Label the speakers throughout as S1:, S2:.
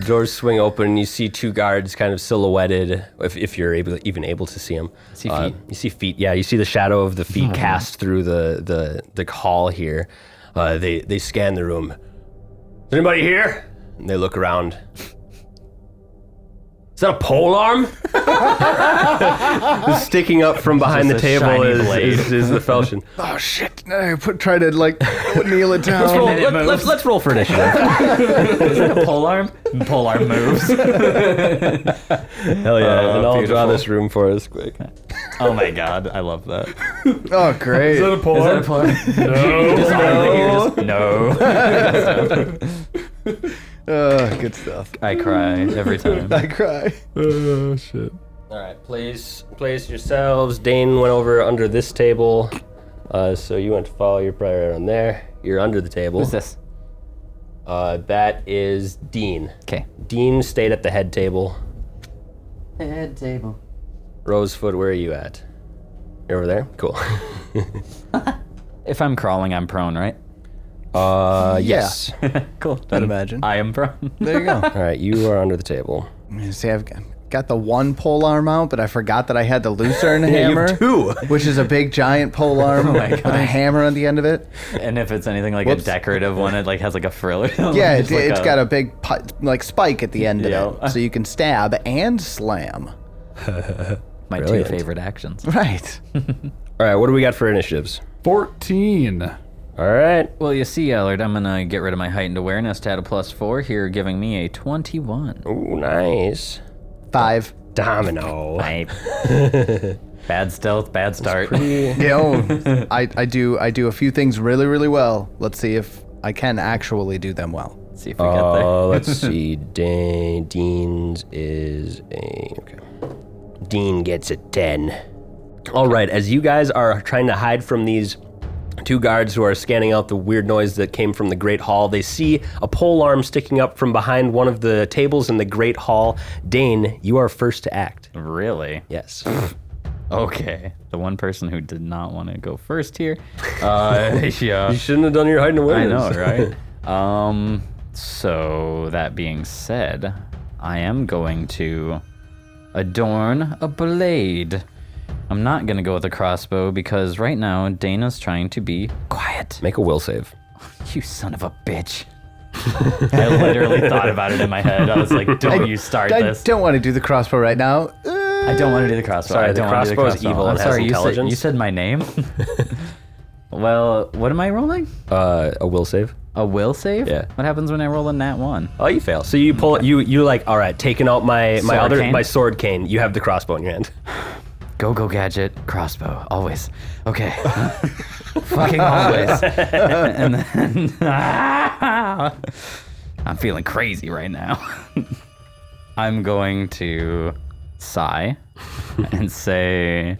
S1: doors swing open, and you see two guards kind of silhouetted, if, if you're able, even able to see them.
S2: See feet?
S1: you see feet. Yeah, you see the shadow of the feet cast through the the the hall here. Uh, they they scan the room. Is anybody here? And they look around. Is that a pole arm? Sticking up from behind the
S2: Just a
S1: table
S2: shiny
S1: is,
S2: blade.
S1: is, is the falchion.
S3: Oh shit! No, put try to like put kneel it down.
S1: Let's roll,
S2: then it
S1: let,
S2: moves.
S1: us let's roll for initiative.
S2: Is it a pole arm? Pole arm moves.
S1: Hell yeah!
S2: Oh,
S1: and Uh, I'll draw
S2: beautiful.
S1: this room for us quick.
S2: Oh my god, I love that. Is
S3: Oh great!
S4: Is that a pole?
S2: that a pole arm?
S4: no.
S2: Just out of the ear, just- no.
S3: oh, good stuff.
S2: I cry every time.
S3: I cry.
S4: Oh shit.
S1: All right, place place yourselves. Dane went over under this table, uh, so you went to follow. You're probably right on there. You're under the table.
S2: Who's this?
S1: Uh, that is Dean.
S2: Okay.
S1: Dean stayed at the head table.
S2: Head table.
S1: Rosefoot, where are you at? You're over there. Cool.
S2: If I'm crawling, I'm prone, right?
S1: Uh,
S3: yes.
S2: Cool.
S3: I'd imagine.
S2: I am prone.
S3: There you go.
S1: All right, you are under the table.
S3: See, I've g- got the one pole arm out, but I forgot that I had the lucerne
S1: you
S3: hammer,
S1: have two.
S3: which is a big giant pole arm with a hammer on the end of it.
S2: and if it's anything like
S3: Whoops.
S2: a decorative one, it like has like a frill or something.
S3: Yeah, it,
S2: Just like
S3: it's got a big pi- like spike at the end of
S2: Yeah.
S3: it, so you can stab and slam.
S2: my
S1: Brilliant.
S2: two favorite actions.
S3: Right.
S1: All right, what do we got for initiatives?
S4: Fourteen.
S1: All right,
S2: Well, you see, Allard, I'm gonna get rid of my heightened awareness to add a plus four here, giving me a twenty-one.
S1: ooh, nice
S3: Five.
S1: domino.
S2: Right. bad stealth, bad start.
S3: Yeah, oh, I, I do I do a few things really really well. Let's see if I can actually do them well.
S2: see if we get there.
S1: Uh, let's see. Da- Dean's is a. Okay. Dean gets a 10. All right, as you guys are trying to hide from these two guards who are scanning out the weird noise that came from the Great Hall, they see a pole arm sticking up from behind one of the tables in the Great Hall. Dane, you are first to act.
S2: Really?
S1: Yes.
S2: Okay. The one person who did not want to go first here. Uh, yeah.
S1: you shouldn't have done your hiding away.
S2: I know, right? um. So that being said, I am going to adorn a blade. I'm not gonna go with a crossbow because right now Dana's trying to be quiet.
S1: Make a will save.
S2: You son of a bitch. I literally thought about it in my head. I was like, don't you start
S3: I
S2: this.
S3: don't want to do the crossbow right now. Uh,
S2: I don't want to do the crossbow.
S1: Sorry,
S2: I
S1: the
S2: don't wanna do
S1: crossbow is evil.
S2: I'm
S1: It has
S2: sorry, you said,
S1: intelligence.
S2: you said my name? well, what am I rolling?
S1: Uh, a will save.
S2: A will save?
S1: Yeah.
S2: What happens when I roll a nat one?
S1: Oh, you fail. So you pull. You you like. All right, taking out my my
S2: Sword
S1: other
S2: cane?
S1: my sword cane. You have the crossbow in your hand.
S2: Go, go, gadget, crossbow, always. Okay. Fucking always. and then. I'm feeling crazy right now. I'm going to sigh and say,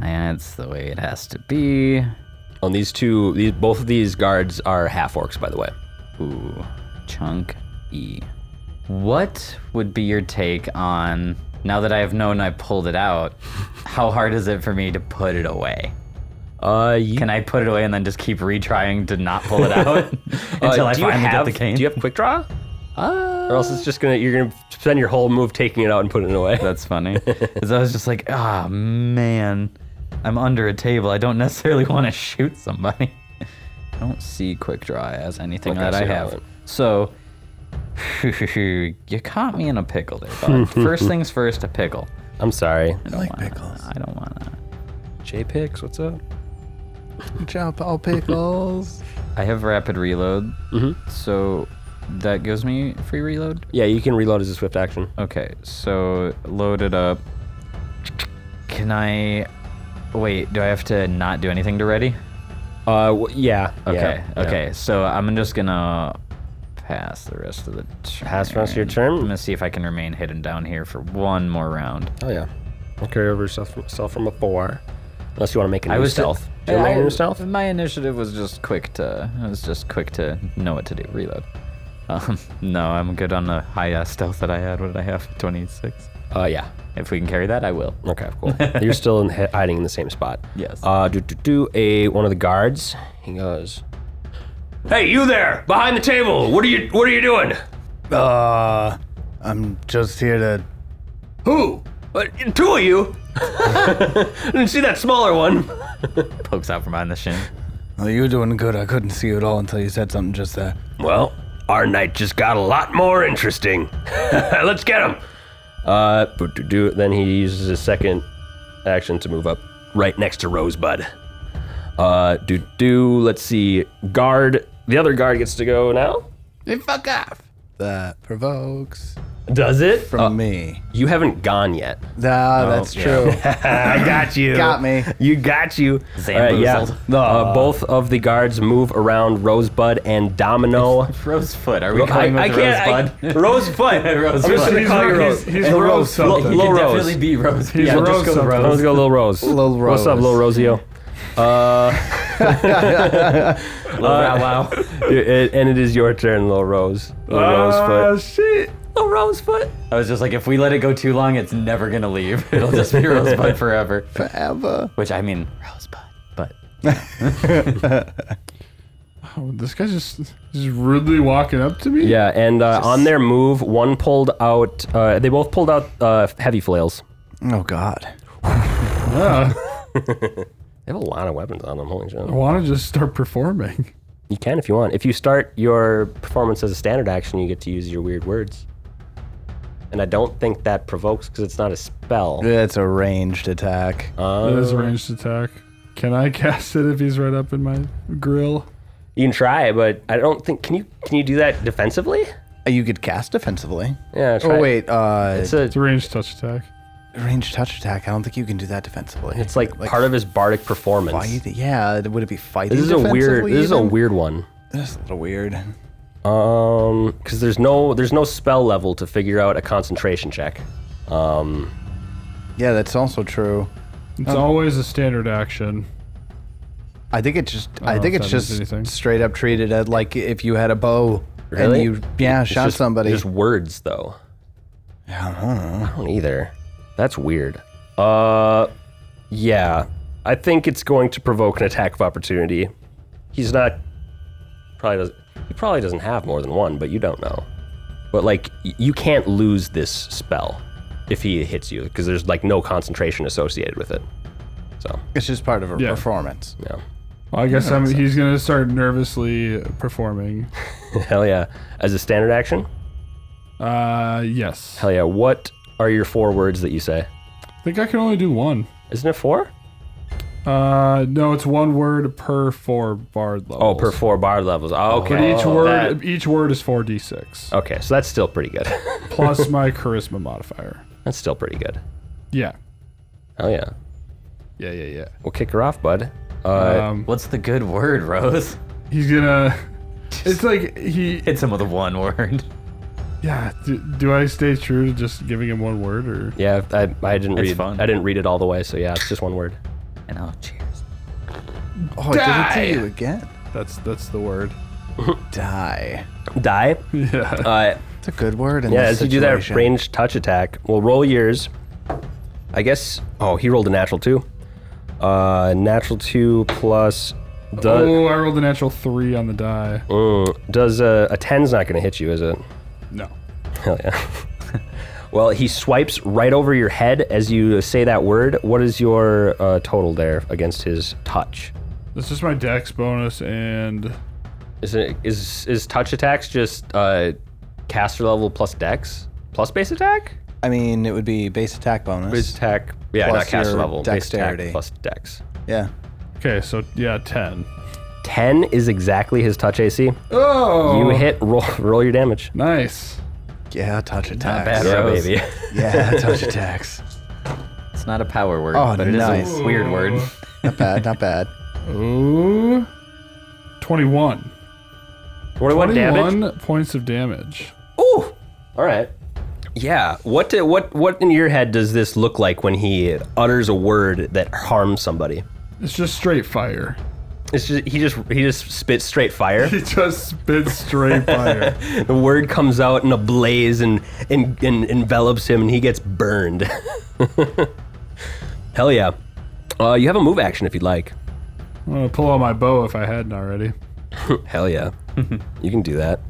S2: that's the way it has to be.
S1: On these two, these both of these guards are half orcs, by the way.
S2: Ooh, chunk E. What would be your take on now that I have known I pulled it out? How hard is it for me to put it away?
S1: Uh, you,
S2: Can I put it away and then just keep retrying to not pull it out
S1: uh,
S2: until I
S1: do you
S2: finally
S1: have,
S2: get the cane? Uh,
S1: Do you have quick draw? or else it's just gonna you're gonna spend your whole move taking it out and putting it away.
S2: That's funny. Because I was just like, ah, man, I'm under a table. I don't necessarily want to shoot somebody. I don't see quick draw as anything
S1: Okay,
S2: that
S1: so
S2: I
S1: you
S2: have.
S1: don't.
S2: So, you caught me in a pickle there, bud. first things first, a pickle.
S1: I'm sorry.
S2: I don't
S3: like
S2: wanna-
S3: pickles.
S2: I don't want to.
S1: J Pix, what's up?
S3: Jump all pickles.
S2: I have rapid reload,
S1: Mm-hmm.
S2: so that gives me free reload.
S1: Yeah, you can reload as a swift action.
S2: Okay, so load it up. Can I? Wait, do I have to not do anything to ready?
S1: Uh, w- yeah.
S2: Okay,
S1: yeah,
S2: okay.
S1: yeah.
S2: So I'm just gonna pass the rest of the turn.
S1: Pass the rest of your turn?
S2: I'm gonna see if I can remain hidden down here for one more round.
S1: Oh yeah. I'll carry over yourself from, self from a four. Unless you want to make a new
S2: I was
S1: stealth.
S2: ju-
S1: Do you wanna make a new
S2: I-
S1: stealth?
S2: My initiative was just quick to. I was just quick to know what to do. Reload. Um, no, I'm good on the high uh, stealth that I had. What did I have? 26.
S1: Uh, yeah.
S2: If we can carry that, I will.
S1: Okay, cool. You're still in, hi- hiding in the same spot.
S2: Yes.
S1: Uh, do do do a one of the guards. He goes, "Hey, you there behind the table? What are you What are you doing?"
S3: Uh, I'm just here to.
S1: Who? Uh, two of you. See that smaller one?
S2: Pokes out from behind the shin.
S3: Oh, you're doing good. I couldn't see you at all until you said something just there.
S1: Well, our night just got a lot more interesting. Let's get him. Uh, but to do then he uses his second action to move up right next to Rosebud. Uh, do do. Let's see. Guard. The other guard gets to go now.
S3: fuck off. That provokes
S1: Does it?
S3: from me.
S1: You haven't gone yet.
S3: Nah, that's true.
S1: I got you.
S3: Got me.
S1: You got you.
S2: Zamboozled.
S1: yeah. Uh, both of the guards move around Rosebud and Domino.
S2: Rosefoot. Are we calling him Rosebud?
S1: Rosebud. I'm just gonna
S4: He's
S1: call you
S4: ro-
S1: Rose.
S4: He's, he's
S3: Little
S4: Rose
S3: Rose
S4: something.
S1: Lo-
S2: He
S1: Lil
S2: could
S1: Rose.
S2: definitely be Rose.
S4: He's
S2: yeah,
S4: Rose
S2: just go with
S4: something.
S1: Let's
S2: Rose.
S1: go, Lil Rose.
S3: Lil
S1: What's up,
S3: Rose.
S1: Lil Rosio?
S2: Wow,
S1: Uh,
S2: wow.
S1: It- and it is your turn, Lil Rose. Lil
S4: Ah,
S1: Rosefoot.
S4: shit.
S1: Lil Rosefoot.
S2: I was just like, if we let it go too long, it's never gonna leave. It'll just be Rosebud forever.
S3: Forever.
S2: Which I mean, Rosebud. But
S4: Oh, this guy's just, just rudely walking up to me?
S1: Yeah, and uh, on their move, one pulled out. Uh, they both pulled out uh, heavy flails.
S3: Oh God.
S4: Yeah.
S1: They have a lot of weapons on them. Holy shit!
S4: I want to just start performing.
S1: You can if you want. If you start your performance as a standard action, you get to use your weird words. And I don't think that provokes because it's not a spell.
S3: It's a ranged attack.
S1: Uh,
S4: It is ranged attack. Can I cast it if he's right up in my grill?
S1: You can try, but I don't think. Can you can you do that defensively?
S3: you could cast defensively.
S1: Yeah. Try
S3: Oh
S1: it.
S3: wait, uh,
S1: It's a
S4: It's a ranged touch attack.
S3: ranged touch attack. I don't think you can do that defensively.
S1: It's like, part of his bardic performance.
S3: fight. Yeah, would it be fighting?
S1: This is a weird.
S3: defensively
S1: This is a
S3: even?
S1: weird one.
S3: This is a little weird.
S1: Um, because there's no there's no spell level to figure out a concentration check.
S3: Yeah, that's also true.
S4: It's
S1: Um,
S4: always a standard action.
S3: I think it's just.
S4: don't
S3: I
S4: know
S3: think
S4: if
S3: it's
S4: that means
S3: just
S4: anything.
S3: straight up treated as like if you had a bow
S1: Really?
S3: and you yeah
S1: It's
S3: shot
S1: just-
S3: somebody.
S1: Just words though.
S3: Yeah, I don't know.
S1: I don't either. That's weird. Uh, yeah. I think it's going to provoke an attack of opportunity. He's not. Probably doesn't. He probably doesn't have more than one, but you don't know. But like, y- you can't lose this spell if he hits you because there's like no concentration associated with it. So
S3: It's just part of a
S4: Yeah.
S3: performance.
S1: yeah.
S4: Well, I guess I'm, he's going to start nervously performing.
S1: Hell yeah. As a standard action.
S4: Uh, yes.
S1: Hell yeah. What are your four words that you say?
S4: I think I can only do one.
S1: Isn't it four?
S4: Uh, no, it's one word per four bard
S1: Oh,
S4: levels.
S1: per four bar levels. Oh, okay.
S4: But each
S1: Oh,
S4: word,
S1: that- Oh.
S4: each word is four d6
S1: Okay, so that's still pretty good.
S4: plus my charisma modifier.
S1: that's still pretty good.
S4: Yeah.
S1: Oh yeah.
S4: Yeah, yeah,
S1: We'll kick her off, bud. Uh,
S4: yeah. Um,
S2: what's the good word, Rose?
S4: he's gonna. It's like he.
S2: Hit him with one word.
S4: Yeah. Do, do I stay true to just giving him one word, or
S1: yeah, I, I didn't
S2: It's
S1: read.
S2: fun.
S1: I didn't read it all the way, so yeah, it's just one word.
S2: And oh, cheers.
S3: Oh, I did it to you again.
S4: that's that's the word?
S3: Die.
S1: Die.
S4: Yeah.
S1: Uh,
S3: It's a good word. In
S1: yeah,
S3: this
S1: as you do that
S3: situation.
S1: ranged touch attack, we'll roll yours. I guess. Oh, he rolled a natural two. Uh, natural two plus. Does
S4: oh, I rolled a natural three on the die.
S1: mm, does uh, a ten's not going to hit you? Is it?
S4: No.
S1: Hell yeah. well, he swipes right over your head as you say that word. What is your uh, total there against his touch?
S4: That's just my dex bonus, and
S1: Is it is is touch attacks just uh, caster level plus dex plus base attack?
S3: I mean, it would be base attack bonus.
S1: Base attack, yeah,
S3: Plus
S1: not caster
S3: your
S1: level. Base
S3: dexterity.
S1: attack plus dex.
S3: yeah.
S4: okay, so yeah, ten.
S1: Ten is exactly his touch AC.
S4: Oh,
S1: You hit roll roll your damage.
S4: nice.
S3: Yeah, touch
S2: bad.
S3: attacks.
S1: Yeah,
S2: Gross.
S1: baby.
S3: Yeah, touch attacks.
S2: It's not a power word,
S3: Oh,
S2: but it is
S3: nice.
S2: a weird word.
S3: Not bad. Not bad.
S4: Ooh, twenty-one.
S1: Twenty-one damage.
S4: Twenty-one points of damage.
S1: Ooh. All right. Yeah. What did, what what in your head does this look like when he utters a word that harms somebody?
S4: It's just straight fire.
S1: It's just he just he just spits straight fire.
S4: He just spits straight fire.
S1: the word comes out in a blaze and, and, and envelops him and he gets burned hell yeah uh, you have a move action if you'd like
S4: I'm gonna pull out my bow if I hadn't already.
S1: hell yeah you can do that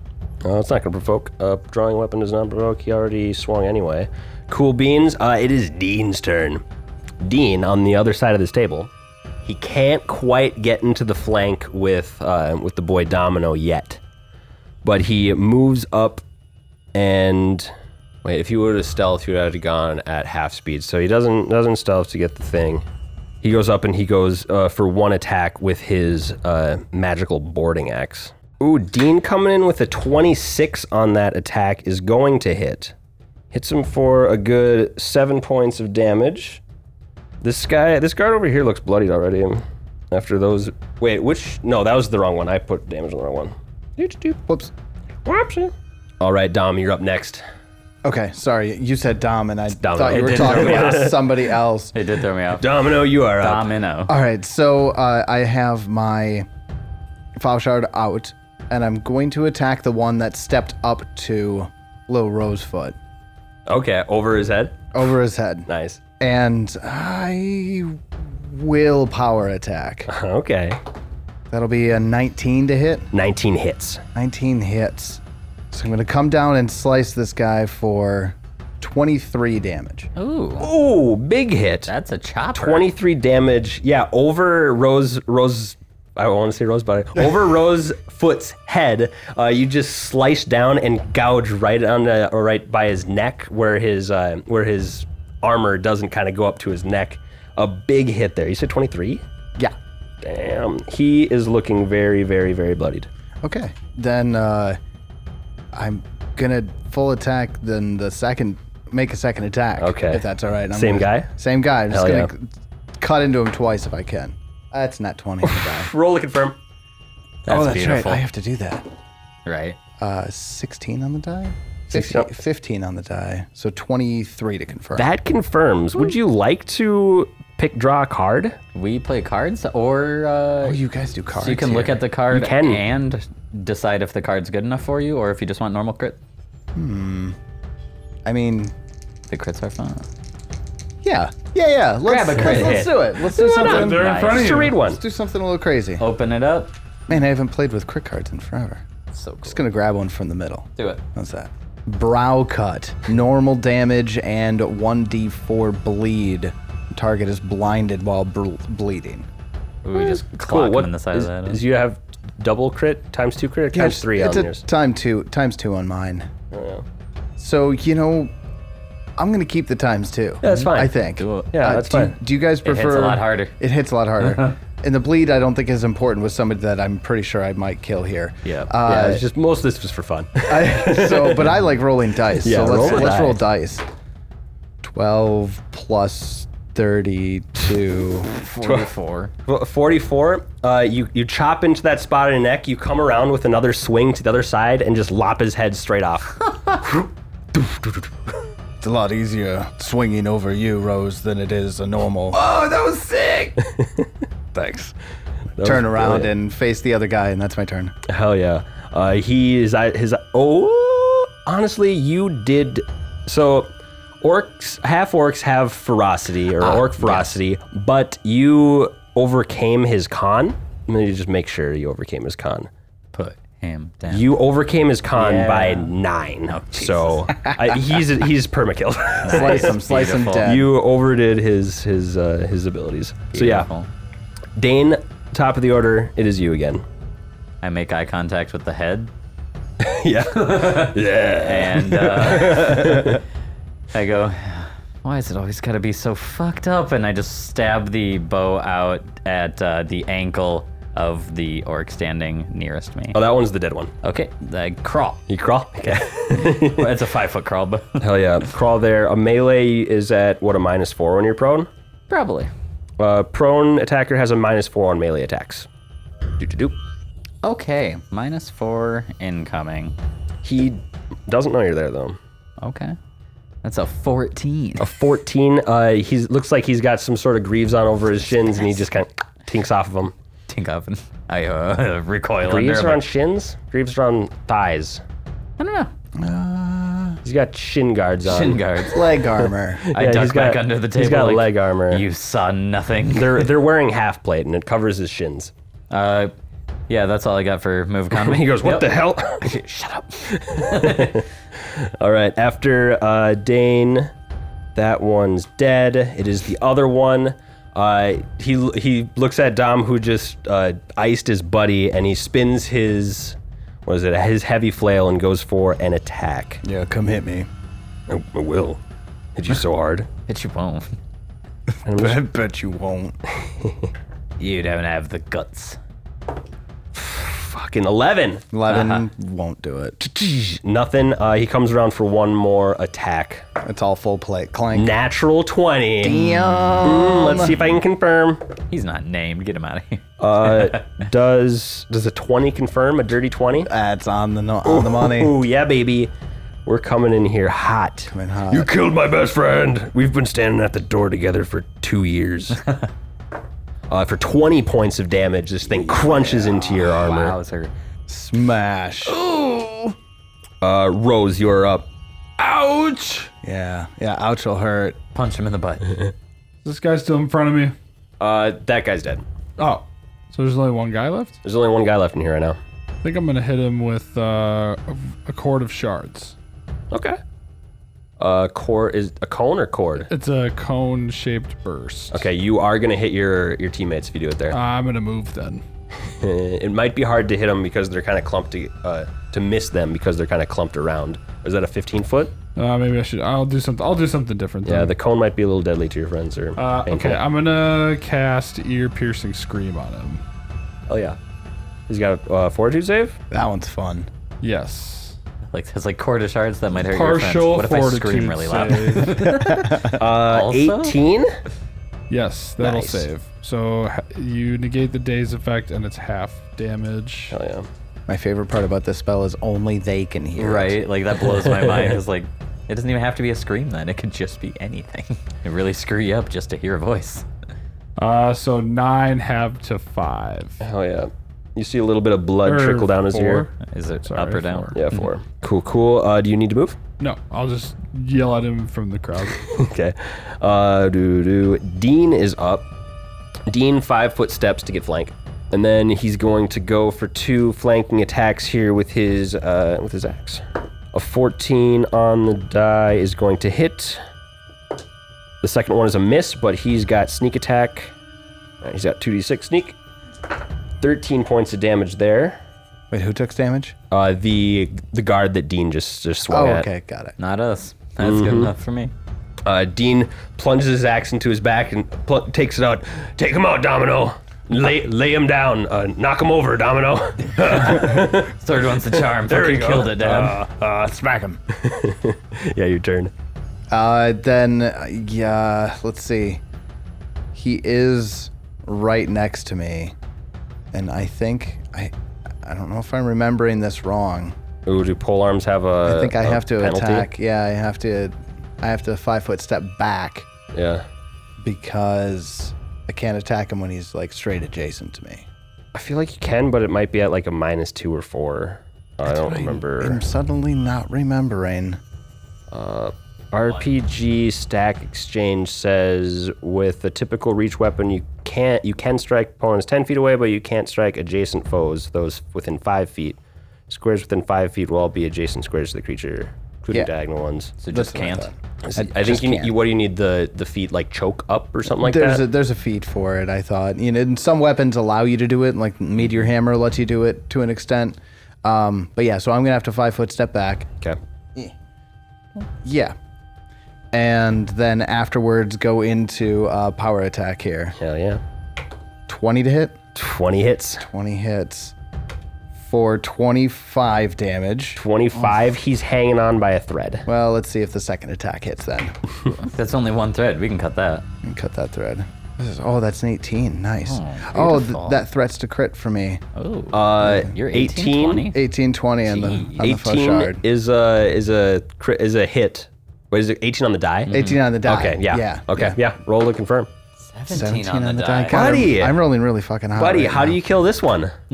S1: Uh, it's not going to provoke. Uh, drawing weapon does not provoke. He already swung anyway. Cool beans. Uh, it is Dean's turn. Dean on the other side of this table. He can't quite get into the flank with uh, with the boy Domino yet, but he moves up and wait. If you were to stealth, he would have gone at half speed. So he doesn't doesn't stealth to get the thing. He goes up and he goes uh, for one attack with his uh, magical boarding axe. Ooh, Dean coming in with a 26 on that attack is going to hit. Hits him for a good seven points of damage. This guy, this guard over here looks bloodied already. After those, wait, which? No, that was the wrong one. I put damage on the wrong one. Doot, doot,
S3: Whoops.
S1: whoop. All right, Dom, you're up next.
S3: Okay, sorry. You said Dom, and I
S1: Domino.
S3: thought
S1: It
S3: you were
S1: did
S3: talking
S1: throw me
S3: about somebody else.
S2: It did throw me off.
S1: Domino, you are up.
S2: Domino.
S3: All right, so uh, I have my foul shard out, and I'm going to attack the one that stepped up to Lil Rosefoot
S1: Okay, over his head.
S3: over his head,
S1: Nice.
S3: and I will power attack.
S1: Okay.
S3: That'll be a 19 to hit.
S1: 19 hits.
S3: 19 hits. So I'm going to come down and slice this guy for 23 damage.
S2: Oh. Ooh,
S1: Ooh, big hit.
S2: that's a chopper.
S1: 23 damage. Yeah, over Rose Rose I want to say Rose body. Over Rose Foot's head, uh, you just slice down and gouge right on the or right by his neck where his uh, where his armor doesn't kind of go up to his neck. A big hit there. You said 23?
S3: Yeah.
S1: Damn. He is looking very very very bloodied.
S3: Okay. Then uh, I'm gonna full attack. Then the second, make a second attack.
S1: Okay.
S3: If that's all right. I'm
S1: Same
S3: gonna-
S1: guy?
S3: Same guy. I'm just
S1: Hell
S3: gonna c- cut into him twice if I can. That's not 20 to die.
S1: Roll to confirm.
S2: That's
S3: oh, that's
S2: beautiful.
S3: right. I have to do that.
S2: Right.
S3: Uh, 16 on the die. 15, 15 on the die. So 23 to confirm.
S1: That confirms. Would you like to pick draw a card?
S2: We play cards, or uh,
S3: oh, you guys do cards.
S2: so you can look
S3: here.
S2: at the card
S1: You can.
S2: and decide if the card's good enough for you, or if you just want normal crit.
S3: I mean,
S2: The crits are fun.
S3: yeah, yeah, yeah. Let's,
S2: Grab a crit
S3: let's, let's
S2: hit.
S3: do it. Let's do something.
S4: They're in
S2: Nice.
S4: front of
S1: Just to
S4: you.
S1: read one.
S3: Let's do something a little crazy.
S2: Open it up.
S3: Man, I haven't played with crit cards in forever.
S2: So cool.
S3: Just gonna grab one from the middle.
S2: Do it.
S3: What's that? Brow cut, normal damage, and 1d4 bleed. Target is blinded while bl- bleeding.
S2: Ooh, we just clock him in the side
S1: is,
S2: of that.
S1: is you have double crit times two crit or times three
S3: it's
S1: on
S3: a
S1: yours?
S3: time two, times two on mine. So you know, I'm gonna keep the times two.
S1: that's fine.
S3: I think. Uh,
S2: Do it.
S1: Yeah, that's
S3: do, you-
S1: fine.
S3: Do you guys
S2: hits
S3: prefer?
S2: a lot harder.
S3: It hits a lot harder. and the bleed, I don't think is important with somebody that I'm pretty sure I might kill here.
S2: Yeah.
S1: yeah,
S3: Uh,
S1: it's just most of this was for fun.
S3: I, so, but I like rolling dice.
S1: Yeah,
S3: so
S1: roll
S3: let's,
S1: the
S3: let's roll dice. 12 plus 32.
S2: 44.
S1: F- Forty-four. Uh, you you chop into that spot in the neck. You come around with another swing to the other side and just lop his head straight off.
S3: It's a lot easier swinging over you, Rose, than it is a normal.
S1: oh, that was sick.
S3: Thanks.
S1: That was
S3: Turn around
S1: brilliant.
S3: and face the other guy, and that's my turn.
S1: hell yeah. Uh, he is I- his. Oh, honestly, you did. So, orcs, half orcs have ferocity or orc ferocity, but you overcame his con. Let me just make sure you overcame his con.
S2: Put him down.
S1: You overcame his con
S2: Yeah.
S1: by nine. so I, he's he's permakilled.
S3: Slice him, slice him
S2: Beautiful.
S3: dead.
S1: you overdid his his uh, his abilities. So
S2: Beautiful.
S1: yeah, Dane, top of the order. It is you again.
S2: I make eye contact with the head,
S1: yeah.
S2: and uh, I go, "Why is it always gotta be so fucked up?" And I just stab the bow out at uh, the ankle of the orc standing nearest me.
S1: Oh, that one's the dead one.
S2: Okay, I crawl.
S1: You crawl. Okay.
S2: Well, it's a five foot crawl, but
S1: Hell yeah. Crawl there. A melee is at what a minus four when you're prone.
S2: probably.
S1: Uh, prone attacker has a minus four on melee attacks. Doo doo doo.
S2: Okay, minus four incoming.
S1: He doesn't know you're there though.
S2: Okay, that's a fourteen.
S1: a 14. Uh, he looks like he's got some sort of greaves on over his shins, and he just kind of tinks off of them.
S2: Tink up and I uh, recoil
S1: Greaves
S2: under.
S1: are
S2: I'm
S1: on
S2: like,
S1: shins. Greaves are on thighs.
S2: I don't know.
S1: He's got shin guards on.
S2: Shin guards.
S3: Leg armor.
S2: I
S1: Um, Yeah, he's
S2: duck back
S1: got-
S2: under the table.
S1: he's got
S2: like,
S1: leg armor.
S2: You saw nothing.
S1: They're they're wearing half plate, and it covers his shins.
S2: Uh, Yeah, that's all I got for move economy.
S1: He goes, "What the hell?"
S2: the? Shut up.
S1: All right, after uh, Dane, that one's dead. It is the other one. Uh, he he looks at Dom, who just uh, iced his buddy, and he spins his what is it? His heavy flail and goes for an attack.
S3: Yeah, come hit me.
S1: I, I will. Hit you so hard.
S2: It you won't.
S3: I bet you won't.
S2: You don't have the guts.
S1: Fucking eleven. Uh-huh.
S3: Levin won't do it.
S1: Nothing. Uh, he comes around for one more attack.
S3: It's all full plate. Clank.
S1: Natural twenty.
S3: Yeah.
S1: Mm, Let's see if I can confirm.
S2: He's not named. Get him out of here.
S1: Uh, does does a twenty confirm a dirty twenty?
S3: That's on the no- on the money.
S1: Mm. Ooh, yeah, baby. We're coming in here hot.
S3: Coming hot.
S1: You killed my best friend. We've been standing at the door together for two years. uh, for 20 points of damage, this thing crunches into your armor.
S2: Wowzer.
S3: Smash.
S1: Uh, Rose, you're up.
S4: Ouch!
S3: Yeah. Yeah. Ouch will hurt.
S2: Punch him in the butt.
S4: This guy's still in front of me.
S1: Uh, that guy's dead.
S4: Oh, so there's only one guy left.
S1: There's only one guy left in here right now.
S4: I think I'm gonna hit him with uh, a- a cord of shards.
S1: Okay. Uh, core is a cone or cord?
S4: It's a cone-shaped burst. Uh,
S1: Okay, you are gonna hit your your teammates if you do it there.
S4: I'm gonna move then.
S1: Uh, it might be hard to hit them because they're kind of clumped to, uh, to miss them because they're kind of clumped around. Is that a 15 foot?
S4: Uh, maybe I should. I'll do something. I'll do something different.
S1: Yeah,
S4: Then.
S1: the cone might be a little deadly to your friends or
S4: Mm. Uh,
S1: painful.
S4: okay, I'm gonna cast ear-piercing scream on him.
S1: Oh yeah, he's got a uh, fortitude save.
S3: That one's fun.
S4: Yes.
S2: Like it's like quarter shards that might hurt
S4: Partial
S2: your friends. What if I scream
S4: fortitude
S2: really loud?
S4: save.
S1: Uh,
S2: Also?
S1: eighteen.
S4: yes, that'll
S1: Nice.
S4: save. So h- you negate the day's effect, and it's half damage.
S1: Oh yeah.
S3: My favorite part about this spell is only they can hear. it.
S2: right? Like that blows my mind. It's like it doesn't even have to be a scream then. It could just be anything. It really screw you up just to hear a voice.
S4: Uh, so nine half to five.
S1: Oh yeah. You see a little bit of blood
S4: Or
S1: trickle down his
S4: Er, four. Mm-hmm.
S1: ear.
S2: Is it
S4: Sorry,
S2: up or down?
S4: four.
S1: Yeah, 4 Cool, cool. Uh, do you need to move?
S4: No, I'll just yell at him from the crowd.
S1: okay. Uh, do do. Dean is up. Dean five foot steps to get flank, and then he's going to go for two flanking attacks here with his uh, with his axe. A fourteen on the die is going to hit. The second one is a miss, but he's got sneak attack. Uh, He's got two d six sneak. Thirteen points of damage there.
S3: Wait, who took damage?
S1: Uh, the the guard that Dean just just swung
S3: Oh,
S1: at.
S3: okay, got it.
S2: Not us. That's good enough for me.
S1: Uh, Dean plunges his axe into his back and pl- takes it out. Take him out, Domino. Lay, lay him down. Uh, knock him over, Domino.
S2: Third one's the charm.
S1: There you
S2: Fucking
S1: go.
S2: killed it, Dad.
S1: Uh, uh, smack him. yeah, your turn.
S3: Uh, then uh, yeah, let's see. He is right next to me, and I think I, I don't know if I'm remembering this wrong.
S1: Ooh, do pole arms have a?
S3: I think I
S1: Uh, a
S3: have to
S1: penalty?
S3: attack. Yeah, I have to, I have to five foot step back
S1: Yeah,
S3: because I can't attack him when he's like straight adjacent to me.
S1: I feel like you can, but it might be at like a minus two or four. I don't remember.
S3: I'm suddenly not remembering.
S1: RPG Stack Exchange says with a typical reach weapon, you can't you can strike opponents ten feet away, but you can't strike adjacent foes. Those within five feet, squares within five feet will all be adjacent squares to the creature, including
S3: Yeah.
S1: diagonal ones.
S2: So just
S3: That's what I
S2: can't.
S3: thought.
S1: I, think
S3: just
S1: you,
S3: can't.
S1: you what do you need the the feet like choke up or something like
S3: there's a
S1: that?
S3: there's a feat for it. I thought you know and some weapons allow you to do it, like meteor hammer lets you do it to an extent. Um, but yeah, so I'm gonna have to five foot step back.
S1: okay,
S3: Yeah, and then afterwards go into uh, power attack here.
S1: hell yeah,
S3: Twenty to hit.
S1: twenty hits,
S3: Twenty hits for twenty five damage.
S1: twenty five. He's hanging on by a thread.
S3: Well, let's see if the second attack hits then.
S1: Ah.
S2: That's only one thread. We can cut that.
S3: And cut that thread. This is, oh, that's an 18. Nice. Oh,
S2: beautiful.
S3: th- that threats to crit for me.
S2: Oh.
S1: Uh,
S2: you're
S1: 18?
S2: 18, 20?
S3: 18, 20 on the, on the faux shard.
S1: Eighteen is a is a cri- is a hit. What is it? Eighteen on the die.
S3: 18 on the die.
S1: Okay, yeah.
S3: Yeah.
S1: Okay, yeah. Roll to confirm.
S2: 17,
S3: 17
S2: on, the, die.
S3: God, I'm-
S1: Buddy!
S3: I'm, rolling really fucking high.
S1: Buddy,
S3: right
S1: how do you kill this one?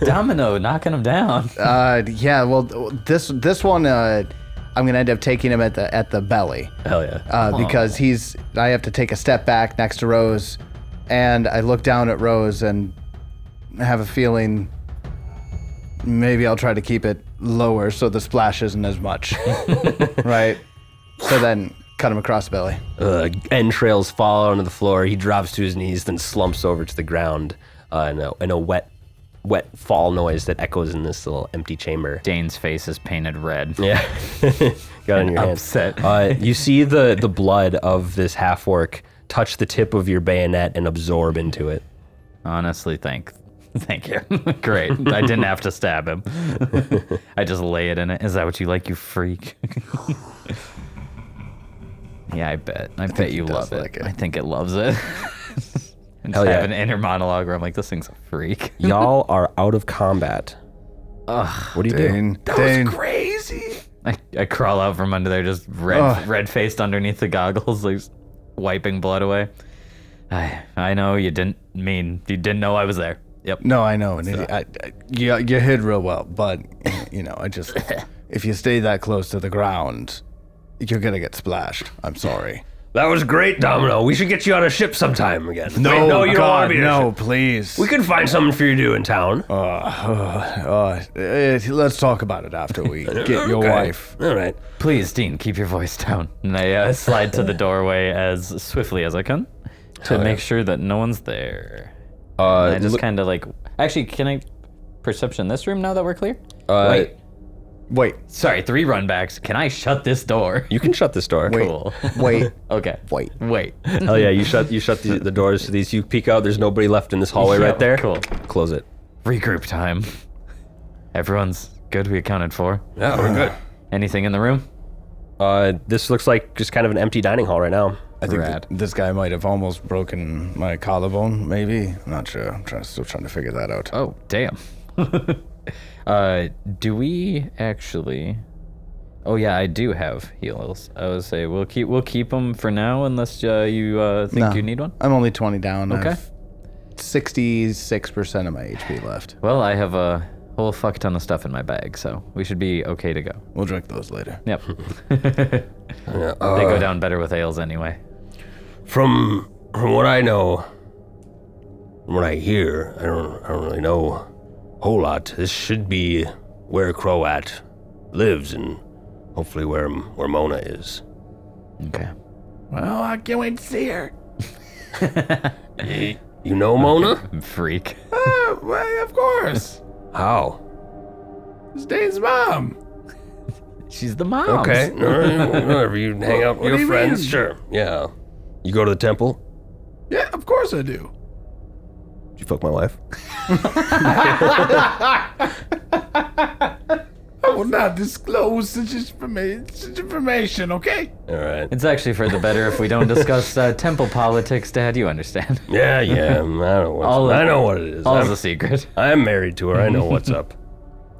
S2: Domino knocking him down.
S3: now. Uh, yeah. Well, th- this this one, uh, I'm gonna end up taking him at the at the belly
S1: Hell yeah.
S3: uh, because he's. I have to take a step back next to Rose, and I look down at Rose and have a feeling maybe I'll try to keep it lower so the splash isn't as much. right? So then cut him across the belly.
S1: Uh, entrails fall onto the floor. He drops to his knees, then slumps over to the ground uh, in, a, in a wet, wet fall noise that echoes in this little empty chamber.
S2: Dane's face is painted red.
S1: Yeah, got in your hand.
S2: upset.
S1: Uh, you see the the blood of this half orc touch the tip of your bayonet and absorb into it.
S2: Honestly, thank thank you. Great. I didn't have to stab him. I just lay it in it. Is that what you like, you freak? yeah, I bet. I, bet you love it.
S3: like it.
S2: I think it loves it. and
S1: Hell
S2: just have
S1: yeah.
S2: an inner monologue where I'm like, this thing's a freak.
S1: Y'all are out of combat. what do you do?
S3: Dane, Dane,
S1: Crazy.
S2: I, I crawl out from under there, just red
S3: Ugh.
S2: red faced underneath the goggles, like wiping blood away. I I know you didn't mean you didn't know I was there. Yep.
S3: No, I know. And it, I, I, you, you hid real well, but, you know, I just, if you stay that close to the ground, you're going to get splashed. I'm sorry.
S1: That was great, Domino. We should get you on a ship sometime again.
S3: No,
S1: Wait, no, you don't want to
S3: God,
S1: be. on a
S3: no,
S1: ship.
S3: please.
S1: we can find something for you to do in town.
S3: Uh, uh, uh, eh, let's talk about it after we get your
S1: Okay.
S3: wife.
S1: All right.
S2: Please, Dean, keep your voice down. And I uh, slide to the doorway as swiftly as I can to make sure that no one's there. And I
S1: Uh,
S2: just
S1: look-
S2: kind of like. Actually, can I perception this room now that we're clear?
S1: uh,
S2: Wait,
S3: Wait,
S2: sorry, three run backs. Can I shut this door?
S1: You can shut this door.
S2: Cool.
S3: wait,
S2: okay.
S3: wait.
S2: Wait.
S1: Hell yeah, you shut you shut the, the doors to these. You peek out. There's nobody left in this hallway
S2: Yeah,
S1: right there.
S2: cool.
S1: Close it.
S2: Regroup time. Everyone's good. We accounted for.
S1: Yeah, we're good.
S2: Anything in the room?
S1: Uh, this looks like just kind of an empty dining hall right now.
S3: I think
S2: Rad.
S3: th- this guy might have almost broken my collarbone, maybe. I'm not sure. I'm trying, still trying to figure that out.
S2: Oh, damn. uh, do we actually? Oh yeah, I do have heals. I would say we'll keep we'll keep them for now unless uh, you uh, think
S3: No.
S2: you need one.
S3: I'm only 20 down.
S2: Okay.
S3: I've 66% of my HP left.
S2: Well, I have a whole fuck ton of stuff in my bag, so we should be okay to go.
S3: We'll drink those later.
S2: Yep. they
S1: Uh.
S2: go down better with ales anyway.
S1: From from what I know, from what I hear, I don't I don't really know a whole lot. This should be where Croat lives and hopefully where where Mona is.
S2: Okay.
S4: Well, I can't wait to see her.
S1: You know Mona?
S2: Freak.
S4: Oh, well, of course.
S1: How?
S4: It's Dane's mom.
S2: She's the mom.
S1: Okay. all right, well, Whatever. You hang out with
S4: do
S1: your
S4: you
S1: friends.
S4: mean?
S1: Sure. Yeah. You go to the temple.
S4: Yeah, of course I do.
S1: Did you fuck my wife?
S4: I will not disclose such, informa- such information, okay?
S1: All right.
S2: It's actually for the better if we don't discuss uh, temple politics, Dad. You understand?
S1: Yeah, yeah. I know what.
S2: All of-
S1: I know what it is.
S2: All's
S1: I'm,
S2: a secret.
S1: I'm married to her. I know what's up.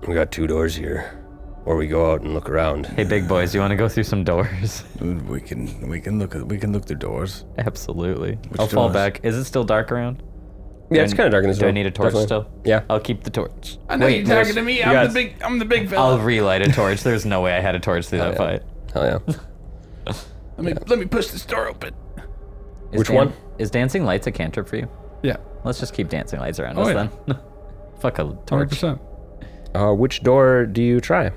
S1: We got two doors here, or we go out and look around.
S2: Hey, big boys, you want to go through some doors?
S3: Dude, Mm, we can we can look at we can look through doors.
S2: Absolutely. I'll fall
S3: doors?
S2: back. Is it still dark around?
S1: Yeah, it's kind of dark in this
S2: Do I
S1: room,
S2: need a torch
S1: definitely.
S2: still?
S1: Yeah.
S2: I'll keep the torch.
S4: I know
S2: Wait,
S4: you're talking
S2: there's-
S4: to me.
S2: you
S4: I'm
S2: guys-
S4: the big. I'm the big fella.
S2: I'll relight a torch. There's no way I had a torch through that fight.
S1: Hell yeah.
S4: let me let me push this door open.
S2: Is
S1: Which
S2: dan-
S1: one?
S2: Is dancing lights a cantrip for you?
S4: Yeah,
S2: Let's just keep dancing lights around
S4: Oh,
S2: us
S4: yeah.
S2: then. Fuck a
S4: hundred
S2: torch.
S4: percent.
S1: Uh, which door do you try?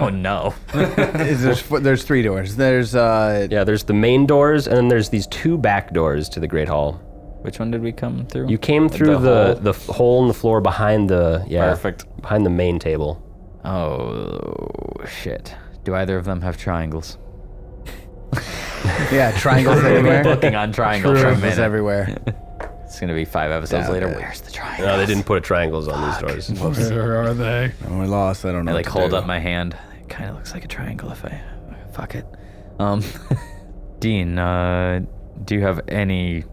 S2: Oh no.
S3: Is there's f- there's three doors. There's uh
S1: Yeah, there's the main doors, and then there's these two back doors to the Great Hall.
S2: Which one did we come through?
S1: You came through the the, f hole in the floor behind the yeah
S2: Perfect.
S1: behind the main table.
S2: Oh shit. Do either of them have triangles?
S3: yeah triangles
S2: We're gonna be
S3: everywhere.
S2: booking on triangles for a
S3: Triangles
S2: minute.
S3: everywhere.
S2: It's gonna be five episodes
S3: Down
S2: later.
S3: there.
S2: Where's the triangle?
S1: No, they didn't put triangles on these doors.
S4: Where are they?
S3: And we're lost. I don't know.
S2: I
S3: what
S2: like
S3: to
S2: hold
S3: do.
S2: up my hand. It kind of looks like a triangle if I fuck it. Um, Dean, uh, do you have any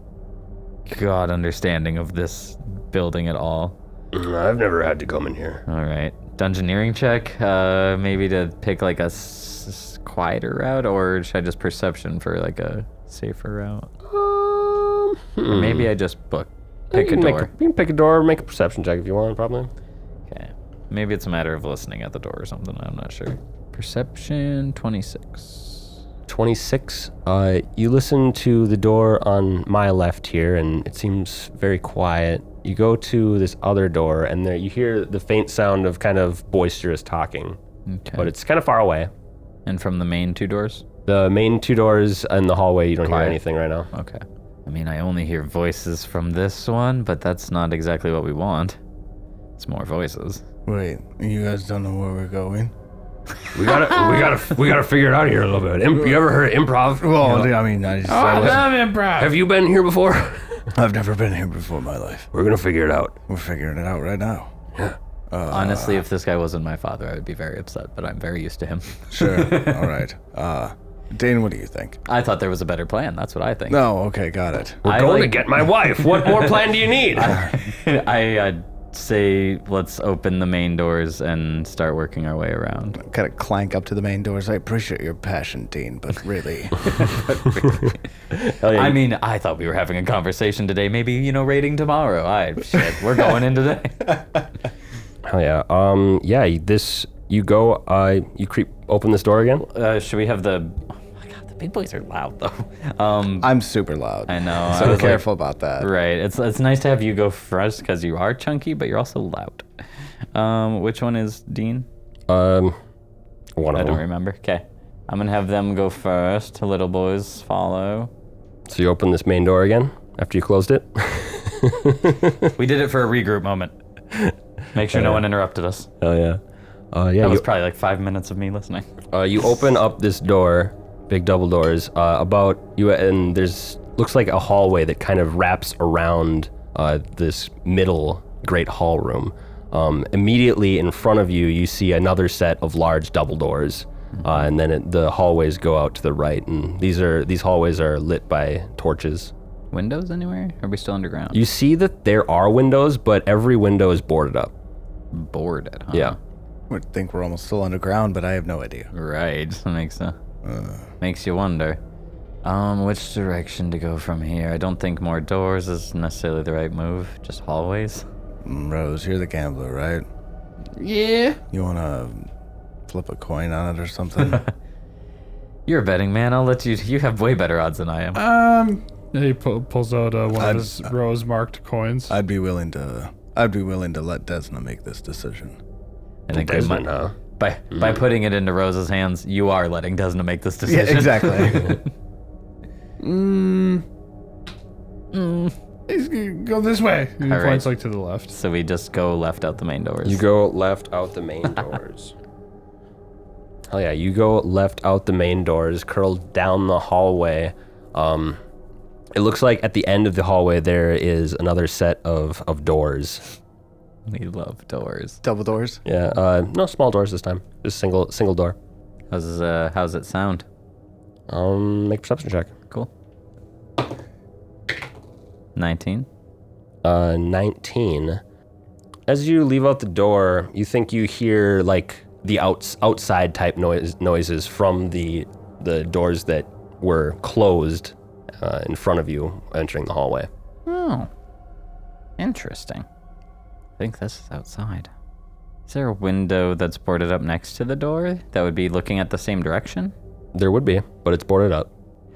S2: god understanding of this building at all?
S1: Mm, I've never had to come in here.
S2: All right, dungeoneering check. Uh, maybe to pick like a s- s- quieter route, or should I just perception for like a safer route?
S1: Um,
S2: Or
S1: hmm.
S2: maybe I just book pick
S1: you
S2: a
S1: can make
S2: door.
S1: you can pick a door, make a perception check if you want, probably.
S2: Okay. Maybe it's a matter of listening at the door or something. I'm not sure. Perception 26.
S1: 26. Uh, you listen to the door on my left here, and it seems very quiet. You go to this other door, and there you hear the faint sound of kind of boisterous talking,
S2: Okay.
S1: but it's kind of far away.
S2: and from the main two doors?
S1: The main two doors and the hallway, you don't hear
S2: Quiet.
S1: anything right now.
S2: Okay. I mean, I only hear voices from this one, but that's not exactly what we want. It's more voices.
S3: Wait, you guys don't know where we're going?
S1: We gotta, we gotta, we gotta figure it out here a little bit. Imp, you ever heard of improv?
S3: Well, I mean, I
S4: Oh,
S3: just,
S4: Ah.
S3: I
S1: Have you been here before?
S3: have never been here before in my life.
S1: We're gonna figure it out.
S3: We're figuring it out right now. Uh.
S2: Honestly, if this guy wasn't my father, I would be very upset, but I'm very used to him.
S3: Sure. All right. Uh, Dane, what do you think?
S2: I thought there was a better plan. That's what I think.
S3: No. Okay. Got it.
S1: We're
S2: I
S1: going to
S2: like-
S1: get my wife. What more plan do you need?
S2: I uh, say let's open the main doors and start working our way around.
S3: Kind of clank up to the main doors. I appreciate your passion, Dean, but really,
S1: Hell yeah,
S2: I
S1: you-
S2: mean, I thought we were having a conversation today. Maybe you know, rating tomorrow. I shit, we're going in today.
S1: hell yeah. Um, yeah. you- This, you go. Uh, you creep. Open this door again.
S2: Uh, should we have the? Oh my god, the big boys are loud though. Um,
S3: I'm super loud.
S2: I know. I
S3: So
S2: was like-
S3: careful about that.
S2: right. It's it's nice to have you go first because you are chunky, but you're also loud. Um, which one is Dean?
S1: Um, one
S2: I
S1: of
S2: don't
S1: them.
S2: remember. Okay, I'm gonna have them go first. Little boys follow.
S1: So you open this main door again after you closed it.
S2: We did it for a regroup moment. Make sure no one interrupted us.
S1: Hell yeah. Uh, yeah.
S2: That was
S1: You,
S2: probably like five minutes of me listening.
S1: uh, you open up this door, big double doors. Uh, about you and there's looks like a hallway that kind of wraps around uh, this middle great hall room. Um, immediately in front of you, you see another set of large double doors, uh, and then it, the hallways go out to the right. And these are these hallways are lit by torches.
S2: Windows anywhere? Are we still underground?
S1: You see that there are windows, but every window is boarded up.
S2: bored at home.
S1: Yeah.
S3: I think we're almost still underground, but I have no idea.
S2: Right. That makes uh, makes you wonder. Um, which direction to go from here? I don't think more doors is necessarily the right move. Just hallways.
S3: Mm, Rose, you're the gambler, right?
S2: Yeah.
S3: You want to flip a coin on it or something?
S2: You're a betting man. I'll let you. You have way better odds than I am.
S4: Um, yeah, he pu- pulls out uh, one
S3: I'm-
S4: of his rose marked coins.
S3: I'd be willing to. I'd be willing to let Desna make this decision.
S2: I think we
S1: Desmond,
S2: might,
S1: huh?
S2: by by
S1: Mm.
S2: putting it into Rose's hands, you are letting Desna make this decision.
S4: Mm. He's gonna Go this way. He
S2: All
S4: points
S2: right.
S4: like to the left.
S2: so we just go left out the main doors.
S1: You go left out the main doors. Hell yeah, you go left out the main doors, curl down the hallway. Um, it looks like at the end of the hallway there is another set of, of doors.
S2: We love doors.
S3: Double doors.
S1: Yeah, uh, no small doors this time, just single single door.
S2: How's uh, how's it sound?
S1: Um, make a perception check.
S2: Cool. 19.
S1: Uh, 19. As you leave out the door, you think you hear like the outs- outside type noise- noises from the the doors that were closed uh, in front of you entering the hallway.
S2: Oh. Interesting. I think this is outside. Is there a window that's boarded up next to the door that would be looking at the same direction?
S1: There would be, but it's boarded up.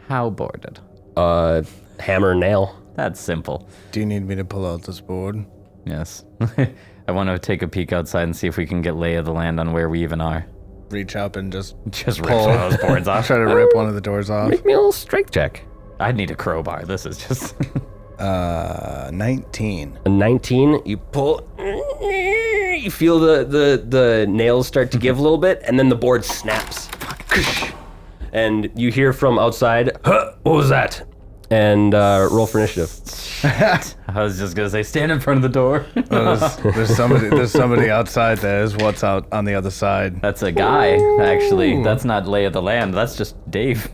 S2: How boarded?
S1: Uh, hammer nail.
S2: That's simple.
S3: Do you need me to pull out this board?
S2: Yes. I want to take a peek outside and see if we can get lay of the land on where we even are.
S3: Reach up and just
S2: Just rip
S3: Pull.
S2: one of those boards off.
S3: try to rip one of the doors off.
S1: Make me a little strength check.
S2: I'd need a crowbar. This is just.
S3: Uh, nineteen.
S1: A 19, you pull. You feel the, the, the nails start to give a little bit, and then the board snaps. And you hear from outside, huh, what was that? And uh, roll for initiative.
S2: I was just gonna say, stand in front of the door.
S3: Oh, there's, there's somebody. There's somebody outside. There is what's out on the other side.
S2: That's a guy, actually. That's not lay of the land. That's just Dave.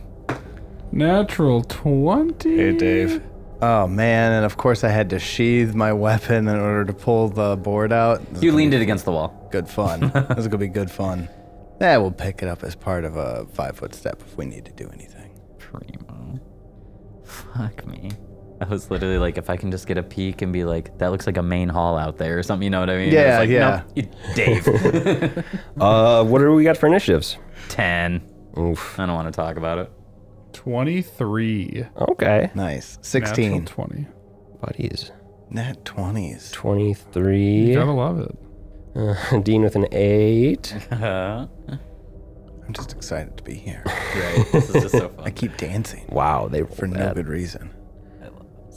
S4: Natural 20.
S3: Hey, Dave. Oh man, and of course I had to sheathe my weapon in order to pull the board out.
S2: You leaned it against the wall.
S3: Good fun. this is gonna be good fun. Yeah, we'll pick it up as part of a five foot step if we need to do anything.
S2: Primo. Fuck me. I was literally like, if I can just get a peek and be like, that looks like a main hall out there or something, you know what I mean? It's
S3: Yeah,
S2: like,
S3: yeah.
S2: "Nope, you- Dave.
S1: Uh, what do we got for initiatives?
S2: 10.
S1: Oof.
S2: I don't want to talk about it.
S4: 23.
S1: Okay.
S3: Nice.
S4: Natural
S3: Sixteen.
S4: 20.
S1: Buddies.
S3: Net 20s.
S1: 23.
S4: Gotta love it.
S1: Uh, Dean with an 8.
S3: I'm just excited to be here.
S2: right. This is just so
S3: I
S2: fun.
S3: keep dancing
S1: Wow, they
S3: for no good reason.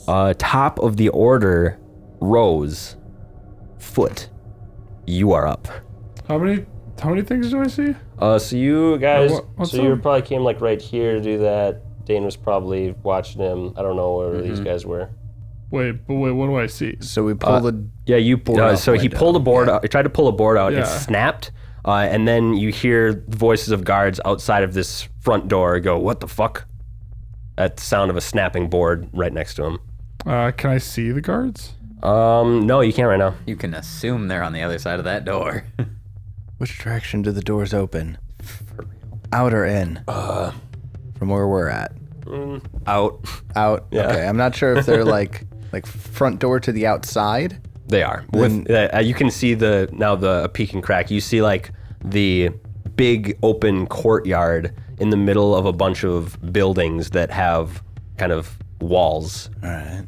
S1: Uh, top of the order, Rose. Foot. You are up.
S4: How many how many things do I see?
S1: Uh, so you guys,
S4: Uh, wha- what's
S1: so you
S4: up?
S1: probably came like right here to do that. Dane was probably watching him. I don't know where these
S4: Mm-hmm.
S1: guys were.
S4: Wait, but wait, what do I see?
S3: So we pull the.
S1: Yeah, you. Uh,
S3: out
S1: so he
S3: window.
S1: pulled a board. out He tried to pull a board out. It
S4: Yeah.
S1: snapped, uh, and then you hear voices of guards outside of this front door go, "What the fuck?" At the sound of a snapping board right next to him.
S4: Uh, can I see the guards?
S1: Um, no, you can't right now.
S2: You can assume they're on the other side of that door.
S3: Which direction do the doors open? Out or in? Uh, From where we're at.
S1: Out.
S3: Out. Okay. I'm not sure if they're like like front door to the outside.
S1: They are. With uh, you can see the now the a peek and crack. You see like the big open courtyard in the middle of a bunch of buildings that have kind of walls
S3: All right.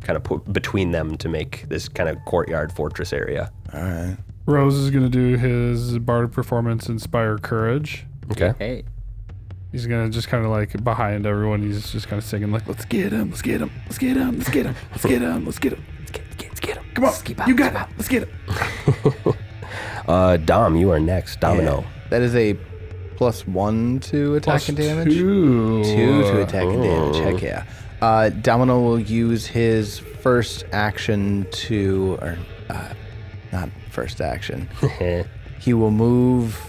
S1: kind of put between them to make this kind of courtyard fortress area.
S3: All right.
S4: Rose is gonna do his bardic performance, inspire courage.
S1: Okay.
S2: hey.
S4: He's gonna just kind of like behind everyone. He's just kind of singing like, "Let's get him, let's get him, let's get him, let's get him, let's get him, let's get him, let's get, let's get, let's get him. Come on, you got it. Let's get him."
S1: Uh, Dom, you are next. Domino.
S3: Oh, That is a plus one to attack and damage.
S4: Two.
S3: Two to attack and damage. Heck yeah. Uh, Domino will use his first action to, or uh, not first action. he will move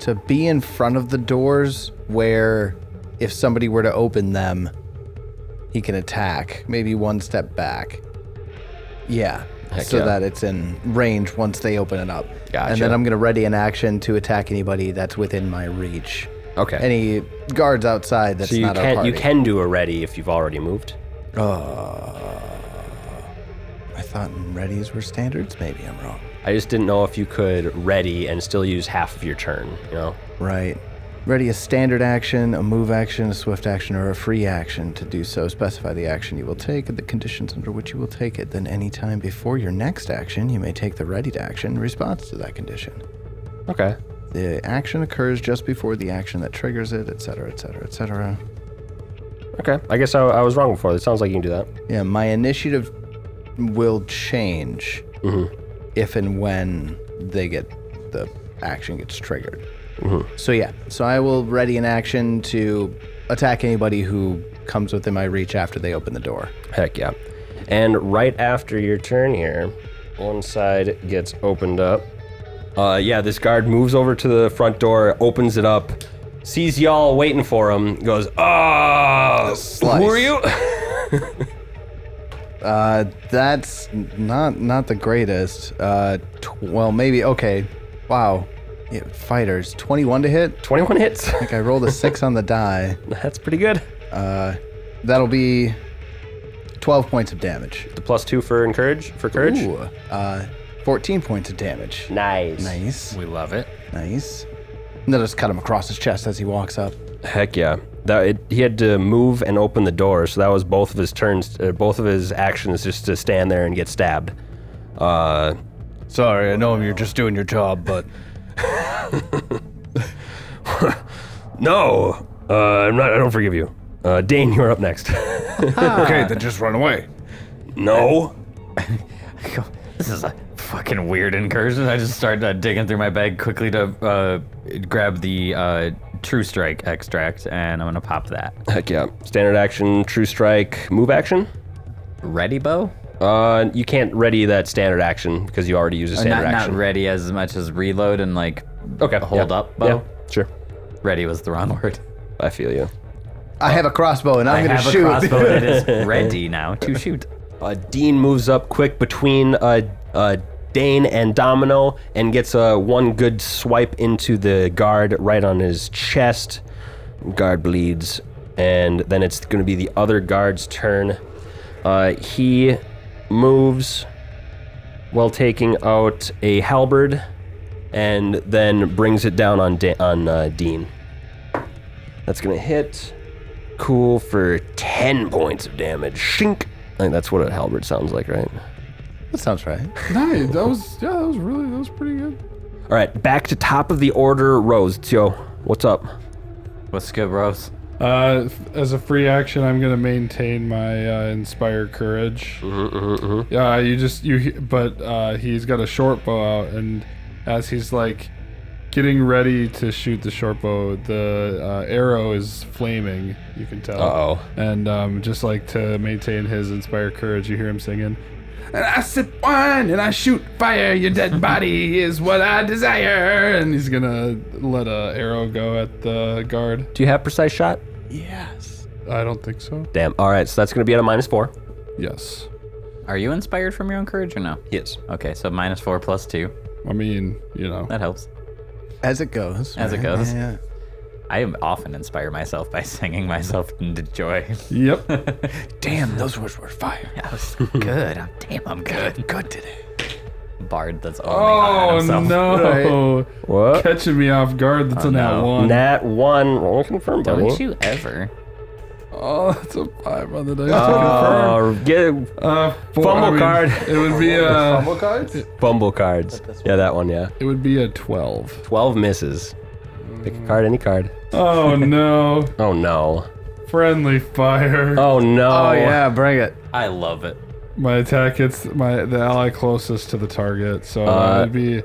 S3: to be in front of the doors where, if somebody were to open them, he can attack. Maybe one step back. Yeah. so
S1: yeah.
S3: that it's in range once they open it up. And
S1: Gotcha.
S3: then I'm going to ready an action to attack anybody that's within my reach.
S1: Okay.
S3: Any guards outside that's
S1: so you
S3: not our
S1: can
S3: party.
S1: you can do a ready if you've already moved.
S3: I thought readies were standards. Maybe I'm wrong.
S1: I just didn't know if you could ready and still use half of your turn. You know.
S3: Right. Ready a standard action, a move action, a swift action, or a free action. To do so, specify the action you will take and the conditions under which you will take it. Then, any time before your next action, you may take the readied action in response to that condition.
S1: Okay.
S3: The action occurs just before the action that triggers it, etc., etc., etc.
S1: Okay. I guess I, I was wrong before. It sounds like you can do that.
S3: Yeah, my initiative will change if and when they get the action gets triggered. So yeah, so I will ready an action to attack anybody who comes within my reach after they open the door.
S1: Heck yeah. And right after your turn here, one side gets opened up. Uh, yeah, this guard moves over to the front door, opens it up, sees y'all waiting for him, goes, Oh,
S3: slice.
S1: who are you?
S3: Uh, that's not not the greatest. Uh, tw- well maybe okay. Wow, yeah, fighters twenty-one to hit.
S1: 21 hits.
S3: I think I rolled a six on the die.
S1: That's pretty good.
S3: Uh, that'll be twelve points of damage.
S1: The plus two for encourage, for courage.
S3: Ooh, uh, 14 points of damage.
S1: Nice.
S3: Nice,
S2: We love it.
S3: nice. And then just cut him across his chest as he walks up.
S1: Heck yeah. That it, he had to move and open the door, so that was both of his turns, uh, both of his actions, just to stand there and get stabbed. Uh,
S3: Sorry, I know you're just doing your job, but
S1: No, uh, I'm not. I don't forgive you. Uh, Dane, you're up next.
S3: okay, then just run away.
S1: no.
S2: This is a fucking weird incursion. I just started uh, digging through my bag quickly to uh, grab the uh, True Strike extract, and I'm gonna pop that.
S1: Heck yeah. Standard action, true strike, move action.
S2: Ready, bow?
S1: Uh, you can't ready that standard action because you already used a standard
S2: Uh, Not, not
S1: action.
S2: ready as much as reload and like
S1: okay.
S2: hold
S1: yeah,
S2: up bow.
S1: Yeah. Sure.
S2: Ready was the wrong word.
S1: I feel you.
S3: I have a crossbow and I'm
S2: I
S3: gonna
S2: have
S3: shoot.
S2: a crossbow that is ready now to shoot.
S1: Uh, Dean moves up quick between uh, uh, Dane and Domino and gets uh, one good swipe into the guard right on his chest. Guard bleeds, and then it's going to be the other guard's turn. Uh, he moves while taking out a halberd, and then brings it down on da- on uh, Dean. That's going to hit cool for 10 points of damage. Shink. I think that's what a halberd sounds like, right?
S3: That sounds right.
S4: Nice. That was yeah. That was really that was pretty good.
S1: All right, back to top of the order, Rose. Yo, what's up?
S2: What's good, bros?
S4: Uh, f- as a free action, I'm gonna maintain my uh, inspire courage. Yeah, you just you. he- But uh, he's got a short bow out, and as he's like getting ready to shoot the short bow, the uh, arrow is flaming. You can tell.
S1: Uh-oh.
S4: And um, just like to maintain his inspire courage, you hear him singing. And I sip wine and I shoot fire. Your dead body is what I desire. And he's gonna let a arrow go at the guard.
S1: Do you have precise shot?
S4: I don't think so.
S1: Damn. All right, so that's gonna be at a minus four.
S4: Yes.
S2: Are you inspired from your own courage or no?
S1: Yes.
S2: Okay, so minus four plus two.
S4: I mean, you know.
S2: That helps.
S3: As it goes.
S2: As it goes.
S3: Yeah.
S2: I am often inspire myself by singing myself into joy.
S4: Yep.
S3: Damn, those words were fire.
S2: I was good. I'm, damn, I'm good. Good today. Bard that's only high on
S4: Oh
S2: himself.
S4: no!
S1: What? Oh,
S4: Catching me off guard. That's in that
S2: no.
S4: one.
S1: Nat one. Roll and confirm, buddy.
S2: Don't you ever.
S4: Oh, that's a five on the dice.
S1: Uh, get
S4: uh, four,
S1: fumble card.
S4: It would be a.
S3: cards?
S1: bumble cards. Yeah, that one. Yeah.
S4: It would be a twelve.
S1: Twelve misses. Pick a card, any card.
S4: Oh no!
S1: Oh no.
S4: Friendly fire.
S1: Oh no.
S3: Oh, yeah, bring it.
S2: I love it.
S4: My attack hits my the ally closest to the target, so
S1: Uh,
S4: it would be.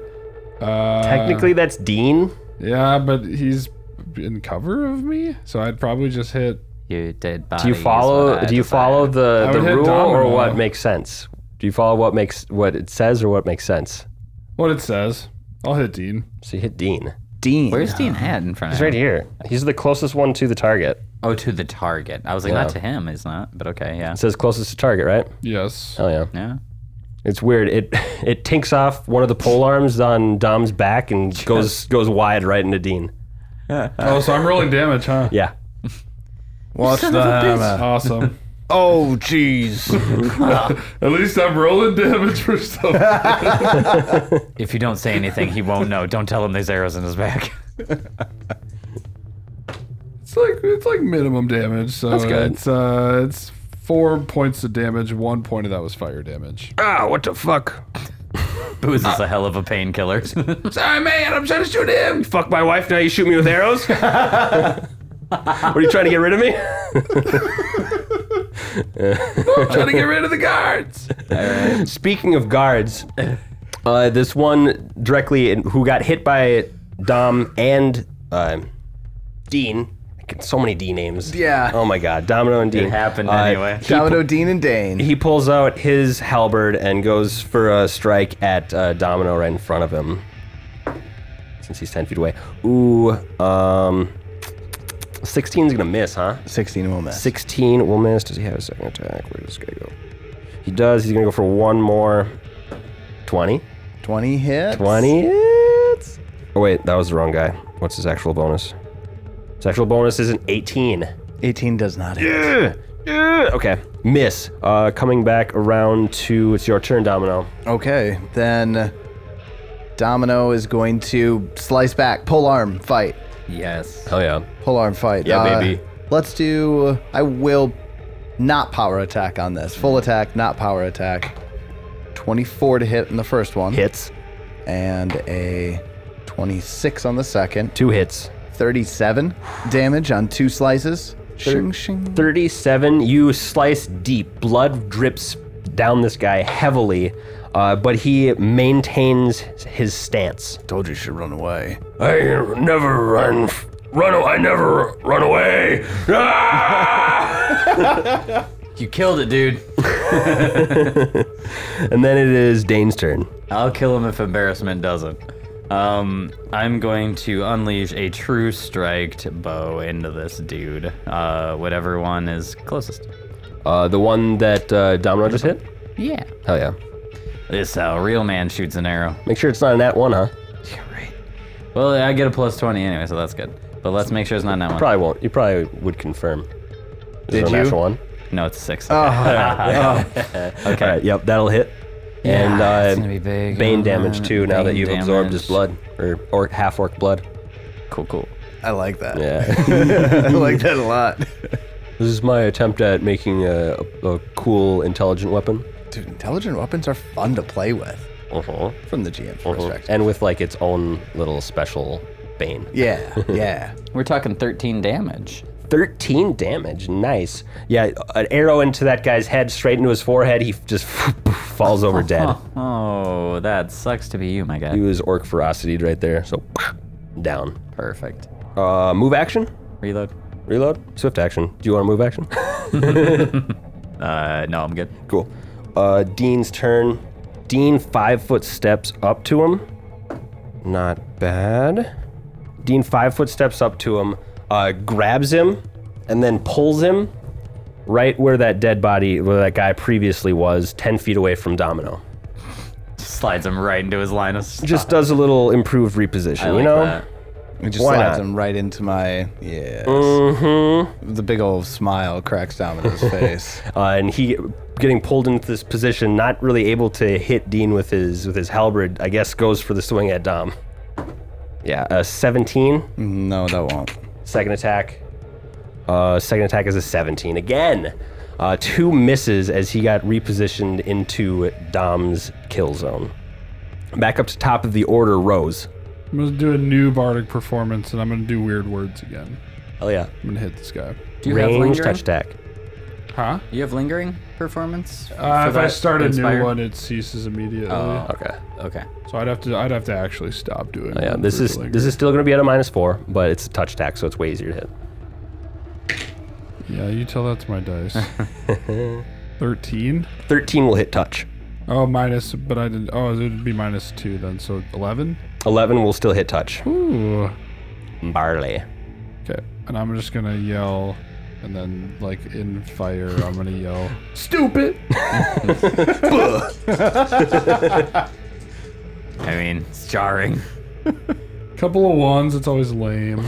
S4: Uh,
S1: Technically, that's Dean.
S4: Yeah, but he's in cover of me, so I'd probably just hit.
S2: You did.
S1: Do you follow? Do you follow the,
S4: I
S1: the
S4: would hit
S1: rule or
S4: domino.
S1: what makes sense? Do you follow what makes what it says or what makes sense?
S4: What it says. I'll hit Dean.
S1: So you hit Dean.
S3: Dean.
S2: Where's Dean at in front of
S1: He's right here. He's the closest one to the target.
S2: Oh, to the target. I was like,
S1: Yeah.
S2: not to him, he's not. But okay, yeah.
S1: It says closest to target, right?
S4: Yes.
S1: Oh yeah.
S2: Yeah.
S1: It's weird. It it tinks off one of the pole arms on Dom's back and goes goes wide right into Dean.
S4: Oh, so I'm rolling damage, huh?
S1: Yeah.
S3: Watch the hammer.
S4: Awesome.
S3: Oh, jeez.
S4: At least I'm rolling damage for stuff.
S2: If you don't say anything, he won't know. Don't tell him there's arrows in his back.
S4: it's like it's like minimum damage. So That's
S1: good.
S4: it's uh it's four points of damage. One point of that was fire damage.
S1: Ah, what the fuck?
S2: Booze is a hell of a painkiller.
S1: Sorry, man. I'm trying to shoot him. You fuck my wife. Now you shoot me with arrows. what are you trying to get rid of me?
S4: I'm trying to get rid of the guards.
S1: Speaking of guards, uh, this one directly in, who got hit by Dom and uh, Dean. I get So many D names.
S3: Yeah.
S1: Oh my God, Domino and Dean.
S2: happened
S1: Uh,
S2: anyway.
S3: Domino, Dean, and Dane.
S1: He pulls out his halberd and goes for a strike at uh, Domino right in front of him, since he's ten feet away. Ooh, um, 16's gonna miss, huh?
S3: 16 will miss.
S1: 16 will miss. Does he have a second attack? Where's this guy go? He does. He's gonna go for one more. 20.
S3: 20 hits.
S1: 20 hits. Oh, wait, that was the wrong guy. What's his actual bonus? His actual bonus is an 18.
S3: 18 does not hit.
S1: Yeah, Okay. Miss. Uh, coming back around to. It's your turn, Domino.
S3: Okay, then Domino is going to slice back, pull arm, fight.
S2: Yes.
S1: Oh, yeah.
S3: Pull arm, fight. Uh,
S1: Yeah, baby.
S3: Let's do. I will not power attack on this. Full attack, not power attack. 24 to hit in the first one,
S1: Hits.
S3: and a 26 on the second.
S1: Two hits.
S3: 37 damage on two slices. Shing, shing.
S1: 37. You slice deep. Blood drips down this guy heavily, uh, but he maintains his stance.
S3: Told you should run away.
S1: I never run. Run! I never run away. Ah!
S2: You killed it, dude.
S1: And then it is Dane's turn.
S2: I'll kill him if embarrassment doesn't. Um, I'm going to unleash a true striked bow into this dude. Uh, whatever one is closest.
S1: Uh, the one that uh, Domino just hit?
S2: Yeah.
S1: Hell yeah.
S2: This how a real man shoots an arrow.
S1: Make sure it's not an at one, huh?
S2: Yeah, right. Well, I get a plus 20 anyway, so that's good. But let's make sure it's not that one.
S1: Probably won't. You probably would confirm. Is
S3: Did
S1: it a
S3: you?
S1: natural one?
S2: No, it's
S1: Oh,
S2: six.
S1: Okay. yep, that'll hit. and
S2: Yeah,
S1: uh,
S2: it's gonna be big.
S1: Bane damage too. Now that
S2: Bane
S1: you've absorbed his blood
S2: damage.
S1: or orc, half orc blood.
S2: Cool, cool.
S3: I like that.
S1: Yeah.
S3: I like that a lot.
S1: this is my attempt at making a, a, a cool, intelligent weapon.
S3: Dude, intelligent weapons are fun to play with
S1: Uh-huh.
S3: from the GM's perspective.
S1: And with like its own little special bane.
S3: Yeah, yeah.
S2: We're talking 13 damage.
S1: 13 damage. Nice. Yeah, an arrow into that guy's head, straight into his forehead. He just falls over dead.
S2: Oh, that sucks to be you, my guy.
S1: He was orc ferocity right there. So down.
S2: Perfect.
S1: Uh, move action,
S2: Reload.
S1: reload, swift action. Do you want to move action?
S2: Uh, no, I'm good.
S1: cool. Uh, Dean's turn. Dean five foot steps up to him. Not bad. Dean five foot steps up to him, uh, grabs him, and then pulls him right where that dead body, where that guy previously was, ten feet away from Domino.
S2: Slides him right into his line of sight.
S1: Just does a little improved reposition,
S2: Uh-huh. I
S1: you
S2: like
S1: know.
S2: that.
S3: It just
S1: Why
S3: slides
S1: not?
S3: him right into my yes.
S1: Mm-hmm.
S3: The big old smile cracks down in his face.
S1: uh, and he getting pulled into this position, not really able to hit Dean with his with his halberd. I guess goes for the swing at Dom. Yeah, uh, 17.
S3: No, that won't.
S1: Second attack. Uh, second attack is a 17 again. Uh, two misses as he got repositioned into Dom's kill zone. Back up to top of the order, Rose.
S4: I'm gonna do a new bardic performance, and I'm gonna do weird words again.
S1: Oh yeah,
S4: I'm gonna hit this guy.
S2: Do you have
S1: range
S2: lingering?
S1: touch attack.
S4: Huh?
S2: You have lingering performance?
S4: Uh,
S2: for
S4: if I
S2: that
S4: start a
S2: inspire?
S4: new one, uh, it ceases immediately.
S2: Oh,
S1: Okay.
S2: okay.
S4: So I'd have to I'd have to actually stop doing.
S1: Yeah, this is
S4: Brutal
S1: this
S4: Anger.
S1: is still going to be at a minus four, but it's a touch attack, so it's way easier to hit.
S4: Yeah, you tell that to my dice. Thirteen.
S1: 13 will hit touch.
S4: Oh, minus, but I didn't. Oh, it would be minus two then. So eleven.
S1: 11 will still hit touch.
S4: Ooh.
S1: Barley.
S4: Okay. And I'm just gonna yell, and then like in fire, I'm gonna yell, "Stupid!"
S2: I mean, it's jarring.
S4: Couple of ones. It's always lame.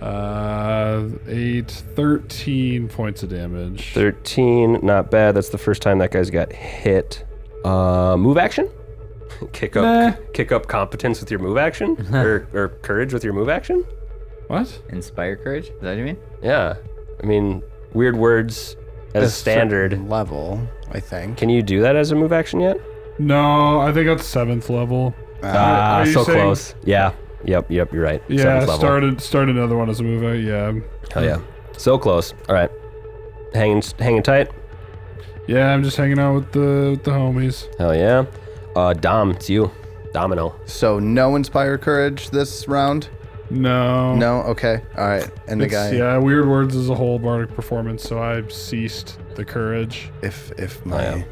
S4: Uh, eight, 13 points of damage.
S1: 13, not bad. That's the first time that guy's got hit. Uh, move action? Kick up
S4: Nah.
S1: kick up competence with your move action? or, or courage with your move action?
S4: What?
S2: Inspire courage? Is that what you mean?
S1: Yeah. I mean, weird words as
S3: A
S1: standard.
S3: certain level, I think.
S1: Can you do that as a move action yet?
S4: No, I think that's seventh level.
S1: Ah,
S4: are you
S1: so
S4: saying-
S1: close. Yeah. Yep, yep, you're right.
S4: Yeah,
S1: Seventh level.
S4: start a, start another one as a move out. Yeah,
S1: Hell yeah. So close. All right. Hanging hanging tight.
S4: yeah. I'm just hanging out with the with the homies.
S1: Hell yeah. Uh, Dom, it's you. Domino.
S3: So no inspire courage this round.
S4: No,
S3: No, okay, all right. And the
S4: It's-
S3: guy,
S4: Yeah, weird words is a whole bardic performance, so I ceased the courage.
S3: if if
S1: I am.
S3: my,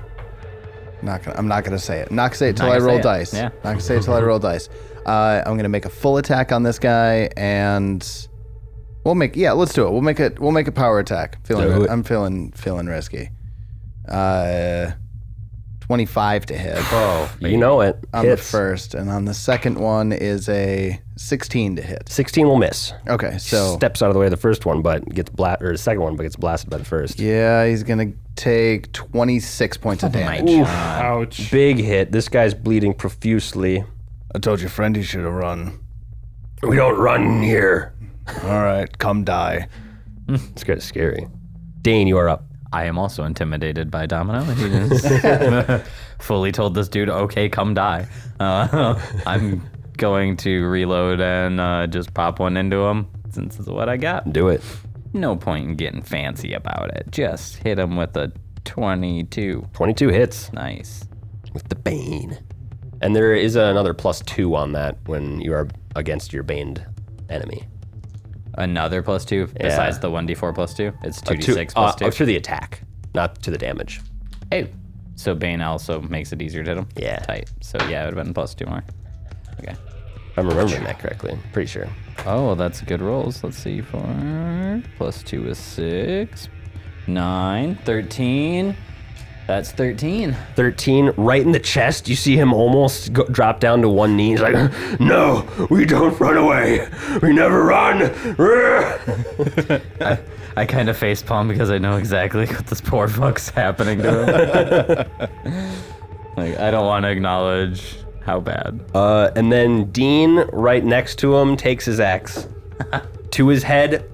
S3: not gonna, I'm not gonna say it. Not gonna say it till
S2: Not
S3: I
S2: gonna
S3: roll
S2: say it,
S3: dice.
S2: yeah.
S3: Not gonna say it till I roll dice. Uh, I'm gonna make a full attack on this guy, and we'll make yeah, let's do it. We'll make it. We'll make a power attack. Feeling,
S1: Do it.
S3: I'm feeling feeling risky. Uh, 25 to hit.
S1: Oh, you know it.
S3: on the
S1: Hits.
S3: first, and on the second one is a 16 to hit.
S1: 16 will miss.
S3: Okay, so
S1: Steps out of the way of the first one, but gets bla- or the second one, but gets blasted by the first.
S3: yeah, he's gonna take 26 points of damage.
S4: Ouch.
S1: Big hit. This guy's bleeding profusely.
S3: I told your friend he should have run.
S1: We don't run here.
S3: All right, come die.
S1: It's kind of scary. Dane, you are up.
S2: I am also intimidated by Domino. He just fully told this dude, okay, come die. Uh, I'm going to reload and uh, just pop one into him since it's what I got.
S1: Do it.
S2: No point in getting fancy about it. Just hit him with a 22.
S1: 22 hits
S2: Nice.
S1: with the Bane. And there is another plus two on that when you are against your Baned enemy.
S2: Another plus two besides the 1d4 plus two. It's 2d6
S1: uh,
S2: plus
S1: oh,
S2: two.
S1: to the attack, not to the damage.
S2: Oh. So Bane also makes it easier to hit him.
S1: Yeah.
S2: Tight. So yeah, it would have been plus two more. Okay.
S1: If I'm remembering that correctly. Pretty sure.
S2: Oh, well, that's good rolls. Let's see. Four plus two is six. Nine. Thirteen. That's 13.
S1: 13 right in the chest. You see him almost go, drop down to one knee. He's like, No, we don't run away. We never run.
S2: I kind of face palm because I know exactly what this poor fuck's happening to him. like, I don't want to acknowledge how bad.
S1: Uh, and then Dean, right next to him, takes his axe to his head.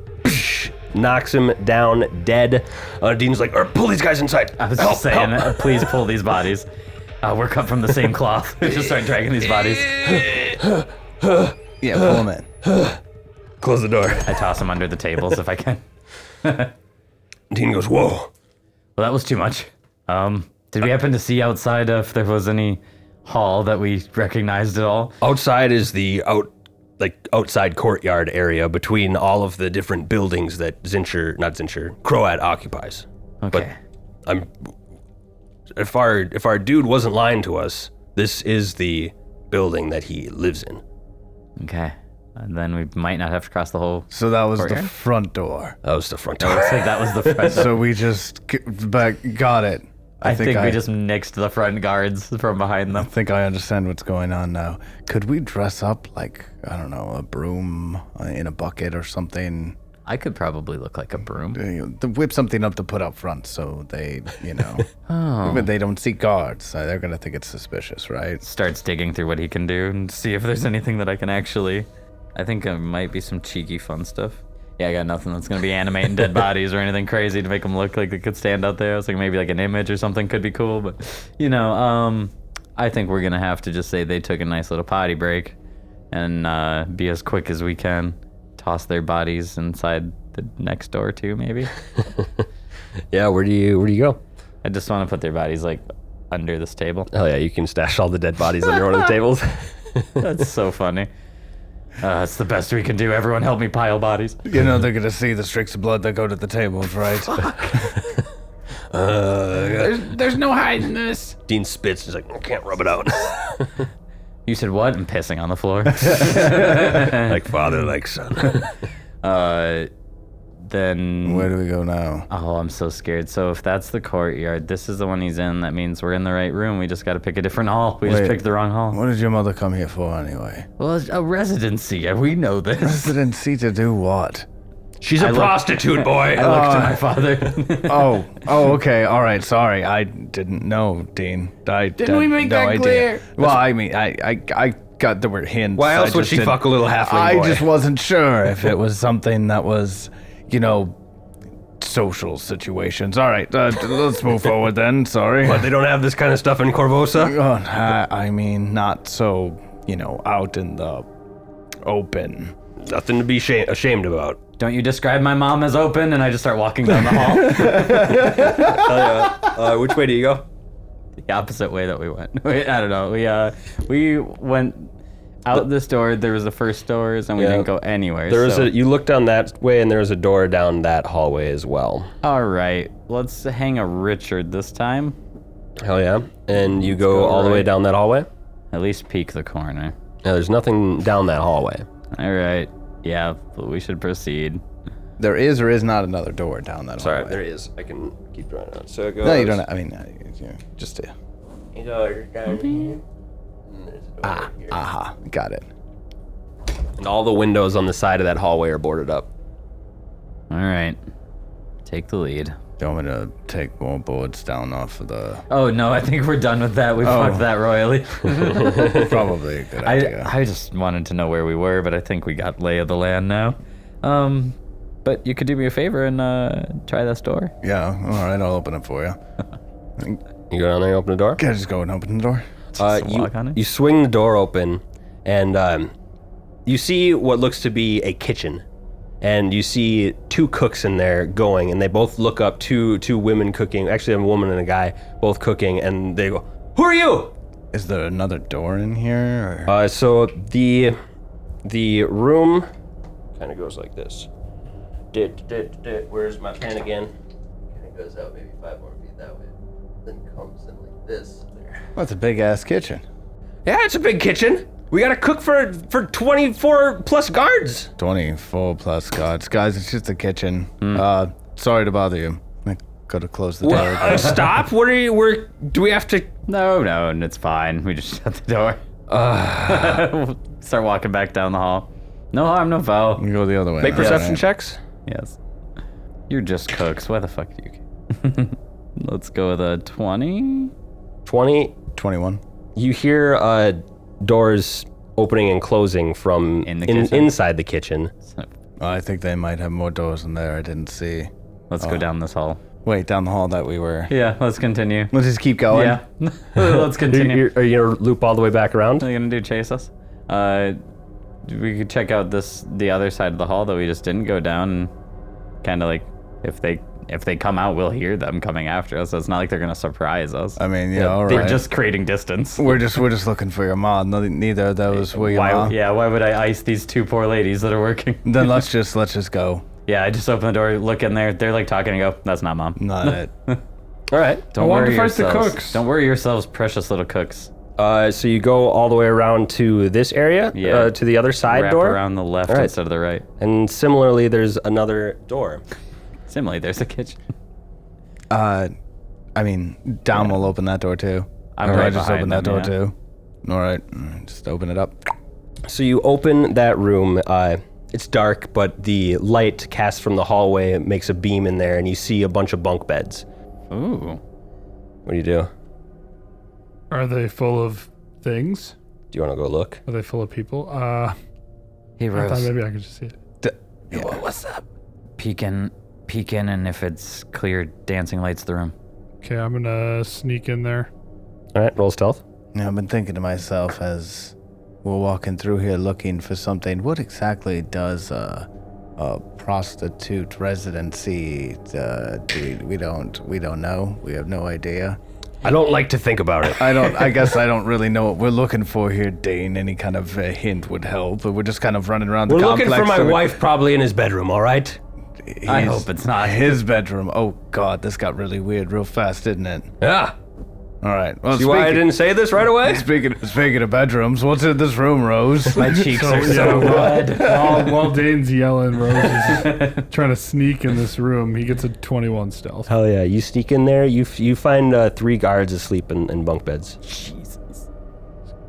S1: knocks him down dead. Uh, Dean's like, "Er, pull these guys inside.
S2: I was
S1: Help,
S2: just saying,
S1: help."
S2: uh, please pull these bodies. Uh, we're cut from the same cloth. We just start dragging these bodies.
S3: Yeah, pull him in.
S1: Close the door.
S2: I toss them under the tables if I can.
S1: Dean goes, whoa.
S2: Well, that was too much. Um, did we happen to see outside if there was any hall that we recognized at all?
S1: Outside is the out, like outside courtyard area between all of the different buildings that Zincher, not Zincher, Croat occupies.
S2: Okay.
S1: I'm. If our if our dude wasn't lying to us, this is the building that he lives in.
S2: Okay. And then we might not have to cross the whole.
S3: So that was the
S2: Courtyard?
S3: front door.
S1: That was the front door.
S2: It's like that was the front.
S3: So we just, g- but got it.
S2: I, think, we just nixed the front guards from behind them.
S3: think I understand what's going on now. Could we dress up like I don't know a broom uh, in a bucket or something?
S2: I could probably look like a broom.
S3: Uh, to Whip something up to put out front so they, you know,
S2: Oh.
S3: but they don't see guards. Uh, They're gonna think it's suspicious, right?
S2: Starts digging through what he can do and see if there's anything that I can actually. I think there might be some cheeky fun stuff. Yeah, I got nothing that's gonna be animating dead bodies or anything crazy to make them look like they could stand out there. I was like maybe like an image or something could be cool, but you know, um, I think we're gonna have to just say they took a nice little potty break, and uh, be as quick as we can. Toss their bodies inside the next door too, maybe.
S1: yeah, where do you where do you go?
S2: I just want to put their bodies like under this table.
S1: Oh yeah, you can stash all the dead bodies under one of the tables.
S2: That's so funny. Uh, it's the best we can do. Everyone, help me pile bodies.
S3: You know they're gonna see the streaks of blood that go to the tables, right?
S5: There's no hiding this.
S1: Dean spits. He's like, I can't rub it out.
S2: You said what? I'm pissing on the floor.
S1: like father, like son.
S2: uh, then.
S3: Where do we go now?
S2: Oh, I'm so scared. So if that's the courtyard, this is the one he's in. That means we're in the right room. We just got to pick a different hall. We
S3: Wait.
S2: just picked the wrong hall.
S3: What did your mother come here for anyway?
S2: Well, it's a residency. and We know this.
S3: Residency to do what?
S1: She's a
S2: look-
S1: prostitute, boy.
S2: I looked to my father.
S3: Uh, Oh, oh, okay, all right. Sorry, I didn't know, Dean. I didn't
S5: we make that clear?
S3: Well, I mean, I, I, I got the word hints.
S1: Why else
S3: I
S1: would
S3: just
S1: she
S3: didn't-
S1: fuck a little halfling
S3: I
S1: boy?
S3: just wasn't sure if it was something that was, you know, social situations. All right, uh, d- let's move forward then. Sorry.
S1: but they don't have this kind of stuff in Corvosa.
S3: Oh, I, I mean, not so, you know, out in the open.
S1: Nothing to be shame- ashamed about.
S2: Don't you describe my mom as open? And I just start walking down the hall,
S1: Uh, which way do you go?
S2: the opposite way that we went. We, I don't know. We uh, we went out this door. There was the first doors, and we
S1: Yeah.
S2: didn't go anywhere.
S1: There is
S2: so-
S1: a. You look down that way, and there is a door down that hallway as well.
S2: All right, let's hang a Richard this time.
S1: Hell yeah! And you go,
S2: go
S1: all the way
S2: right.
S1: down that hallway.
S2: At least peek the corner.
S1: Yeah, there's nothing down that hallway.
S2: All right. Yeah, but we should proceed.
S3: There is or is not another door down that
S1: Sorry,
S3: hallway.
S1: there is. I can keep drawing it out. So it goes.
S3: No, you don't. I mean, uh, you know, just a.
S1: You go like down here,
S3: Mm.
S1: and there's a door right here.
S3: Ah, Aha, got it.
S1: And all the windows on the side of that hallway are boarded up.
S2: All right. Take the lead.
S3: Do you want me to take more boards down off of the?
S2: Oh no, I think we're done with that. We fucked that royally.
S3: Probably a good idea.
S2: I I just wanted to know where we were, but I think we got lay of the land now. Um but you could do me a favor and uh, try this door.
S3: yeah, all right, I'll open it for you.
S1: You go down there, open the door.
S3: Can I just go and open the door?
S1: Uh,
S2: Just
S1: you,
S2: walk on it?
S1: you swing the door open, and um, you see what looks to be a kitchen, and you see two cooks in there going, and they both look up two two women cooking. Actually, a woman and a guy both cooking, and they go, "Who are you?"
S3: Is there another door in here? Or?
S1: Uh, so the the room kind of goes like this. Did did did. Where's my pen again? Kind of goes out maybe five more feet that way, then comes in like this.
S3: That's a big ass kitchen.
S1: Yeah, it's a big kitchen. We gotta cook for for 24 plus guards.
S3: 24 plus guards. Guys, it's just a kitchen. Uh, sorry to bother you. I gotta close the door.
S1: Uh, stop! What are you? We're do we have to?
S2: No, no, and it's fine. We just shut the door. Start walking back down the hall. No harm, no foul.
S3: You go the other way.
S1: Make
S3: now,
S1: perception
S3: right?
S1: checks.
S2: Yes. You're just cooks. Why the fuck do you Let's go with a 20.
S1: 20.
S3: 21.
S1: You hear uh, doors opening and closing from
S2: In the
S1: in,
S2: kitchen?
S1: inside the kitchen.
S2: Son of a
S3: I think they might have more doors in there. I didn't see.
S2: Let's go down this hall.
S3: Wait, down the hall that we were.
S2: Oh. Yeah, let's continue.
S3: Let's just keep going.
S2: Yeah, let's continue.
S1: You're, are you going to loop all the way back around?
S2: What are you gonna do? Chase us? Uh, we could check out this the other side of the hall that we just didn't go down, and kind of like if they if they come out, we'll hear them coming after us. So it's not like they're gonna surprise us.
S3: I mean, yeah, all
S2: They're
S3: right.
S2: just creating distance.
S3: we're just we're just looking for your mom. Nothing- Neither of those were your
S2: Why?
S3: mom.
S2: Yeah. Why would I ice these two poor ladies that are working?
S3: Then let's just let's just go.
S2: Yeah. I just open the door, look in there. They're like talking and go, "That's not mom."
S3: Not it.
S1: All right.
S2: Don't
S4: I want
S2: worry
S4: to fight the
S2: yourselves.
S4: cooks.
S2: Don't worry yourselves, precious little cooks.
S1: Uh, so you go all the way around to this area,
S2: Yeah.
S1: uh, to the other side
S2: Wrap
S1: door,
S2: around the left
S1: All right.
S2: instead of the right.
S1: and similarly, there's another door.
S2: Similarly, there's a kitchen.
S3: Uh, I mean, Dom will open that door too.
S2: I'm
S3: Or
S2: right
S3: I just
S2: behind
S3: open that
S2: them,
S3: door too. All right, mm, just open it up.
S1: So you open that room. Uh, it's dark, but the light cast from the hallway makes a beam in there, and you see a bunch of bunk beds.
S2: Ooh.
S1: What do you do?
S4: Are they full of things?
S1: Do you want to go look?
S4: Are they full of people? Uh,
S2: Hey
S4: I thought
S2: Rose,
S4: maybe I could just see it.
S1: What's up?
S2: peek in, peek in, and if it's clear, dancing lights the room.
S4: Okay, I'm gonna sneak in there.
S1: All right, roll stealth.
S3: Now I've been thinking to myself as we're walking through here looking for something. What exactly does a, a prostitute residency? Uh, do we, we don't we don't know. We have no idea.
S1: I don't like to think about it.
S3: I don't. I guess I don't really know what we're looking for here, Dane. Any kind of uh hint would help. But we're just kind of running around the
S1: We're looking
S3: complex.
S1: for my
S3: so we-
S1: wife, probably in his bedroom. All right.
S2: I
S3: He's-
S2: hope it's not.
S3: his bedroom. Oh God, this got really weird real fast, didn't it?
S1: Yeah.
S3: All right. Well,
S1: See why I
S3: speaking,
S1: didn't say this right away?
S3: speaking speaking of bedrooms, what's in this room, Rose?
S2: My cheeks
S4: So,
S2: are
S4: yeah,
S2: so
S4: while,
S2: red.
S4: while, while Dane's yelling, Rose is trying to sneak in this room. He gets a 21 stealth.
S1: Hell yeah! You sneak in there. You f- you find uh, three guards asleep in, in bunk beds.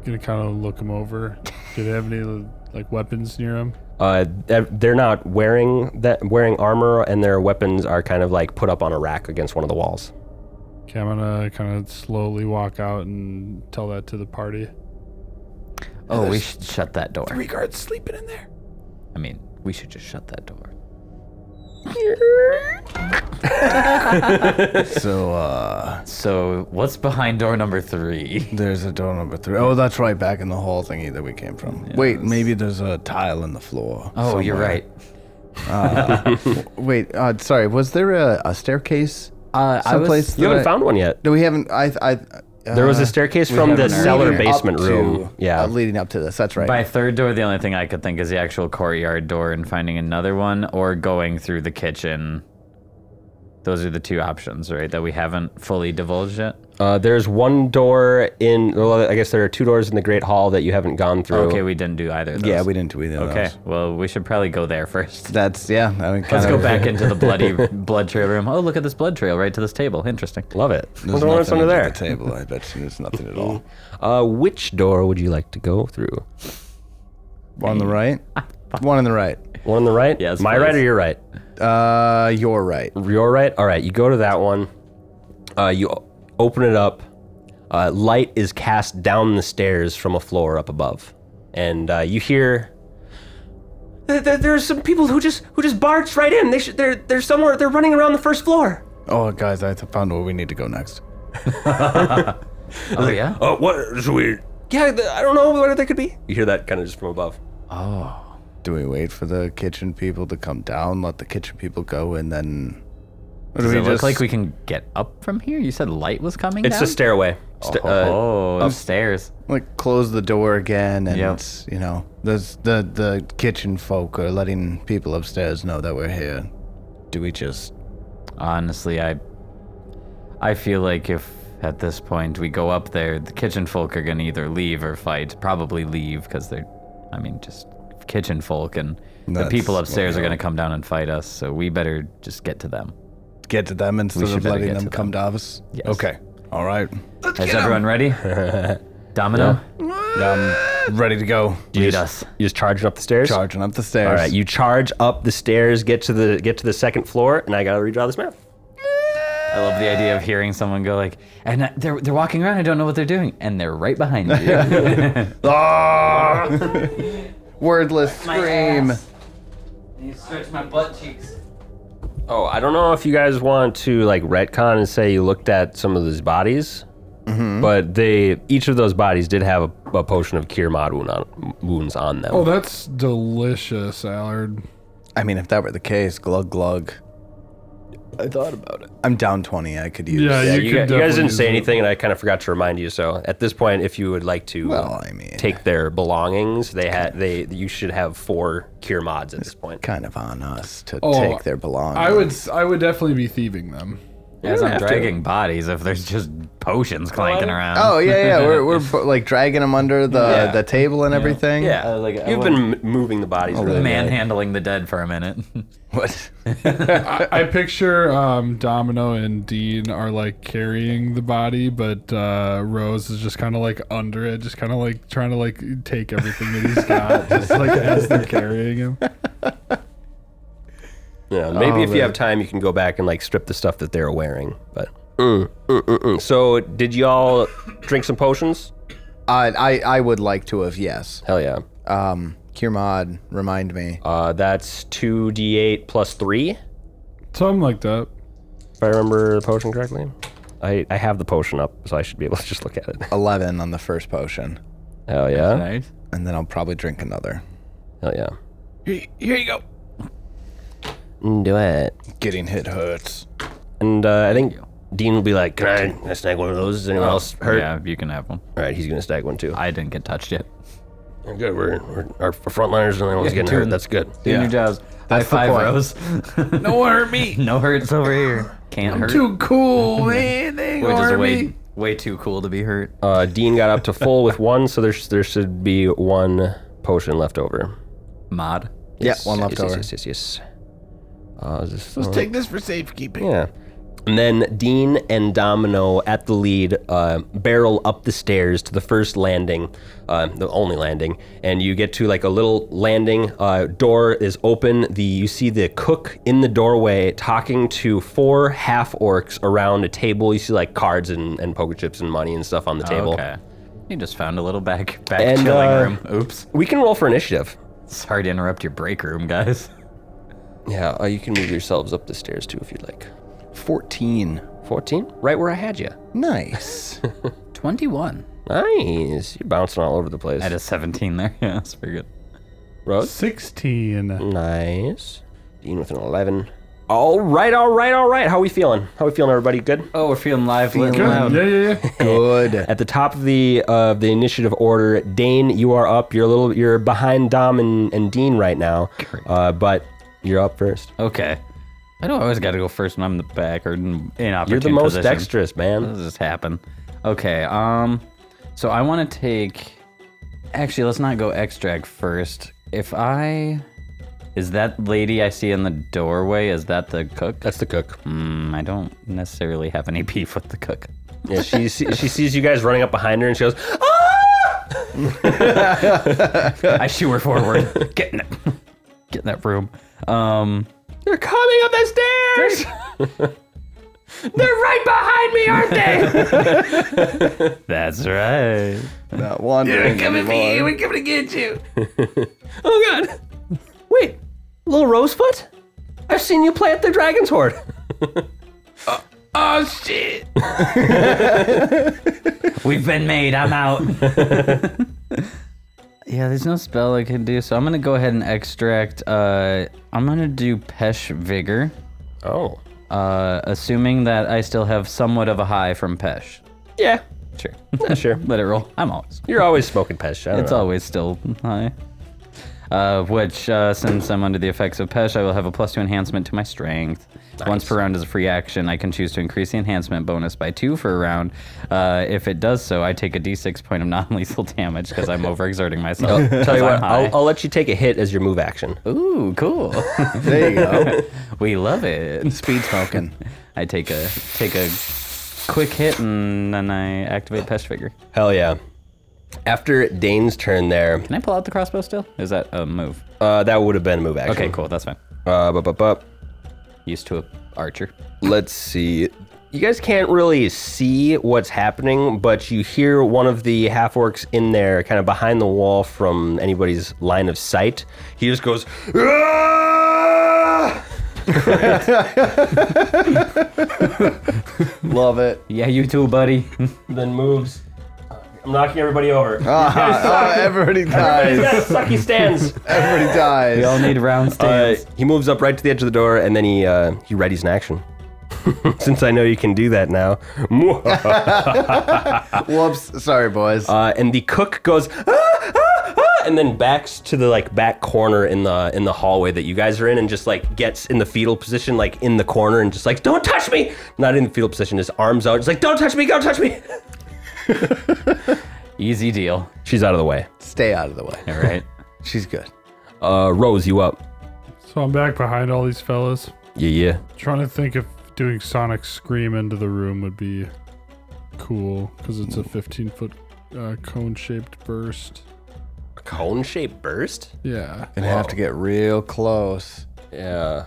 S4: Gonna kind of look him over. Do they have any like weapons near him?
S1: Uh, they're they're not wearing that wearing armor, and their weapons are kind of like put up on a rack against one of the walls.
S4: Okay, I'm gonna kind of slowly walk out and tell that to the party.
S2: Oh, we should shut that door.
S5: Three guards sleeping in there.
S2: I mean, we should just shut that door.
S3: so uh,
S2: So, what's behind door number three?
S3: there's a door number three. Oh, that's right, back in the hall thingy that we came from. Wait, maybe there's a tile in the floor.
S2: Oh, you're
S3: somewhere.
S2: right.
S3: Wait, uh, sorry. Was there a, a staircase?
S2: Uh, I
S3: Someplace
S2: was.
S1: You haven't
S3: I-
S1: found one yet.
S3: No, we haven't. I. I uh,
S1: There was a staircase from the
S2: haven't heard
S1: cellar
S3: leading up
S1: basement room.
S3: to-
S1: Yeah.
S3: uh, leading up to this. That's right.
S2: By third door, the only thing I could think is the actual courtyard door and finding another one, or going through the kitchen. Those are the two options, right? That we haven't fully divulged yet.
S1: Uh, there's one door in. Well, I guess there are two doors in the great hall that you haven't gone through.
S2: Okay, we didn't do either of those.
S3: Yeah, we didn't do either of
S2: Okay,
S3: those.
S2: well, we should probably go there first.
S3: That's yeah. I mean,
S2: Let's
S3: kind
S2: go
S3: of-
S2: back into the bloody blood trail room. Oh, look at this blood trail right to this table. Interesting.
S1: Love it.
S3: There's
S1: Wonder what's
S3: nothing
S1: under
S3: under
S1: there.
S3: the table. I bet you there's nothing at all.
S1: Uh, which door would you like to go through?
S3: One on the right. One on the right.
S1: One on the right.
S2: Yes,
S1: My
S2: please.
S1: right or your right?
S3: Uh, your right.
S1: Your right. All right. You go to that one. Uh, you o- open it up. Uh, light is cast down the stairs from a floor up above, and uh, you hear. There, there, there are some people who just who just barged right in. They should. They're they're somewhere. They're running around the first floor.
S3: Oh, guys, I found where we need to go next.
S2: Oh yeah.
S1: Oh, what? Should we? Yeah, th- I don't know where they could be. You hear that kind of just from above.
S3: Do we wait for the kitchen people to come down, let the kitchen people go, and then? Or do
S2: Does
S3: we
S2: it look
S3: just-
S2: like we can get up from here? You said light was coming
S1: It's
S2: down?
S1: a stairway. Sta- uh,
S2: oh, upstairs.
S3: like close the door again, and
S2: Yeah.
S3: you know, there's the the kitchen folk are letting people upstairs know that we're here. Do we just?
S2: Honestly, I I feel like if at this point we go up there, the kitchen folk are gonna either leave or fight. Probably leave because they're, I mean, just kitchen folk and the
S3: That's
S2: people upstairs are
S3: what I-
S2: gonna come down and fight us. So we better just get to them.
S3: Get to them instead
S2: should
S3: of
S2: better
S3: letting
S2: get
S3: them
S2: to
S3: come to us.
S2: Yes.
S3: Okay. All right.
S2: Is everyone ready? Domino,
S3: I'm Um, ready to go.
S2: lead us.
S1: you just charging up the stairs.
S3: Charging up the stairs.
S1: All right, you charge up the stairs, get to the get to the second floor, and I gotta redraw this map.
S2: I love the idea of hearing someone go like, and I- they're they're walking around. I don't know what they're doing, and they're right behind you.
S3: Ah! Wordless scream.
S2: And you stretch my butt cheeks.
S1: Oh, I don't know if you guys want to like retcon and say you looked at some of those bodies, but they each of those bodies did have a, a potion of cure mod wound on, wounds on them.
S4: Oh, that's delicious, Allard.
S3: I mean, if that were the case, glug glug.
S1: I thought about it.
S3: I'm down 20. I could use.
S4: Yeah,
S1: Yeah, you, guys,
S4: could
S1: you guys
S4: definitely
S1: didn't say
S4: use it.
S1: anything, and I kind of forgot to remind you. So at this point, if you would like to
S3: Well, I mean,
S1: take their belongings, they had they you should have four cure mods at this point.
S3: kind of on us to
S4: Oh,
S3: take their belongings.
S4: I would s- I would definitely be thieving them.
S2: As
S1: don't
S2: I'm
S1: have to.
S2: dragging bodies, if there's just potions clanking around.
S3: Oh yeah, yeah. We're, we're bo- like dragging them under the
S2: Yeah.
S3: the table and everything.
S2: yeah. like I
S1: You've been
S2: wouldn't-
S1: m- moving the bodies. around.
S2: manhandling the dead for a minute.
S3: What?
S4: I, I picture um, Domino and Dean are like carrying the body, but uh, Rose is just kind of like under it, just kind of like trying to like take everything that he's got, just like as they're carrying him.
S1: Yeah, maybe
S3: Oh,
S1: if you
S3: man.
S1: have time, you can go back and like strip the stuff that they're wearing. But mm, so, did y'all drink some potions?
S3: I, I I would like to have yes.
S1: Hell yeah.
S3: Um, Kirmad, remind me.
S1: Uh, that's two d8 plus three.
S4: Something like that.
S1: If I remember the potion correctly, I I have the potion up, so I should be able to just look at it.
S3: Eleven on the first potion,
S1: Hell yeah.
S2: Right?
S3: and then I'll probably drink another.
S1: Hell yeah.
S5: Here, here you go.
S1: Mm, Do it.
S3: Getting hit hurts.
S1: And uh, I think Dean will be like, "Can I, can I snag one of those? Is anyone else hurt?"
S2: Oh, Yeah, you can have one.
S1: All right, he's gonna snag one too.
S2: I didn't get touched yet.
S1: Good. We're, we're our frontliners and anyone's
S2: Yeah,
S1: getting
S2: two
S1: hurt.
S2: and-
S1: That's good.
S2: Do your jobs. High five,
S3: point.
S2: Rose.
S5: No one hurt me.
S2: no hurts over here. Can't hurt.
S5: Too cool, man. They ain't
S2: Which
S5: gonna
S2: is
S5: hurt
S2: way,
S5: me.
S2: way too cool to be hurt.
S1: Uh, Dean got up to full with one, so there there should be one potion left over.
S2: Mod.
S1: Yes,
S3: yeah, one
S1: yes,
S3: left
S1: yes,
S3: over.
S1: Yes, yes, yes. Uh, is this
S5: Let's take this for safekeeping.
S1: Yeah. And then Dean and Domino at the lead uh, barrel up the stairs to the first landing, uh, the only landing, and you get to like a little landing. Uh, door is open. The you see the cook in the doorway talking to four half orcs around a table. You see like cards and, and poker chips and money and stuff on the table.
S2: Okay. You just found a little back back
S1: And,
S2: chilling
S1: uh,
S2: room. Oops.
S1: We can roll for initiative.
S2: Sorry to interrupt your break room, guys.
S1: Yeah, uh, you can move yourselves up the stairs too if you'd like.
S3: Fourteen.
S1: Fourteen, right where I had you.
S3: Nice.
S2: Twenty-one.
S1: Nice. You're bouncing all over the place.
S2: I had a seventeen there. Yeah, that's pretty good.
S1: Rose?
S4: Sixteen.
S1: Nice. Dean with an 11. All right, all right, all right. How we feeling? How we feeling, everybody? Good?
S2: Oh, we're feeling live, lit,
S4: Good.
S2: and loud.
S4: Yeah, yeah, yeah.
S3: Good.
S1: At the top of the uh, the initiative order, Dane, you are up. You're a little, you're behind Dom and, and Dean right now, uh, but you're up first.
S2: Okay. I don't always got to go first when I'm in the back or in inopportune
S1: You're the most
S2: position.
S1: dexterous, man.
S2: This just happened. Okay. Um. So I want to take. Actually, let's not go extract first. If I, is that lady I see in the doorway? Is that the cook?
S1: That's the cook.
S2: Hmm. I don't necessarily have any beef with the cook.
S1: Yeah, she see- she sees you guys running up behind her and she goes, "Ah!"
S2: I shoo her forward. Get in it. Get in that room. Um.
S1: "They're coming up the stairs! They're right behind me, aren't they?"
S2: That's right.
S3: Not wandering
S5: Coming for you.
S3: anymore.
S5: We're coming to get you.
S1: oh God! Wait, little Rosefoot? I've seen you play at the Dragon's Horde.
S5: Oh shit.
S2: We've been made. I'm out. yeah, there's no spell I can do, so I'm gonna go ahead and extract. Uh, I'm gonna do Pesh Vigor,
S1: Oh.
S2: uh, assuming that I still have somewhat of a high from Pesh.
S1: Yeah,
S2: Sure,
S1: sure.
S2: let it roll. I'm always.
S1: You're always smoking pesh. I don't
S2: It's
S1: know.
S2: always still high. Uh, which, uh, since I'm under the effects of Pesh, I will have a plus two enhancement to my strength. Once per round is a free action, I can choose to increase the enhancement bonus by two for a round. Uh, if it does so, I take a d6 point of non lethal damage because I'm overexerting myself.
S1: Tell you what,
S2: i
S1: I'll, I'll let you take a hit as your move action.
S2: Ooh, cool.
S3: There you go.
S2: we love it.
S3: Speed smoking.
S2: I take a take a quick hit and then I activate Pesh Figure.
S1: Hell yeah. After Dane's turn there,
S2: Can I pull out the crossbow still? Is that a move?
S1: uh, that would have been a move action.
S2: Okay, cool. That's fine.
S1: Uh, bup, bup, bup.
S2: Used to a archer.
S1: Let's see. You guys can't really see what's happening, but you hear one of the half orcs in there, kind of behind the wall from anybody's line of sight. He just goes, "Ah!"
S3: Love it.
S2: Yeah, you too, buddy.
S1: then moves. I'm knocking everybody over.
S3: Ah, everybody dies.
S1: sucky stands.
S3: Everybody
S2: We all
S3: dies.
S2: need round stands.
S1: he moves up right to the edge of the door, and then he uh, he readies an action. Since I know you can do that now.
S3: Whoops. Sorry, boys.
S1: Uh, and the cook goes "Ah, ah, ah," and then backs to the like back corner in the in the hallway that you guys are in, and just like gets in the fetal position, like in the corner, and just like don't touch me. Not in the fetal position, his arms out, just like don't touch me, don't touch me.
S2: Easy deal.
S1: She's out of the way.
S3: Stay out of the way.
S2: All right.
S3: She's good.
S1: Uh, Rose, you up?
S4: So I'm back behind all these fellas,
S1: Yeah, yeah.
S4: trying to think if doing Sonic Scream into the room would be cool because it's a 15 foot uh, cone shaped burst.
S1: Cone shaped burst.
S4: Yeah.
S3: Gonna have to get real close.
S1: Yeah.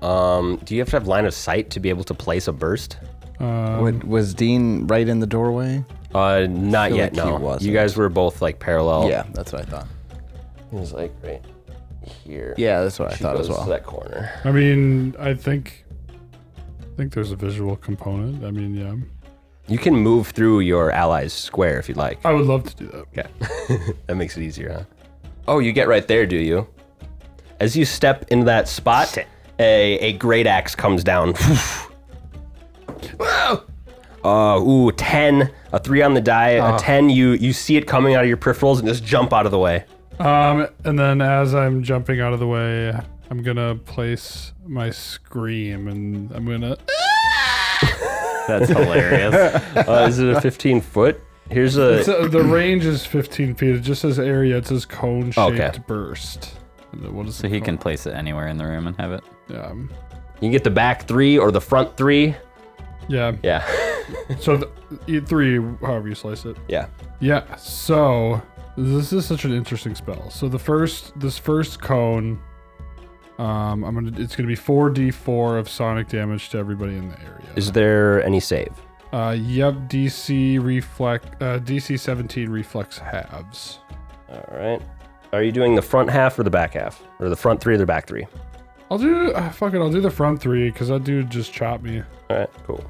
S1: Um, do you have to have line of sight to be able to place a burst?
S4: Um,
S3: What, was Dean right in the doorway?
S1: Uh, not
S3: feel
S1: yet.
S3: like he
S1: no, you
S3: wasn't.
S1: guys were both like parallel.
S3: Yeah, that's what I thought.
S1: it was like right here.
S3: Yeah, that's what I
S1: She
S3: thought
S1: goes
S3: as well.
S1: To that corner.
S4: I mean, I think, I think there's a visual component. I mean, yeah,
S1: You can move through your allies' square if you'd like.
S3: Oh.
S4: I would love to do that.
S1: Okay. that makes it easier, huh? Oh, you get right there, do you? As you step into that spot, a, a great axe comes down. Whoa! Uh, ooh, 10, a 3 on the die,
S3: Ah.
S1: a 10. You you see it coming out of your peripherals and just jump out of the way.
S4: Um, and then as I'm jumping out of the way, I'm gonna place my scream, and I'm gonna.
S2: That's hilarious.
S1: Uh, is it a 15 foot? Here's a.
S4: So the range is 15 feet. It just says area. It says cone shaped
S1: Okay.
S4: burst. And then What is
S2: so
S4: it
S2: he can
S4: called?
S2: place it anywhere in the room and have it.
S4: Yeah. um,
S1: you can get the back three or the front three.
S4: Yeah.
S1: Yeah.
S4: So the, e- three, however you slice it.
S1: Yeah.
S4: Yeah. So this is such an interesting spell. So the first, this first cone, um, I'm gonna. It's gonna be 4d4 of sonic damage to everybody in the area.
S1: Is there any save?
S4: Uh, yep. DC reflect. Uh, DC 17 reflex halves.
S1: All right. Are you doing the front half or the back half? Or the front three or the back three?
S4: I'll do. Uh, fuck it. I'll do the front three because that dude just chopped me,
S1: All right, cool.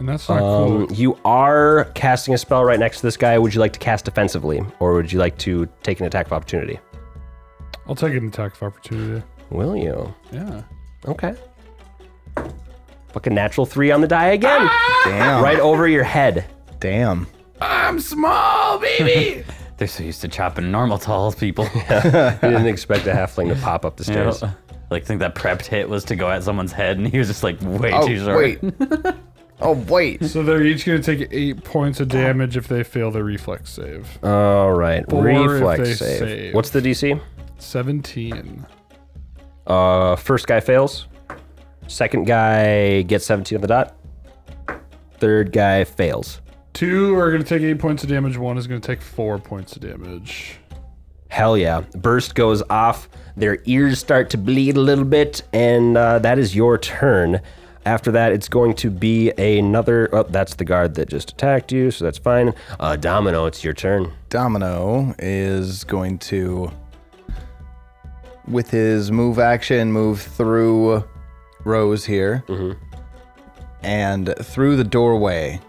S4: and that's not
S1: Um,
S4: cool.
S1: you are casting a spell right next to this guy. Would you like to cast defensively, or would you like to take an attack of opportunity?
S4: I'll take an attack of opportunity.
S1: Will you?
S4: Yeah.
S1: Okay. Fucking natural three on the die again.
S3: Damn.
S1: Right over your head.
S3: Damn.
S5: I'm small, baby.
S2: They're so used to chopping normal tall people.
S1: You didn't expect a halfling to pop up the
S2: You know,
S1: stairs.
S2: Like think that prepped hit was to go at someone's head, and he was just like way
S3: Oh
S2: too short.
S3: wait. oh wait.
S4: So they're each gonna take eight points of damage if they fail their reflex save.
S1: All right.
S4: Or if they
S1: Reflex save.
S4: save.
S1: What's the DC?
S4: 17.
S1: Uh, first guy fails. Second guy gets 17 on the dot. Third guy fails.
S4: Two are gonna take eight points of damage. One is gonna take four points of damage.
S1: Hell yeah. Burst goes off. Their ears start to bleed a little bit, and uh, that is your turn. After that, it's going to be another. Oh, that's the guard that just attacked you, so that's fine. Uh, Domino, it's your turn.
S3: Domino is going to, with his move action, move through Rose here, and through the doorway.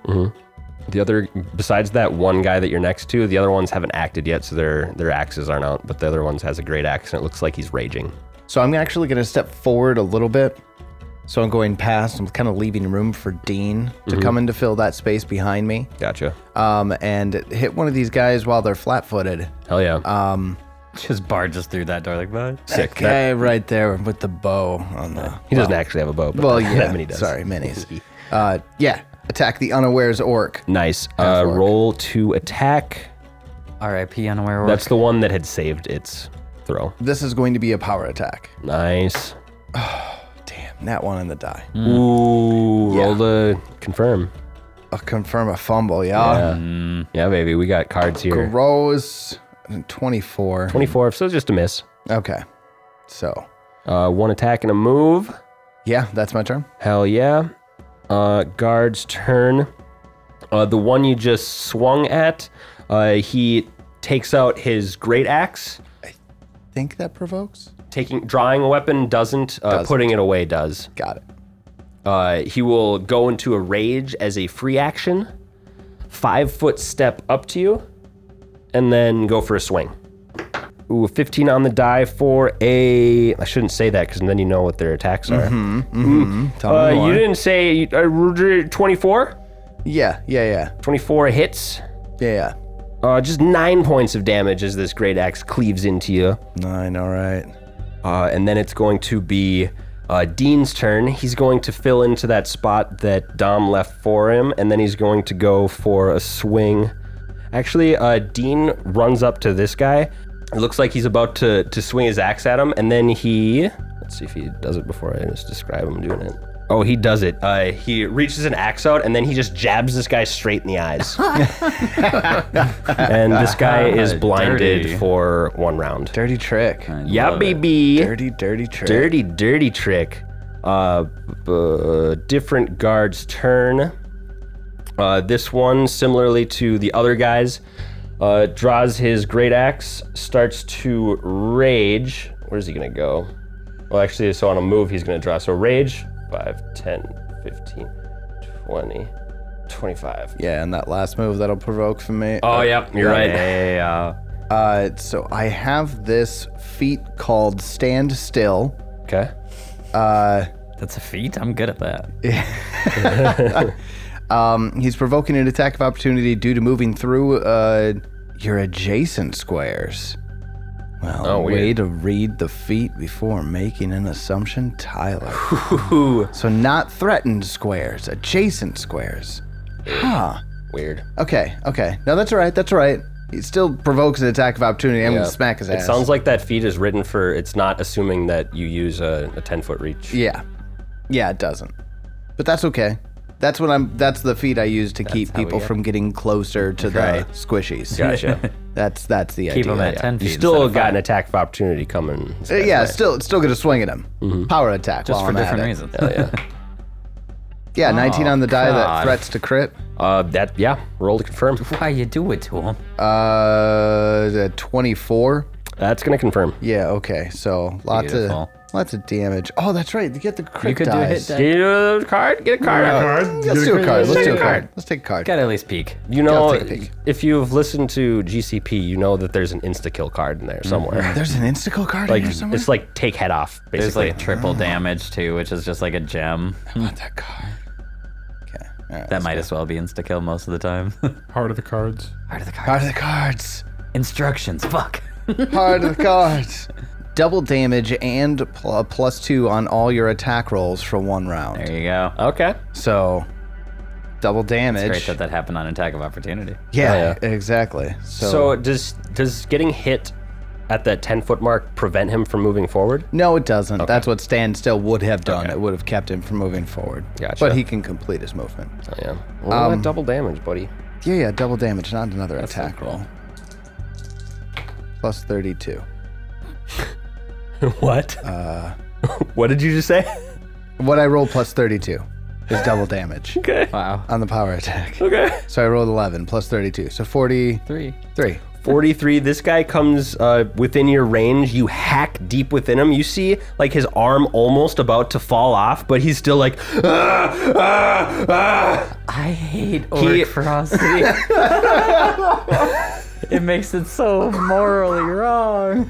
S1: The other, besides that one guy that you're next to, the other ones haven't acted yet, so their their axes aren't out. But the other ones has a great axe, and it looks like he's raging.
S3: So I'm actually going to step forward a little bit. So I'm going past. I'm kind of leaving room for Dean to come in to fill that space behind me,
S1: Gotcha.
S3: um, and hit one of these guys while they're flat-footed.
S1: Hell yeah.
S3: Um,
S2: Just barges through that door like bye.
S1: Sick.
S3: that guy right there with the bow on the.
S1: he doesn't actually have a bow, but
S3: Well,
S1: that,
S3: yeah.
S1: many does.
S3: Sorry, minis. uh, yeah, attack the unawares orc.
S1: Nice. Uh, roll to attack.
S2: R.I.P. Unaware. Orc.
S1: That's the one that had saved its throw.
S3: This is going to be a power attack.
S1: Nice.
S3: Damn, that one on the die.
S1: Ooh,
S3: Yeah.
S1: roll to confirm.
S3: I'll confirm a fumble, y'all.
S1: Yeah, baby, we got cards here.
S3: Gross. 24.
S1: 24, so it's just a miss.
S3: Okay. So,
S1: Uh, one attack and a move.
S3: yeah, that's my turn.
S1: Hell yeah. Uh, guard's turn. Uh, the one you just swung at, uh, he takes out his great axe.
S3: Think that provokes?
S1: taking drawing a weapon doesn't, uh,
S3: Doesn't.
S1: putting it away does.
S3: Got it.
S1: Uh, he will go into a rage as a free action, five foot step up to you, and then go for a swing. Ooh, 15 on the die for a. I shouldn't say that because then you know what their attacks are.
S3: Tell
S1: Uh,
S3: me more.
S1: you didn't say uh, 24?
S3: Yeah, yeah,
S1: 24 hits.
S3: yeah, yeah,
S1: Uh, just nine points of damage as this great axe cleaves into you.
S3: yeah. Nine. All right.
S1: Uh, and then it's going to be uh, Dean's turn. He's going to fill into that spot that Dom left for him, and then he's going to go for a swing. Actually, uh, Dean runs up to this guy. It looks like he's about to, to swing his axe at him, and then he. Let's see if he does it before I just describe him doing it. Oh, he does it. Uh, he reaches an axe out, and then he just jabs this guy straight in the eyes. and this guy is blinded
S2: Dirty.
S1: for one round.
S3: Dirty trick.
S2: I
S1: Yeah,
S2: love it.
S1: baby.
S3: Dirty, dirty trick.
S1: Dirty, dirty trick. Uh, b- different guard's turn. Uh, this one, similarly to the other guys, uh, draws his great axe, starts to rage. Where's he gonna go? Well, actually, so on a move, he's gonna draw. So rage 5, 10, 15, 20, 25.
S3: Yeah, and that last move that'll provoke from me.
S1: Oh, yep, you're right.
S2: Yeah.
S3: Uh, so I have this feat called Stand Still.
S1: Okay.
S3: Uh,
S2: That's a feat. I'm good at that.
S3: um, he's provoking an attack of opportunity due to moving through uh, your adjacent squares. Well,
S1: Oh,
S3: way
S1: weird.
S3: to read the feat before making an assumption, Tyler. so not threatened squares, adjacent squares. Huh.
S1: Weird.
S3: Okay, okay. No, that's all right. That's all right. He still provokes an attack of opportunity. I'm
S1: Yeah.
S3: gonna smack his
S1: It
S3: ass.
S1: sounds like that feat is written for it's not assuming that you use a, a 10 foot reach.
S3: Yeah. Yeah, it doesn't. But that's okay. That's what I'm that's the feat I use to keep people from getting closer to the
S1: Right.
S3: squishies.
S1: Gotcha.
S3: That's that's the
S2: Keep
S3: idea.
S2: him at
S3: yeah.
S2: 10 feet.
S1: You still got an attack of opportunity coming.
S3: Uh, yeah, still still gonna swing at him.
S1: Mm-hmm.
S3: Power attack
S2: Just
S3: while
S2: for
S3: I'm
S2: different
S3: at it.
S2: reasons. Oh,
S1: yeah.
S3: Yeah, 19 on the die
S2: God.
S3: that threats to crit.
S1: Uh, that yeah. Roll to confirm.
S2: Why you do it to him?
S3: Uh, the 24.
S1: That's gonna confirm.
S3: Yeah, okay. So lots
S2: Beautiful.
S3: of lots of damage. Oh, that's right. You get the crit
S2: You could do a hit
S3: dice.
S2: die.
S1: Get a card. Get a card.
S4: Card?
S3: Let's
S4: You
S3: do a
S4: okay?
S3: card. Let's
S4: Let's
S3: do a
S4: take
S3: card. Let's take a card.
S2: Gotta at least peek.
S1: You know,
S3: Gotta take a peek.
S1: if you've listened to GCP, you know that there's an insta kill card in there somewhere.
S3: There's an insta card
S1: Like
S3: in here somewhere.
S1: it's like take head off
S2: There's
S1: basically.
S2: like triple damage too, which is just like a gem.
S3: Not that card. Hmm. Okay. All right.
S2: That might as well be insta kill most of the time.
S4: Heart of the cards.
S2: Heart of the card.
S3: Heart of the cards.
S2: Instructions. Fuck.
S3: Heart of the cards. Double damage and pl- a plus two on all your attack rolls for one round.
S2: There you go.
S1: okay.
S3: So, double
S2: Great
S3: damage.
S2: that that happened on attack of opportunity.
S3: yeah, exactly. So,
S1: So, does does getting hit at that 10 foot mark prevent him from moving forward?
S3: no, it doesn't. That's what standstill would have done. It would have kept him from moving forward.
S1: Gotcha.
S3: But he can complete his movement.
S1: Oh, yeah. Well, that double damage, buddy.
S3: Yeah, yeah. Double damage, not another attack roll. Plus thirty-two.
S1: what? Uh, what did you just say?
S3: What I roll plus thirty-two is double damage
S1: okay.
S2: Wow.
S3: on the power attack.
S1: Okay.
S3: So I rolled 11 plus 32. So 43.
S2: Three.
S1: 43 this guy comes uh, within your range you hack deep within him you see like his arm almost about to fall off but he's still like "Ah, ah, ah."
S2: I hate
S1: He-
S2: ferocity. it makes it so morally wrong.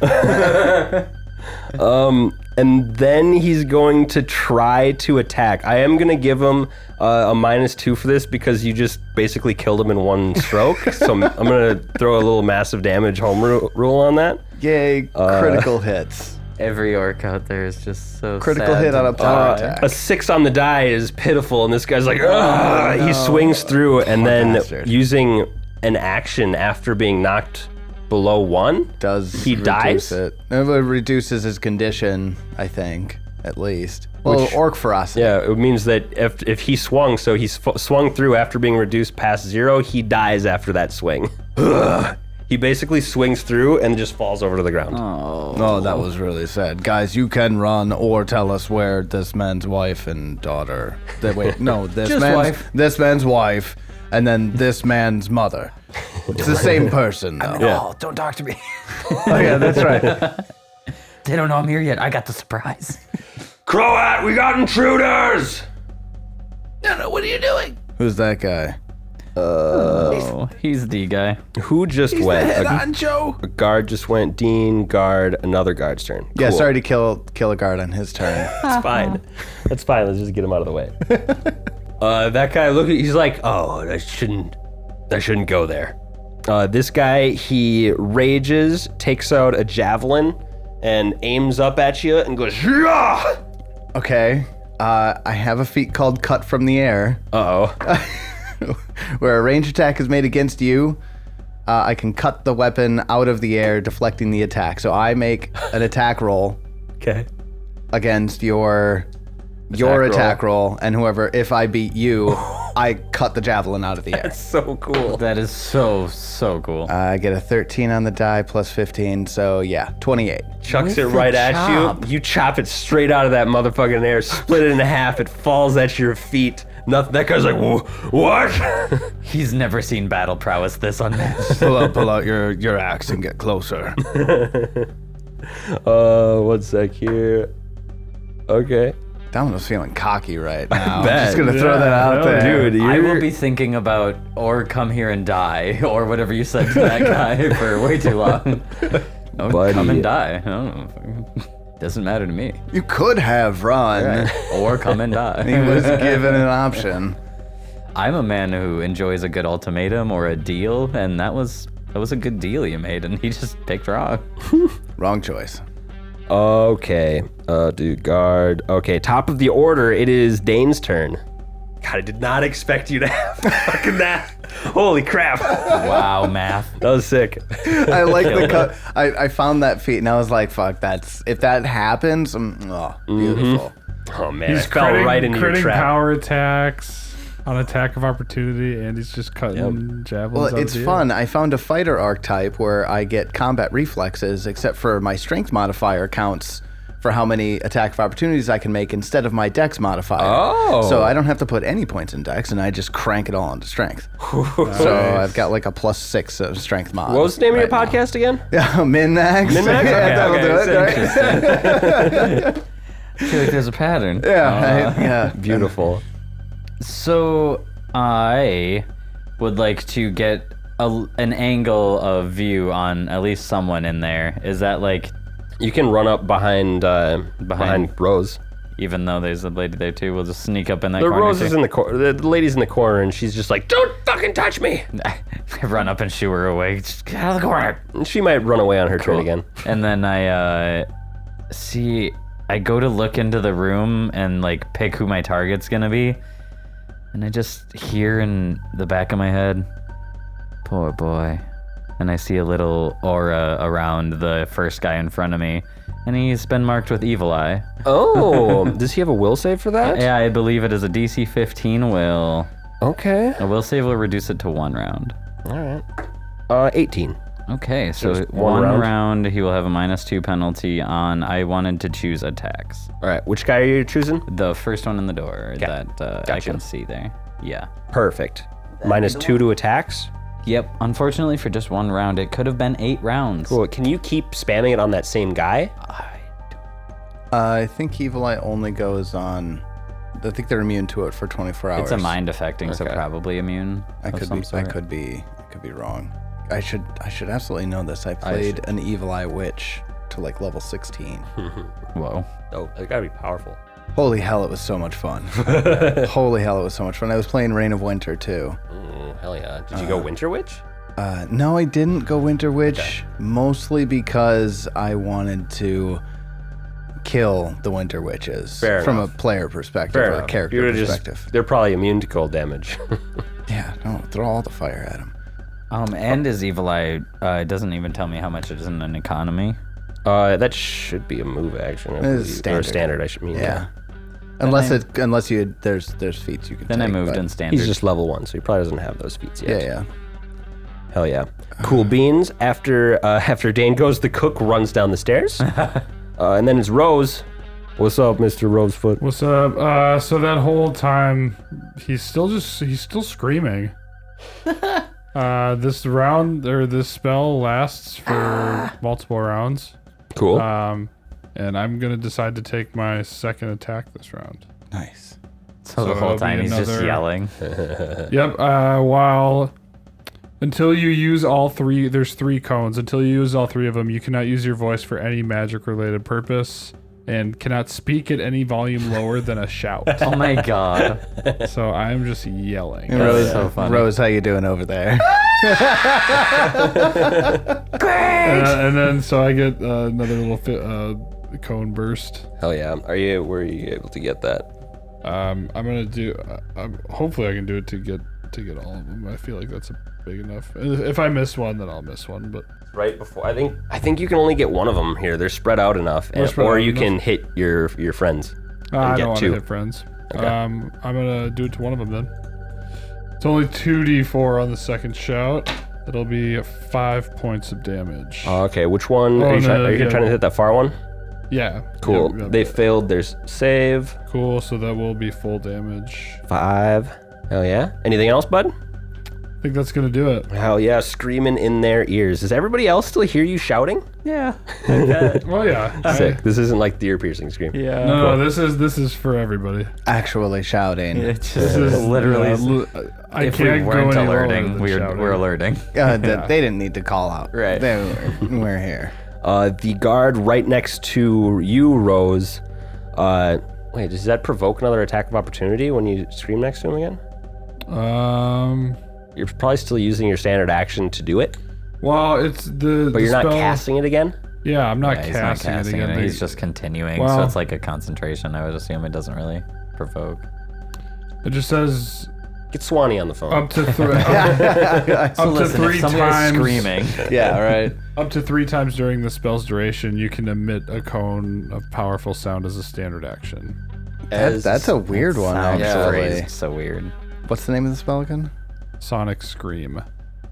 S1: and then he's going to try to attack i am going to give him uh, a minus two for this because you just basically killed him in one stroke so i'm, I'm going to throw a little massive damage home ru- rule on that
S3: Yay,
S1: Uh,
S3: critical hits.
S2: Every orc out there is just so
S3: Critical
S2: sad
S3: hit on a
S2: and-
S3: power
S1: Uh,
S3: attack.
S1: a six on the die is pitiful, and this guy's like, "Ugh," he swings through, and then
S3: bastard.
S1: using an action after being knocked below one,
S3: Does
S1: he
S3: reduce
S1: dies?
S3: It. No, but it reduces his condition, I think, at least. Well, orc ferocity.
S1: yeah, it means that if if he swung, so he sw- swung through after being reduced past zero, he dies after that swing. Ugh. he basically swings through and just falls over to the ground.
S3: Oh, that was really sad. Guys, you can run or tell us where this man's wife and daughter. That wait, no, this
S2: Just
S3: man's
S2: wife.
S3: this man's wife and then this man's mother. It's the same person though.
S1: Yeah.
S2: Oh, don't talk to me.
S3: Oh yeah, that's right.
S2: They don't know I'm here yet. I got the surprise.
S1: Croat, we got intruders!
S5: No, no, what are you doing?
S3: Who's that guy?
S2: Oh, he's the guy.
S1: Who just
S5: He's
S1: went?
S5: the head
S1: A-
S5: honcho.
S1: a guard just went. Dean, guard, another guard's turn.
S3: Yeah,
S1: Cool.
S3: sorry to kill kill a guard on his turn.
S1: That's fine. That's fine. Let's just get him out of the way. uh, that guy, look, he's like, oh, that shouldn't, that shouldn't go there. Uh, this guy, he rages, takes out a javelin, and aims up at you and goes, yeah!
S3: okay. Uh, I have a feat called Cut from the Air,
S1: Uh oh.
S3: where a range attack is made against you. Uh, I can cut the weapon out of the air, deflecting the attack. So I make an attack roll
S1: Okay.
S3: against your your
S1: Attack roll.
S3: attack roll. and whoever. If I beat you, I cut the javelin out of the air.
S1: So cool.
S2: That is so so cool.
S3: I get a 13 on the die plus 15, so yeah, 28.
S1: Chucks
S2: With
S1: it
S2: the
S1: right
S2: chop.
S1: at you. You chop it straight out of that motherfucking air, split it in half. It falls at your feet. Nothing. That guy's like, "Wha- what?
S2: He's never seen battle prowess this unmatched.
S3: Pull out, pull out your, your axe and get closer.
S1: Uh, one sec here. Okay.
S3: Domino's feeling cocky right now. I'm
S1: bet.
S3: just gonna throw that
S4: Yeah,
S3: out
S4: no,
S3: there.
S1: Dude, you
S2: I will be thinking about or come here and die or whatever you said to that guy for way too long. No, come
S1: Buddy.
S2: and die. I don't know. Doesn't matter to me.
S3: You could have run.
S2: Or come and
S3: He
S2: die.
S3: was given an option.
S2: I'm a man who enjoys a good ultimatum or a deal, and that was that was a good deal you made, and he just picked wrong.
S3: Wrong choice.
S1: Okay. Uh, dude, guard. Okay, top of the order, it is Dane's turn. God, I did not expect you to have fucking that. Holy crap. That
S2: Wow, math.
S1: was sick.
S3: I like the
S2: Killer.
S3: cut. I, I found that feat and I was like, fuck, that's if that happens, mm, oh, beautiful.
S1: Oh, man. I fell
S4: Critting-
S1: right into your
S4: critting
S1: trap.
S4: power attacks on attack of opportunity, and he's just cutting javelins.
S3: Well,
S4: out of
S3: it's
S4: the air.
S3: fun. I found a fighter archetype where I get combat reflexes, except for my strength modifier counts for how many attack of opportunities I can make instead of my dex modifier.
S1: Oh.
S3: So I don't have to put any points in dex, and I just crank it all into strength. so I've got like a plus six of strength mod.
S1: What was the name of your podcast again?
S3: Yeah, min max.
S1: Min max?
S3: yeah,
S1: Okay,
S3: that'll
S1: okay,
S3: do it.
S1: so-
S3: right?
S2: I feel like there's a pattern. Uh,
S3: Yeah, right, yeah.
S1: Uh, Beautiful.
S2: So I would like to get a, an angle of view on at least someone in there. Is that like,
S1: You can run up behind uh, behind, Rose.
S2: even though there's a lady there too, we'll just sneak up in that
S1: The
S2: corner.
S1: Rose
S2: too.
S1: is in the corner. The lady's in the corner, and she's just like, "Don't fucking touch me!"
S2: Run up and shoo her away. Just get out of the corner.
S1: And she might run away on her turn again.
S2: And then I uh, see. I go to look into the room and like pick who my target's gonna be, and I just hear in the back of my head, "Poor boy," and I see a little aura around the first guy in front of me, and he's been marked with evil eye.
S1: Oh, does he have a will save for that?
S2: Yeah, I believe it is a DC 15 will.
S1: Okay.
S2: A will save will reduce it to one round.
S1: All right. Uh, 18.
S2: Okay, so
S1: Just one
S2: one,
S1: round?
S2: round he will have a minus two penalty on. I wanted to choose attacks.
S1: All right. Which guy are you choosing?
S2: The first one in the door that uh, I
S1: Gotcha.
S2: can see there. Yeah.
S1: Perfect. Minus two to attacks.
S2: Yep. Unfortunately, for just one round, it could have been eight rounds.
S1: Cool. Can you keep spamming it on that same guy?
S3: Uh, I think Evil Eye only goes on. I think they're immune to it for 24 hours.
S2: It's a mind affecting, so probably immune. Oh,
S3: I
S2: of
S3: could
S2: some
S3: be. I
S2: sort.
S3: could be. I could be wrong. I should. I should absolutely know this. I played an Evil Eye Witch to like level 16.
S2: Whoa.
S1: Oh, it's gotta be powerful.
S3: Holy hell, it was so much fun. Holy hell, it was so much fun. I was playing Reign of Winter too.
S1: Ooh, Oh, hell yeah. Did you go Winter Witch?
S3: Uh, no, I didn't go Winter Witch mostly because I wanted to kill the Winter Witches
S1: Fair
S3: from
S1: enough.
S3: a player perspective or a character
S1: You would've
S3: perspective.
S1: Just, they're probably immune to cold damage.
S3: Yeah, no, throw all the fire at him.
S2: Um, and his evil eye uh, doesn't even tell me how much it is in an economy.
S1: uh, that should be a move action. I
S3: is
S1: believe. Or
S3: standard.
S1: standard, I should mean.
S3: Yeah. Unless it, unless you there's there's feats you can.
S2: Then I
S3: take,
S2: moved
S3: but-
S2: in standard.
S1: He's just level one, so he probably doesn't have those feats yet.
S3: Yeah, yeah.
S1: Hell yeah. Cool beans. After uh, after Dane goes, the cook runs down the stairs. uh, and then it's Rose. What's up, Mr. Rosefoot?
S4: What's up? Uh, so that whole time, he's still just he's still screaming. uh, this
S3: Ah.
S4: round or this spell lasts for multiple rounds.
S1: Cool.
S4: Um, and I'm gonna decide to take my second attack this round.
S3: Nice.
S2: So,
S4: So
S2: the
S4: it'll
S2: whole
S4: be
S2: time he's just
S4: another-
S2: yelling.
S4: Yep. Uh, while until you use all three, there's three cones. Until you use all three of them, you cannot use your voice for any magic-related purpose, and cannot speak at any volume lower than a shout.
S2: Oh my god.
S4: so I'm just yelling.
S3: And
S2: That's
S3: Rose,
S2: so funny.
S3: Rose, how you doing over there?
S4: Uh, and then so I get uh, another little fi- uh, cone burst.
S1: Hell yeah. Are you, were you able to get that?
S4: Um, I'm gonna do. Uh, um, hopefully, I can do it to get to get all of them. I feel like that's a big enough. If if I miss one, then I'll miss one. But
S1: Right before, I think, I think you can only get one of them here. They're spread out enough. and-
S4: spread
S1: or
S4: out
S1: you
S4: enough.
S1: can hit your, your friends.
S4: uh, I
S1: get
S4: don't want to
S1: two.
S4: hit friends. Um, I'm gonna do it to one of them then. It's only two d4 on the second shout. It'll be five points of damage.
S1: Uh, Okay, which one?
S4: Oh,
S1: are you,
S4: no,
S1: try-
S4: no,
S1: are you
S4: yeah.
S1: trying to hit that far one?
S4: yeah.
S1: Cool.
S4: Yep, yep,
S1: they
S4: yep.
S1: failed their s- save.
S4: cool. So that will be full damage.
S1: Five. Hell yeah. Anything else, bud?
S4: I think that's gonna do it.
S1: Hell yeah. Screaming in their ears. Does everybody else still hear you shouting?
S2: Yeah.
S4: Well, yeah. I-
S1: Sick. This isn't like the ear piercing scream.
S2: Yeah.
S4: no, no, this is this is for
S1: Uh,
S4: everybody.
S3: Actually shouting.
S2: It's
S4: This
S2: just
S4: is
S2: literally.
S4: yeah, li- I
S2: if we
S4: can't go
S2: weren't
S4: any lower
S2: alerting,
S4: than
S2: we're,
S4: shouting.
S2: we're alerting.
S3: Uh, th- They didn't need to call out.
S1: Right.
S3: They were, we're here.
S1: Uh, the guard right next to you, Rose. Uh, wait, does that provoke another attack of opportunity when you scream next to him again?
S4: Um.
S1: You're probably still using your standard action to do it,
S4: Well, it's the.
S1: but you're not casting it again.
S4: Yeah, I'm not
S2: Yeah, he's not
S4: casting,
S2: casting
S4: it
S2: it.
S4: again.
S2: He's just continuing.
S4: Well-
S2: so it's like a concentration. I would assume it doesn't really provoke.
S4: It just says
S1: Get Swanee on the phone.
S4: up to three. up,
S2: So
S4: to
S2: listen,
S4: three
S2: if somebody's
S4: times.
S2: screaming.
S3: Yeah, right.
S4: Up to three times during the spell's duration, you can emit a cone of powerful sound as a standard action.
S3: That,
S1: As-
S3: that's a weird one,
S2: Sounds
S3: actually.
S2: crazy. So weird.
S3: What's the name of the spell again?
S4: Sonic scream.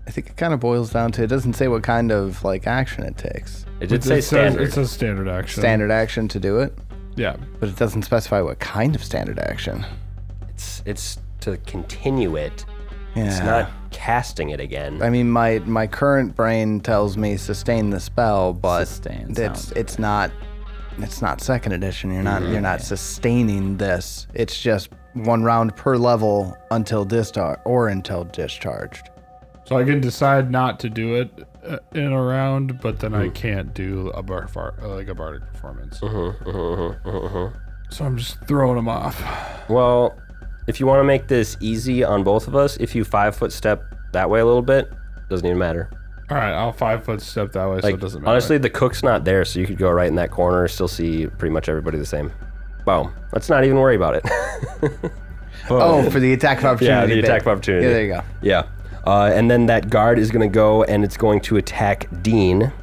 S3: I think it kind of boils down to it doesn't say what kind of like action it takes.
S1: It did say
S4: it says,
S1: standard.
S4: it says standard action.
S3: Standard action to do it,
S4: Yeah.
S3: but it doesn't specify what kind of standard action.
S1: it's it's to continue it.
S3: Yeah.
S1: It's not casting it again.
S3: I mean, my my current brain tells me sustain the spell, but
S2: Sustain
S3: it's
S2: sound.
S3: it's not it's not second edition. You're not you're not sustaining this. It's just one round per level until discharged or until discharged.
S4: So I can decide not to do it uh, in a round, but then I can't do a bar, far, uh, like a bardic performance. So I'm just throwing them off.
S1: Well, if you want to make this easy on both of us, if you five foot step that way a little bit, doesn't even matter.
S4: All right, I'll five foot step that way, so
S1: Like
S4: it doesn't matter.
S1: honestly, the cook's not there, so you could go right in that corner, still see pretty much everybody the same. Boom. Let's not even worry about it.
S3: Oh, for the attack of
S1: yeah,
S3: opportunity.
S1: the
S3: bit.
S1: attack of opportunity.
S3: Yeah, there you go.
S1: Yeah. Uh, and then that guard is going to go and it's going to attack Dean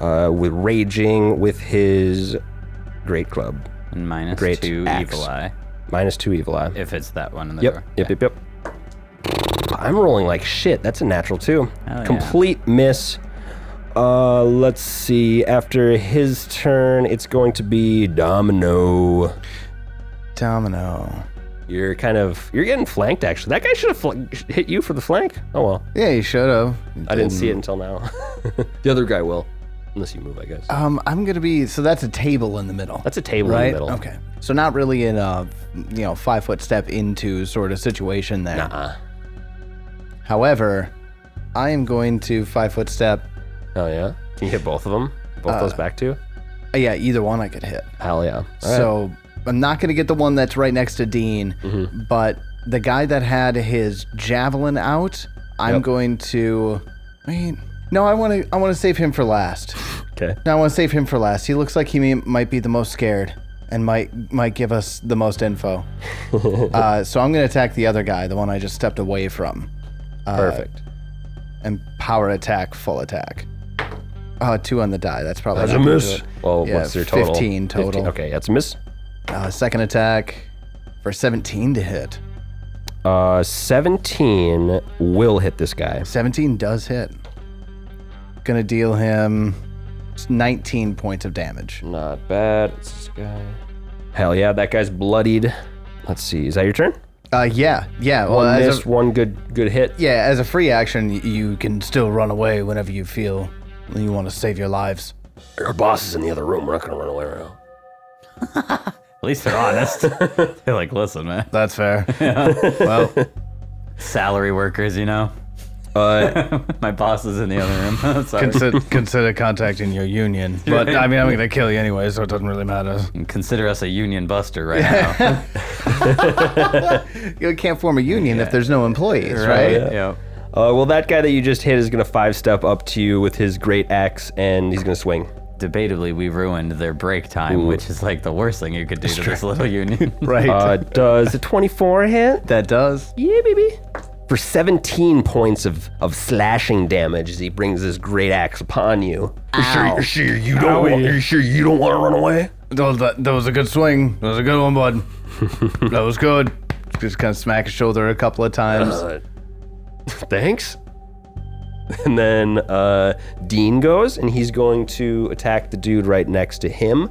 S1: uh, with raging with his great club.
S2: And minus
S1: Great
S2: two
S1: axe.
S2: evil eye.
S1: Minus two evil eye.
S2: If it's that one in the
S1: Yep.
S2: door.
S1: Yep. Yep. Yep. I'm rolling like shit. That's a natural too.
S2: yeah.
S1: Complete miss. Uh, let's see. After his turn, it's going to be Domino.
S3: Domino.
S1: You're kind of you're getting flanked. Actually, that guy should have fl- hit you for the flank. Oh well,
S3: Yeah, you should have.
S1: I didn't see it until now. Mm. the other guy will, unless you move, I guess.
S3: Um, I'm gonna be so that's a table in the middle.
S1: That's a table
S3: right.
S1: in the middle.
S3: Okay. So not really in a you know five foot step into sort of situation there.
S1: Nuh-uh.
S3: However, I am going to five foot step.
S1: Oh yeah. Can you hit both of them? Both those back two?
S3: Uh, yeah, either one I could hit.
S1: Hell yeah.
S3: So I'm not going to get the one that's right next to Dean, but the guy that had his javelin out, I'm going to wait. No, I want to. I want to save him for last.
S1: Okay.
S3: No, I want to save him for last. He looks like he may, might be the most scared and might might give us the most info. uh, so I'm going to attack the other guy, the one I just stepped away from, uh,
S1: Perfect.
S3: and power attack, full attack. Uh, two on the die. That's probably
S1: That's
S3: not
S1: a
S3: gonna do
S1: miss.
S3: it.
S1: Well,
S3: Yeah,
S1: what's your total?
S3: 15 total.
S1: Okay, that's a miss.
S3: Uh, second attack for 17 to hit.
S1: Uh, 17 will hit this guy.
S3: 17 does hit. Gonna deal him 19 points of damage.
S1: Not bad. It's this guy. Hell yeah, that guy's bloodied. Let's see. Is that your turn?
S3: Uh, yeah, yeah. Well,
S1: one
S3: as
S1: miss,
S3: a,
S1: one good good hit.
S3: yeah, as a free action, y- you can still run away whenever you feel you want to save your lives.
S1: Our boss is in the other room. We're not gonna run away right now.
S2: At least they're honest. they're like, listen, man,
S3: That's fair. Well,
S2: salary workers, you know. My boss is in the other room. Sorry.
S3: consider, consider contacting your union. But I mean, I'm going to kill you anyway, so it doesn't really matter.
S2: Consider us a union buster right now.
S3: You can't form a union if there's no employees, right?
S2: Yeah.
S1: Uh, well, that guy that you just hit is gonna five step up to you with his great axe, and he's gonna swing.
S2: Debatably, we ruined their break time, which is like the worst thing you could do to this little union.
S3: Right.
S1: Uh, does a 24 hit?
S3: that does.
S1: Yeah, baby. For 17 points of, of slashing damage as he brings this great axe upon you. You're sure, you're sure you don't want,
S4: Owie.
S1: you're sure you don't want to run away?
S3: That was, that, that was a good swing. That was a good one, bud. that was good. Just kind of smack his shoulder a couple of times.
S1: Uh, thanks. And then uh, Dean goes, and he's going to attack the dude right next to him.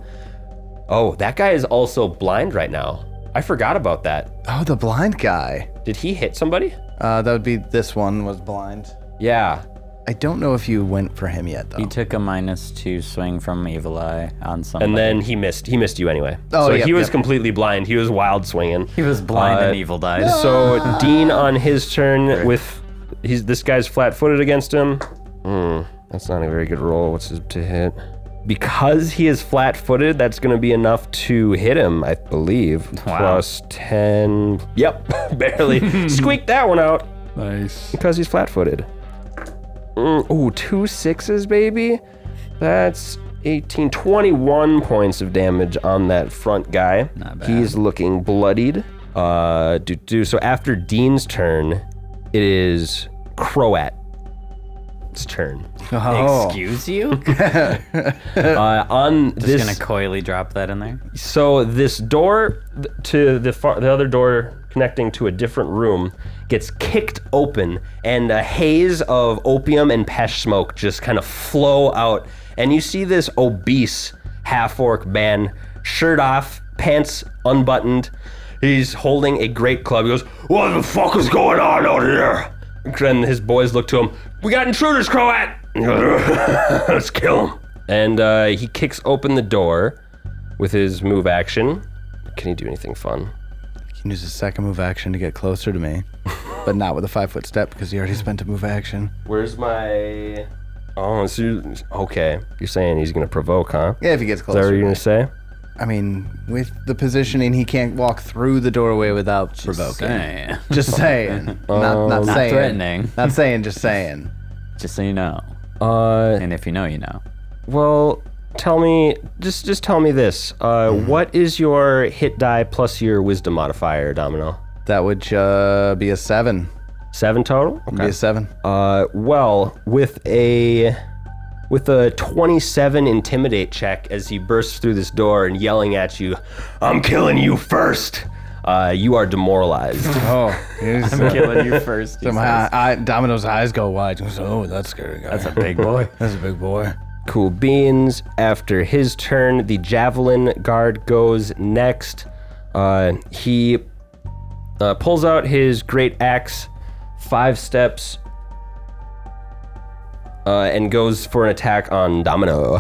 S1: Oh, that guy is also blind right now. I forgot about that.
S3: Oh, the blind guy.
S1: Did he hit somebody?
S3: Uh, that would be this one was blind.
S1: Yeah.
S3: I don't know if you went for him yet, though.
S2: He took a minus two swing from Evil Eye on somebody.
S1: And then he missed. He missed you anyway.
S3: Oh,
S1: so
S3: yep,
S1: he was
S3: yep.
S1: completely blind. He was wild swinging.
S2: he was blind
S1: Uh,
S2: and Evil Died.
S1: So Dean on his turn with he's this guy's flat-footed against him. Hmm, that's not a very good roll. What's his to hit? Because he is flat-footed, that's going to be enough to hit him, I believe.
S2: Wow.
S1: Plus ten. Yep, barely squeaked that one out
S4: Nice.
S1: because he's flat-footed. Mm, ooh, two sixes, baby. That's 18, 21 points of damage on that front guy.
S2: Not bad.
S1: He's looking bloodied. Uh, do do. So after Dean's turn, it is Croat's turn.
S3: Oh.
S2: Excuse you?
S1: Uh, on
S2: Just
S1: this,
S2: gonna coyly drop that in there.
S1: so this door th- to the far, the other door connecting to a different room gets kicked open and a haze of opium and pesh smoke just kind of flow out and you see this obese half orc man shirt off pants unbuttoned he's holding a great club he goes what the fuck is going on out here and his boys look to him we got intruders croat let's kill him and uh, he kicks open the door with his move action. Can he do anything fun?
S3: He can use his second move action to get closer to me, but not with a five foot step because he already spent a move action.
S1: Where's my? Oh, so you- okay. You're saying he's gonna provoke, huh?
S3: Yeah, if he gets
S1: Is that what
S3: closer.
S1: you're gonna say?
S3: I mean, with the positioning, he can't walk through the doorway without provoking.
S2: Dang.
S3: Just saying. not, not saying.
S2: Oh, threatening.
S3: Not saying, just saying.
S2: Just so you know.
S1: Uh,
S2: And if you know, you know.
S1: well, tell me, just just tell me this. Uh, what is your hit die plus your wisdom modifier, Domino?
S3: That would uh, be a seven.
S1: Seven total.
S3: Be a seven.
S2: Oh.
S1: Uh, well, with a with a 27 intimidate check as he bursts through this door and yelling at you, "I'm killing you first. Uh, you are demoralized.
S3: Oh, he's,
S2: Killing you first.
S3: somehow I, Domino's eyes go wide. He goes, Oh, that's scary guy. That's a
S2: Big boy.
S3: that's a big boy.
S1: Cool beans. After his turn, the javelin guard goes next. Uh, he uh, pulls out his great axe, five steps, uh, and goes for an attack on Domino.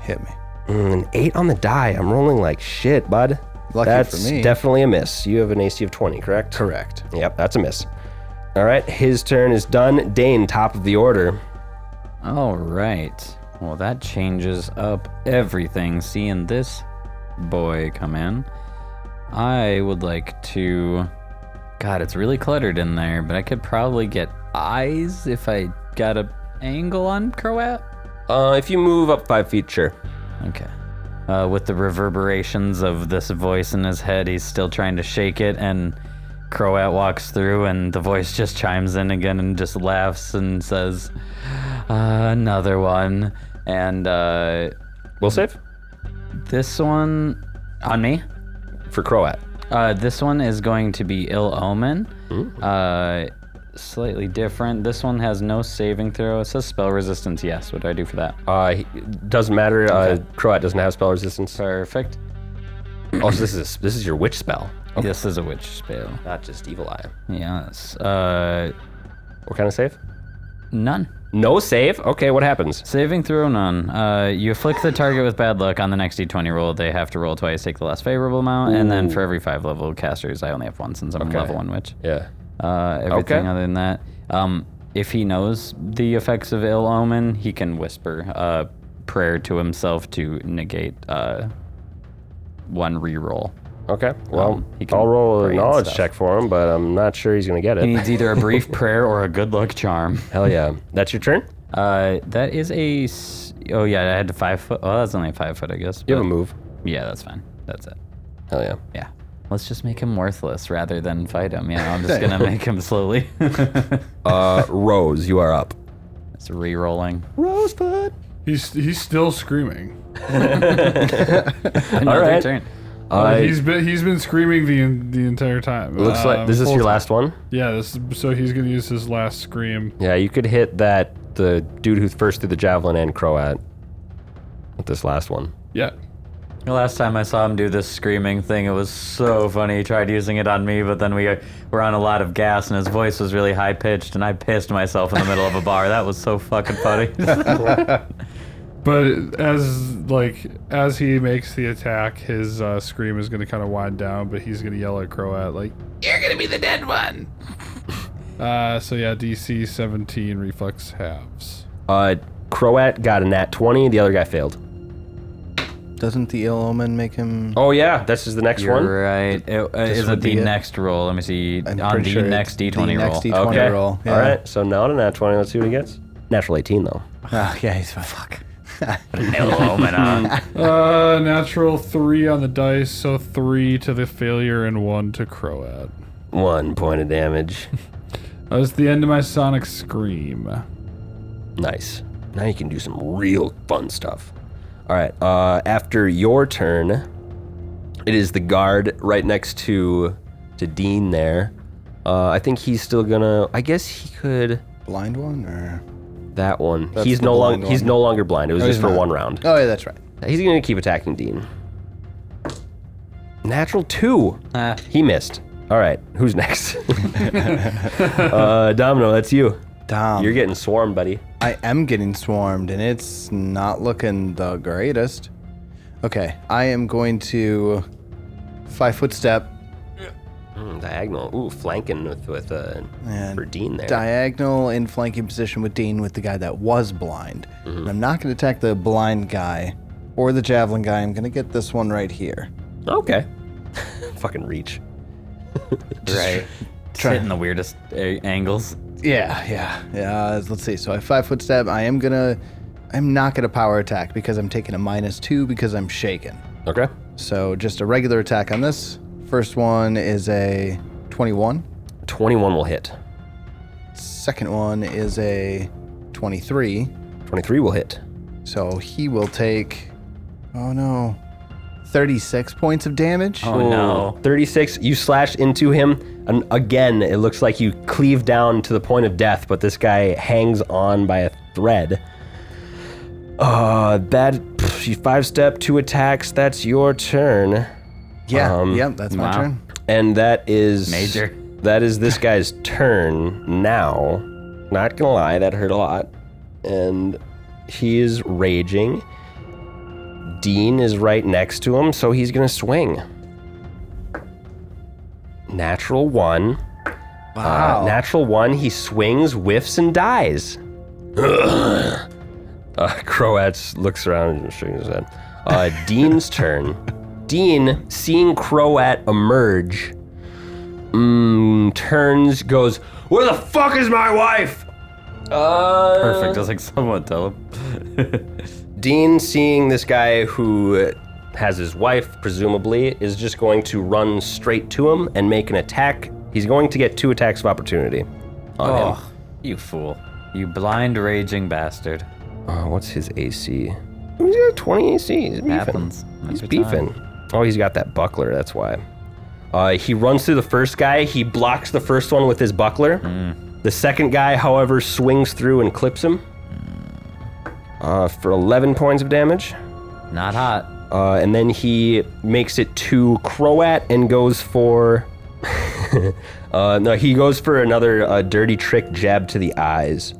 S3: Hit me.
S1: Mm, an eight on the die. I'm rolling like shit, bud.
S3: Lucky
S1: that's
S3: for me.
S1: definitely a miss. You have an AC of 20, correct?
S3: Correct.
S1: Yep, that's a miss. All right, his turn is done. Dane, top of the order.
S2: All right. Well, that changes up everything. Seeing this boy come in, I would like to. God, it's really cluttered in there, but I could probably get eyes if I got a angle on Croat.
S1: Uh, if you move up five feet, sure.
S2: Okay. Uh, with the reverberations of this voice in his head, he's still trying to shake it, and Croat walks through, and the voice just chimes in again and just laughs and says, uh, Another one. And uh,
S1: Will save
S2: this one, on me,
S1: for Croat.
S2: uh, this one is going to be Ill Omen. Uh, slightly different. This one has no saving throw. It says spell resistance, yes. What do I do for that?
S1: Uh, he, doesn't matter. Uh, Croat doesn't have spell resistance.
S2: Perfect.
S1: Also, this is this is your witch spell,
S2: This is a witch spell.
S1: not just evil eye.
S2: Yes. Uh,
S1: What kind of save?
S2: None.
S1: No save. Okay, what happens?
S2: Saving throw none. Uh, you afflict the target with bad luck on the next d20 roll. They have to roll twice, take the less favorable amount, and then for every five level casters, I only have one since I'm level one witch.
S1: Yeah.
S2: Uh, everything
S1: Okay.
S2: other than that, um, if he knows the effects of ill omen, he can whisper a prayer to himself to negate uh, one reroll.
S1: Okay. Well,
S2: Um, he can
S1: I'll roll a
S2: brain
S1: knowledge
S2: stuff.
S1: check for him, but I'm not sure he's gonna get
S2: He
S1: it.
S2: needs either a brief prayer or a good luck charm.
S1: Hell yeah. That's your turn.
S2: Uh, that is a. s- Oh yeah, I had to five foot. Oh, that's only five foot, I guess.
S1: You have
S2: but-
S1: a move.
S2: Yeah, that's fine. That's it.
S1: Hell yeah.
S2: Yeah. Let's just make him worthless rather than fight him. Yeah, I'm just gonna make him slowly.
S1: Uh, Rose, you are up.
S2: it's re-rolling.
S1: Rosebud.
S4: He's he's still screaming.
S2: Another
S1: right.
S2: turn.
S4: Uh,
S1: Uh,
S4: he's been he's been screaming the en- the entire time.
S1: looks like
S4: Um,
S1: this is
S4: full
S1: your
S4: time.
S1: last one.
S4: Yeah, this is, so he's gonna use his last scream.
S1: Yeah, you could hit that the dude who first threw the javelin and crow at with this last one.
S4: Yeah,
S2: The last time I saw him do this screaming thing, it was so funny. He tried using it on me, but then we uh, were on a lot of gas, and his voice was really high pitched, and I pissed myself in the middle of a bar. That was so fucking funny.
S4: but as like as he makes the attack, his uh, scream is gonna kind of wind down, but he's gonna yell at Croat like,
S5: You're gonna be the dead one.
S4: uh, so yeah, DC 17 reflex halves.
S1: Uh, Croat got a nat 20, the other guy failed.
S3: Doesn't the ill omen make him?
S1: Oh, yeah, this is the next one.
S2: You're right. It, uh, is it
S3: would
S2: the
S3: be it.
S2: next roll? Let me see.
S3: I'm
S2: on
S3: pretty
S2: the
S3: sure it's
S2: next
S3: the
S2: D20 roll.
S3: next D20.
S1: Okay.
S3: 20 roll, yeah.
S1: All right, so now a nat 20. Let's see what he gets. Natural 18, though.
S3: Ah, yeah, he's fine. Fuck.
S4: Uh, natural three on the dice, so three to the failure and one to Croat.
S1: One point of damage.
S4: That was the end of my sonic scream.
S1: nice. Now you can do some real fun stuff. All right, uh, after your turn, it is the guard right next to to Dean there. Uh, I think he's still gonna. I guess he could.
S3: Blind one or?
S1: That one. he's
S3: the
S1: no
S3: blind
S1: longer. He's
S3: one.
S1: no longer blind. It was just
S3: he's
S1: for
S3: not.
S1: one round.
S3: Oh yeah, that's right.
S1: He's gonna keep attacking Dean. Natural two. He missed. All right, who's next? uh, Domino, that's you.
S3: Dom,
S1: You're getting swarmed, buddy.
S3: I am getting swarmed, and it's not looking the greatest. Okay, I am going to five foot step
S1: Mm, diagonal. Ooh, flanking with with uh,
S3: and
S1: for Dean there.
S3: diagonal in flanking position with Dean with the guy that was blind. And I'm not going to attack the blind guy or the javelin guy. I'm going to get this one right here.
S1: okay. Fucking reach.
S2: Right. It's
S3: Try-
S2: hitting the weirdest uh, angles.
S3: Yeah, yeah, yeah. Let's see. So I five foot step. I am gonna. I'm not gonna power attack because I'm taking a minus two because I'm shaken.
S1: Okay.
S3: So just a regular attack on this. First one is a 21.
S1: Twenty-one will hit.
S3: Second one is a 23.
S1: Twenty-three will hit.
S3: So he will take. Oh no. 36 points of damage.
S2: Oh no.
S1: Ooh, Thirty-six. You slash into him, and again, it looks like you cleave down to the point of death. But this guy hangs on by a thread. Uh, that pff, you five step, two attacks. That's your turn,
S3: yeah.
S1: um,
S3: yep. That's my
S2: wow.
S3: turn.
S1: and that is
S2: Major.
S1: That is this guy's turn now. Not gonna lie, that hurt a lot, and he is raging. Dean is right next to him, so he's gonna swing. Natural one. Uh,
S3: Wow.
S1: natural one. He swings, whiffs, and dies. uh, Croats looks around and shaking his head. Uh, Dean's turn. Dean, seeing Croat emerge, mm, turns, goes, "Where the fuck is my wife?" Uh,
S2: Perfect. Just like someone tell him.
S1: Dean, seeing this guy who has his wife, presumably, is just going to run straight to him and make an attack. He's going to get two attacks of opportunity on him.
S2: oh, you fool. You blind raging bastard.
S1: Uh, what's his AC? He's got 20 AC. He's beefing.
S2: Happens.
S1: He's
S2: Every time.
S1: beefing. Oh, he's got that buckler. That's why. Uh, he runs through the first guy. He blocks the first one with his buckler. The second guy, however, swings through and clips him uh, for 11 points of damage.
S2: Not hot.
S1: Uh, and then he makes it to Croat and goes for. uh, no, he goes for another uh, dirty trick jab to the eyes.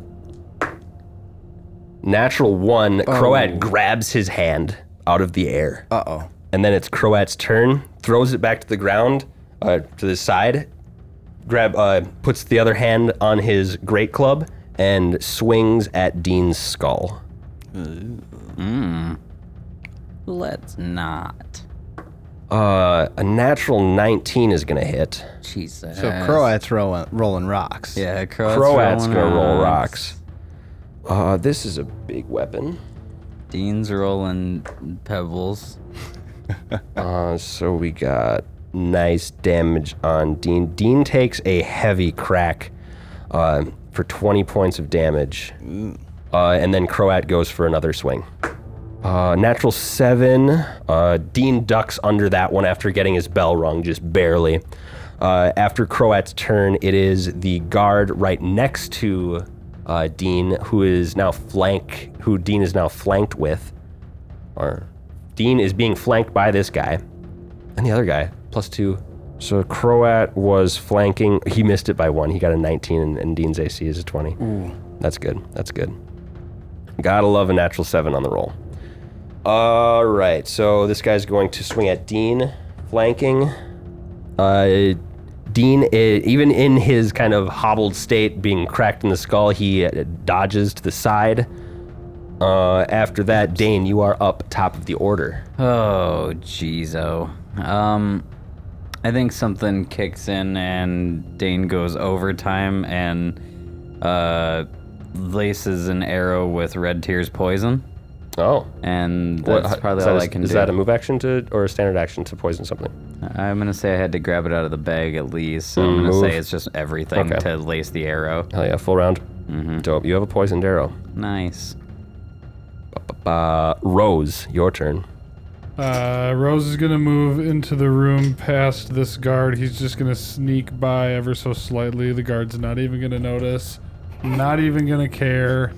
S1: Natural one, Croat grabs his hand out of the air.
S3: Uh oh.
S1: and then it's Croat's turn, throws it back to the ground, uh, to the side, grab, uh, puts the other hand on his great club, and swings at Dean's skull.
S2: Let's not.
S1: Uh, a natural 19 is gonna hit.
S2: Jesus.
S3: So Croat's rolling, rolling rocks.
S2: Yeah, Croat's,
S1: Croat's gonna roll
S2: rocks.
S1: rocks. Uh, this is a big weapon.
S2: Dean's rolling pebbles.
S1: Uh, so we got nice damage on Dean. Dean takes a heavy crack uh, for 20 points of damage. Uh, and then Croat goes for another swing. Uh, natural seven. Uh, Dean ducks under that one after getting his bell rung just barely. Uh, after Croat's turn, it is the guard right next to uh, Dean, who is now flank, who Dean is now flanked with, or Dean is being flanked by this guy and the other guy, plus two. So Croat was flanking. He missed it by one. He got a 19, and, and Dean's AC is a 20. That's good. That's good. Gotta love a natural seven on the roll. All right. So this guy's going to swing at Dean, flanking. Uh, Dean, i even in his kind of hobbled state, being cracked in the skull, he uh, dodges to the side. Uh, after that, Dane, you are up top of the order.
S2: Oh, jeezo. Um, I think something kicks in and Dane goes overtime and uh, laces an arrow with Red Tear's poison.
S1: Oh.
S2: And
S1: What-
S2: that's probably
S1: is that
S2: all
S1: a-
S2: I can
S1: is
S2: do. Uh,
S1: that a move action to or a standard action to poison something?
S2: I'm gonna say I had to grab it out of the bag at least. So I'm gonna
S1: move.
S2: say it's just everything
S1: Okay.
S2: to lace the arrow.
S1: Hell yeah, full round.
S2: Mm-hmm.
S1: Dope. You have a poisoned arrow.
S2: Nice.
S1: Uh, Rose, your turn.
S4: Uh, Rose is gonna move into the room past this guard. He's just gonna sneak by ever so slightly. The guard's not even gonna notice. Not even gonna care.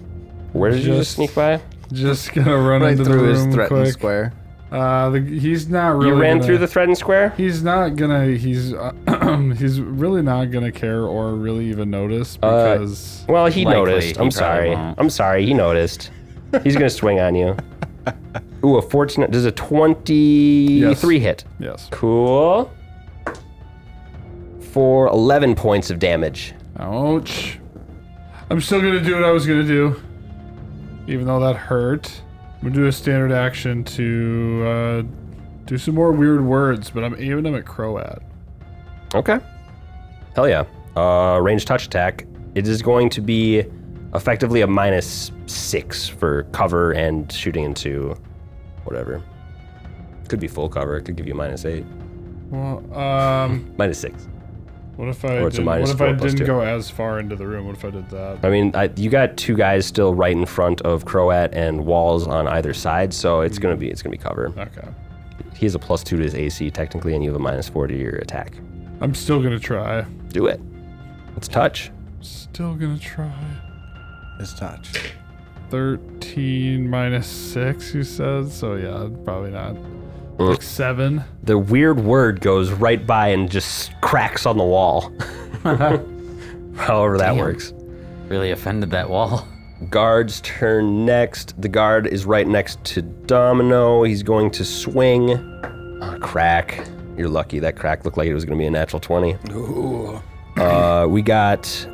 S1: Where did you just
S4: Just-
S1: sneak by?
S4: Just gonna run
S3: Right
S4: into the
S3: through his
S4: room
S3: threatened
S4: quick.
S3: square.
S4: Uh, the, he's not really.
S1: You ran
S4: gonna-
S1: through the threatened square.
S4: He's not gonna. He's uh, he's really not gonna care or really even notice
S1: Uh,
S4: because
S1: Well, he
S2: Likely, he
S1: noticed. I'm
S2: probably
S1: sorry.
S2: won't.
S1: I'm sorry. He noticed. He's gonna swing on you. Ooh, a 14. Does a 23 hit?
S4: yes.
S1: Cool. For 11 points of damage.
S4: Ouch. I'm still gonna do what I was gonna do, even though that hurt. I'm gonna do a standard action to uh, do some more weird words, but I'm aiming them at Croat.
S1: Okay. Hell yeah. Uh, range touch attack. It is going to be effectively a minus six for cover and shooting into whatever. Could be full cover. It could give you minus eight,
S4: Well, um,
S1: minus six.
S4: what if I
S1: Or it's a
S4: did, what
S1: minus
S4: if I
S1: four plus
S4: didn't
S1: two.
S4: go as far into the room? What if I did that?
S1: I mean, I, you got two guys still right in front of Croat and walls on either side, so it's gonna be it's gonna be cover.
S4: Okay.
S1: He has a plus two to his AC technically, and you have a minus four to your attack.
S4: I'm still gonna try.
S1: Do it. It's touch.
S4: Still gonna try.
S3: His touch.
S4: 13 minus 6, you said? So yeah, probably not. Like 7.
S1: the weird word goes right by and just cracks on the wall. However that works.
S2: Really offended that wall.
S1: Guard's turn next. The guard is right next to Domino. He's going to swing. Ah, crack. You're lucky. That crack looked like it was going to be a natural 20. Uh, we got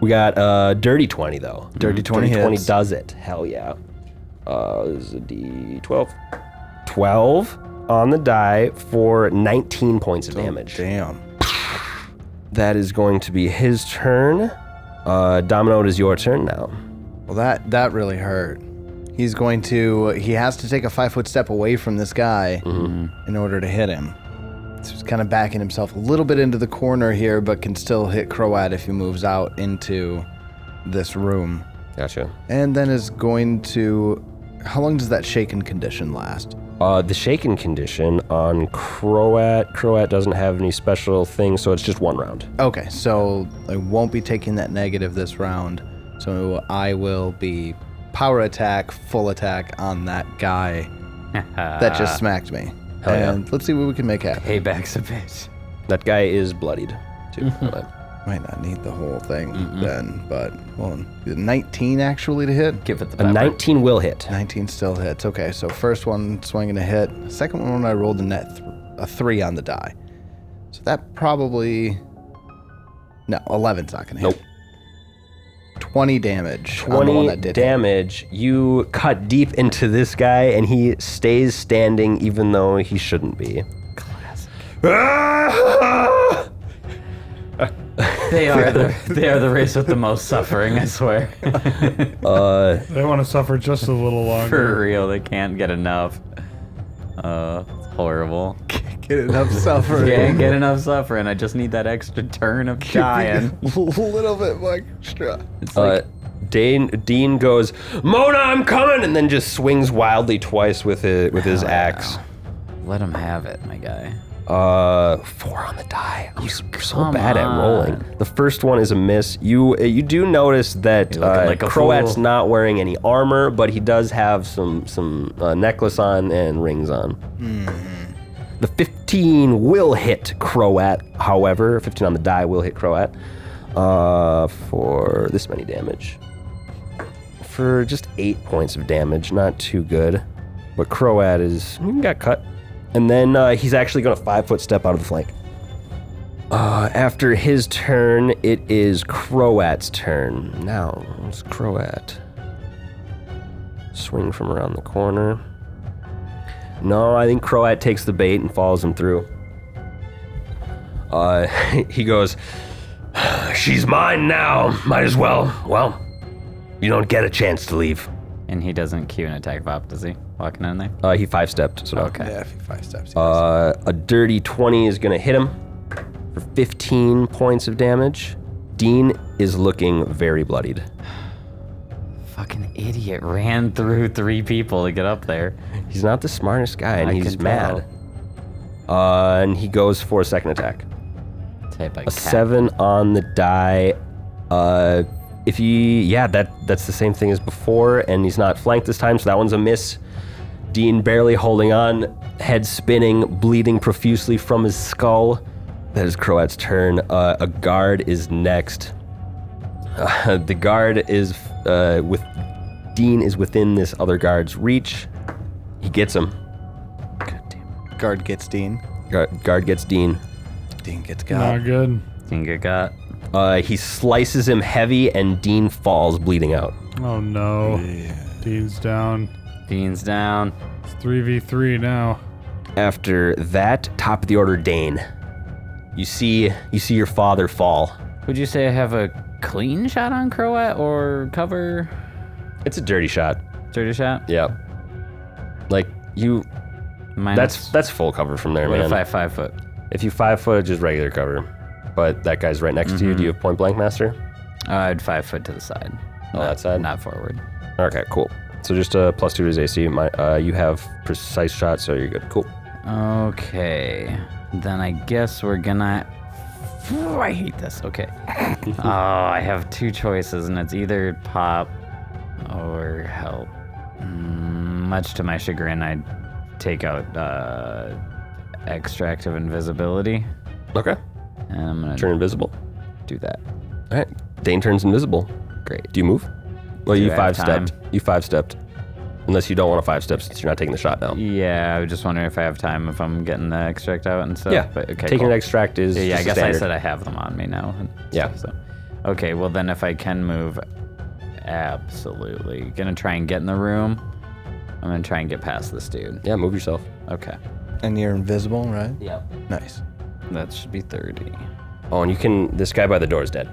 S1: we got uh, dirty 20 though.
S3: Mm-hmm. Dirty 20
S1: Dirty 20
S3: hits.
S1: does it. Hell yeah. Uh, this is a D12. 12 on the die for 19 points of damage.
S3: Oh, Damn.
S1: That is going to be his turn. Uh, Domino, it is your turn now.
S3: Well, that that really hurt. He's going to. He has to take a five foot step away from this guy in order to hit him. So he's kind of backing himself a little bit into the corner here, but can still hit Croat if he moves out into this room.
S1: Gotcha.
S3: And then is going to. How long does that shaken condition last?
S1: Uh, the shaken condition on Croat. Croat doesn't have any special things, so it's just one round.
S3: Okay, so I won't be taking that negative this round. So I will be power attack, full attack on that guy that just smacked me.
S1: Uh, Hell yeah.
S3: and let's see what we can make happen.
S2: Payback's a bitch.
S1: That guy is bloodied, too. by the way.
S3: Might not need the whole thing then, but well, 19 actually to hit.
S2: Give it the
S1: A
S2: pepper.
S1: 19 will hit.
S3: 19 still hits. Okay, so first one swinging a hit. Second one, I rolled a net th- a three on the die. So that probably. No, 11's not going to hit.
S1: Nope.
S3: 20 damage. on the one
S1: 20
S3: that did hit.
S1: damage. You cut deep into this guy, and he stays standing even though he shouldn't be. Classic.
S2: They are the they are the race with the most suffering. I swear.
S4: They want to suffer just a little
S2: For
S4: longer.
S2: real, they can't get enough. Uh, it's horrible.
S3: Get enough suffering.
S2: Can't get enough suffering. I just need that extra turn of dying.
S3: a little bit more extra.
S1: uh, Dane, Dean goes, Mona, I'm coming, and then just swings wildly twice with his, with his axe.
S2: Let him have it, my guy.
S1: Uh, four on the die. I'm so, so
S2: come
S1: bad at rolling. The first one is a miss. You uh, you do notice that
S2: You're looking
S1: uh,
S2: like a
S1: Croat's
S2: fool.
S1: not wearing any armor, but he does have some some uh, necklace on and rings on. The 15 will hit Croat, however. 15 on the die will hit Croat uh, for this many damage. For just eight points of damage, not too good. But Croat is he got cut, and then uh, he's actually going to five foot step out of the flank. Uh, after his turn, it is Croat's turn. Now it's Croat. Swing from around the corner. No, I think Croat takes the bait and follows him through. Uh, he goes, She's mine now. Might as well. Well, you don't get a chance to leave.
S2: And he doesn't cue an attack of op, does he? Walking in there.
S1: Uh, he five stepped, so no.
S2: Okay.
S3: Yeah, if you five steps.
S1: Uh, a dirty 20 is going to hit him for 15 points of damage. Dean is looking very bloodied.
S2: Fucking idiot ran through three people to get up there.
S1: He's not the smartest guy, and
S2: I
S1: he's
S2: can tell.
S1: mad. Uh, and he goes for a second attack.
S2: Type of
S1: A
S2: cat.
S1: seven on the die. Uh, if he, yeah, that that's the same thing as before, and he's not flanked this time, so that one's a miss. Dean barely holding on, head spinning, bleeding profusely from his skull. That is Croat's turn. Uh, a guard is next. Uh, the guard is uh, with Dean is within this other guard's reach. He gets him.
S3: Guard gets Dean.
S1: Guard, guard gets Dean.
S3: Dean gets
S4: Not
S3: God.
S4: good.
S2: Finger got.
S1: Uh, he slices him heavy, and Dean falls bleeding out.
S4: Oh no. Dean's down.
S2: Dean's down.
S4: It's 3v3 now.
S1: After that, top of the order, Dane. You see, you see your father fall.
S2: Would you say I have a clean shot on Croat or cover?
S1: It's a dirty shot.
S2: Dirty shot?
S1: Yeah. Like you,
S2: Minus,
S1: that's that's full cover from there,
S2: what
S1: man.
S2: if I five foot?
S1: If you five foot, just regular cover. But that guy's right next to
S2: Mm-hmm.
S1: you. Do you have point blank master?
S2: Uh, I'd five foot to the side.
S1: Oh,
S2: Not-
S1: that side?
S2: Not forward.
S1: Okay, cool. So just a plus two to his AC. My, uh, you have precise shot, so you're good. Cool.
S2: Okay. Then I guess we're gonna. Phew, I hate this. Okay. oh, I have two choices, and it's either pop or help. Mm, much to my chagrin, I take out uh, extract of invisibility,
S1: Okay.
S2: and I'm gonna
S1: Turn invisible.
S2: do that.
S1: All right. Dane turns invisible.
S2: Great.
S1: Do you move? Well,
S2: Do
S1: you
S2: I
S1: five
S2: have
S1: stepped.
S2: time?
S1: You five stepped. Unless you don't want to five step since you're not taking the shot now.
S2: Yeah, I was just wondering if I have time if I'm getting the extract out and stuff.
S1: Yeah,
S2: but okay.
S1: taking
S2: cool.
S1: an extract is
S2: Yeah, I
S1: just a
S2: guess I
S1: standard.
S2: said I have them on me now. and
S1: Yeah.
S2: stuff, So, okay, well then if I can move, absolutely gonna try and get in the room. I'm gonna try and get past this dude.
S1: Yeah, move yourself.
S2: Okay.
S3: And you're invisible, right?
S2: Yep.
S3: Nice.
S2: That should be thirty.
S1: Oh, and you can. This guy by the door is dead.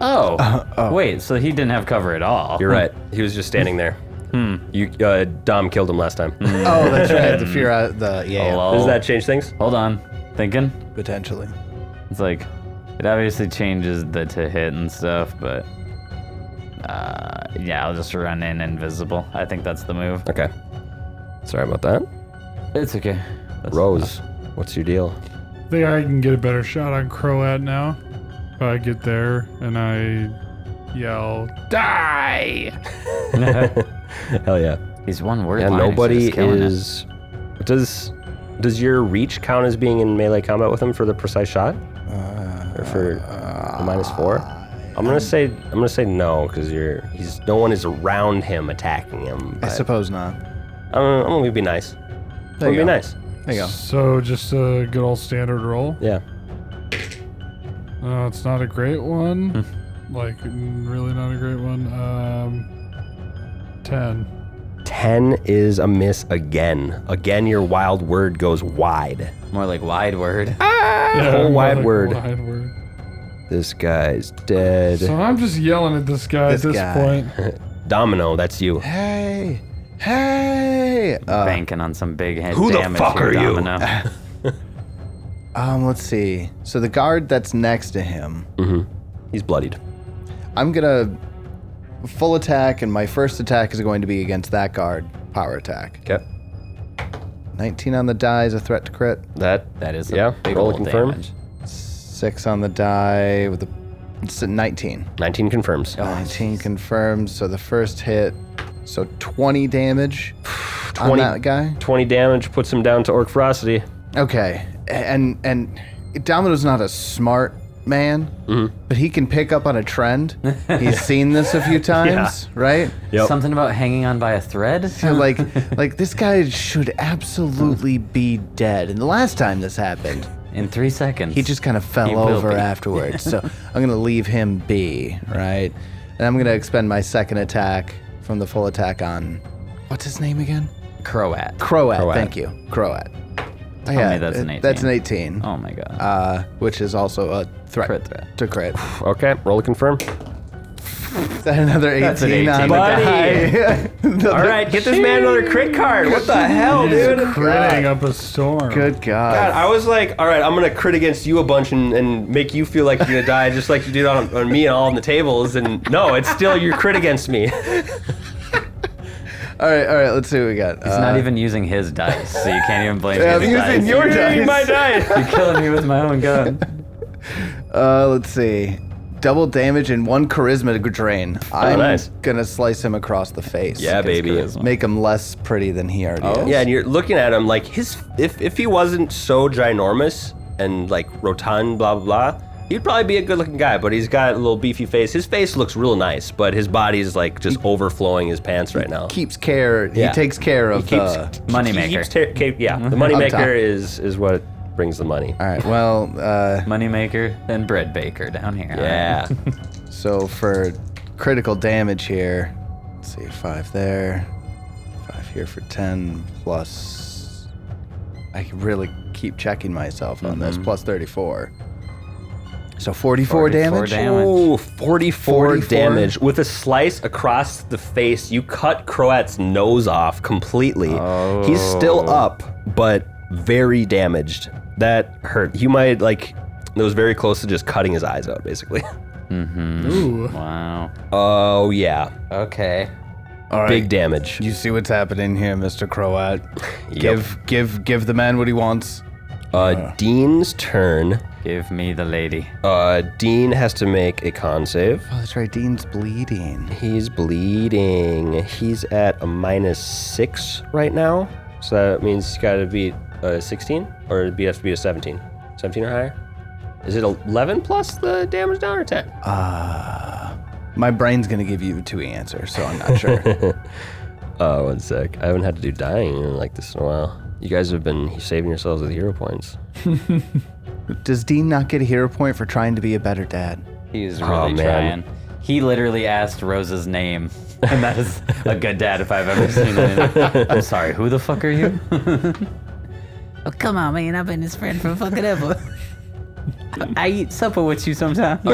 S2: Oh. Wait. So he didn't have cover at all.
S1: You're right. He was just standing there. Hmm. You, uh, Dom killed him last time.
S3: Oh, that's right. The fear, out- the yeah,
S2: Hello?
S1: Does that change things?
S2: Hold on. Thinking.
S3: potentially.
S2: It's like it obviously changes the to hit and stuff, but. Uh, yeah, I'll just run in invisible. I think that's the move.
S1: Okay. Sorry about that.
S2: It's okay. That's-
S1: Rose, what's your deal?
S4: I think I can get a better shot on Croat now. If I get there and I yell, die!
S1: Hell yeah.
S2: These one word.
S1: Yeah.
S2: lines are
S1: Nobody
S2: just killing it.
S1: is. Does does your reach count as being in melee combat with him for the precise shot? or for
S3: Uh,
S1: A minus four. I'm gonna say I'm gonna say no because you're he's no one is around him attacking him.
S3: I
S1: But,
S3: suppose not.
S1: I'm, I'm gonna be nice. I'm gonna
S3: There
S1: be
S3: you go.
S1: nice.
S3: There you go.
S4: So just a good old standard roll.
S1: Yeah.
S4: Uh, it's not a great one. like n- really not a great one. Um, ten.
S1: 10 is a miss again. Again, your wild word goes wide.
S2: More like wide word.
S3: Ah.
S4: Yeah,
S1: Ah. whole wide
S4: another
S1: word.
S4: wide word.
S1: This guy's dead.
S4: So I'm just yelling at this guy
S3: This
S4: at this
S3: guy.
S4: point.
S1: Domino, that's you.
S3: Hey, hey. Uh,
S2: Banking on some big head
S1: who the
S2: damage
S1: fuck
S2: here,
S1: are you?
S2: Domino.
S3: Um, let's see. So the guard that's next to him,
S1: He's bloodied.
S3: I'm gonna full attack, and my first attack is going to be against that guard. Power attack.
S1: Okay.
S3: 19 on the die is a threat to crit.
S1: That
S2: That is a
S1: yeah.
S2: big
S1: roll
S2: old
S1: to confirm.
S2: damage.
S3: Six on the die with a it's a 19.
S1: 19 confirms.
S3: 19 confirms. So the first hit, so 20 damage on
S1: 20
S3: that guy.
S1: 20 damage puts him down to orc ferocity.
S3: Okay, and and Domino's not a smart man,
S2: Mm-hmm.
S3: but he can pick up on a trend. He's seen this a few times, right?
S1: Yep.
S2: Something about hanging on by a thread?
S3: So like like this guy should absolutely be dead. And the last time this happened,
S2: In three seconds.
S3: he just kind of fell
S2: He will
S3: over
S2: be.
S3: afterwards. so I'm gonna leave him be, right? And I'm gonna expend my second attack from the full attack on what's his name again?
S2: Croat.
S3: Croat.
S1: Croat.
S3: Thank you, Croat. Tell
S2: me that's an 18.
S3: That's an 18.
S2: Oh my god.
S3: uh, which is also a threat,
S2: Crit threat.
S3: to crit.
S1: Okay, roll to confirm.
S3: Is that another 18,
S2: That's an 18.
S3: on
S1: Buddy!
S3: the die?
S1: All right, get this man another crit card. What the hell, dude?
S4: Critting up a storm.
S3: Good God.
S1: God, I was like, all right, I'm gonna crit against you a bunch and, and make you feel like you're gonna die just like you did on, on me and all on the tables. And no, it's still your crit against me.
S3: All right, all right, let's see what we got. Uh,
S2: He's not even using his dice, so you can't even blame
S3: Yeah,
S2: his
S3: I'm
S2: dice.
S3: using your
S1: You're
S3: dice.
S1: eating my dice.
S2: You're killing me with my own gun.
S3: Uh, let's see. Double damage and one charisma drain. I'm
S1: Oh, nice.
S3: gonna slice him across the face.
S1: Yeah, Oh. baby.
S2: charisma.
S3: Make him less pretty than he already is.
S1: Yeah, and you're looking at him like his if if he wasn't so ginormous and like rotund, blah blah blah, he'd probably be a good-looking guy. But he's got a little beefy face. His face looks real nice, but his body's like just overflowing his pants right now.
S3: Keeps care.
S1: Yeah.
S3: He takes care of. uh,
S1: keeps-
S3: the,
S2: Moneymaker.
S1: He keeps ta- ca- yeah, the
S3: On top.
S1: moneymaker is is what brings the money.
S3: all right. Well, uh,
S2: Moneymaker, then bread baker down here.
S1: Yeah.
S3: So for critical damage here, let's see, five there, five here for 10, plus. I can really keep checking myself on this, plus 34. So 44
S2: 44
S3: damage?
S2: damage.
S1: Ooh, 44,
S3: 44?
S1: damage. With a slice across the face, you cut Croat's nose off completely. He's still
S2: Oh.
S1: up, but very damaged. That hurt. You might, like, that was very close to just cutting his eyes out, basically.
S4: Ooh.
S2: Wow.
S1: Oh, yeah.
S2: Okay.
S3: All right.
S1: Big damage.
S3: You see what's happening here, Mr. Croat. Give give give the man what he wants.
S1: Uh, Dean's turn.
S2: Give me the lady.
S1: Uh, Dean has to make a con save.
S3: Oh, that's right. Dean's bleeding.
S1: He's bleeding. He's at a minus six right now. So that means he's got to be a 16 or it'd be, have to be a 17. 17 or higher? Is it 11 plus the damage down or 10?
S3: My brain's gonna give you two answers, so I'm not sure.
S1: Oh, one sec. I haven't had to do dying like this in a while. You guys have been saving yourselves with hero points.
S3: Does Dean not get a hero point for trying to be a better dad?
S2: He's
S1: Oh,
S2: really
S1: man.
S2: trying. He literally asked Rose's name, and that is a good dad if I've ever seen it. I'm sorry, who the fuck are you?
S6: Oh, come on, man. I've been his friend for fucking ever.
S2: I eat supper with you sometimes.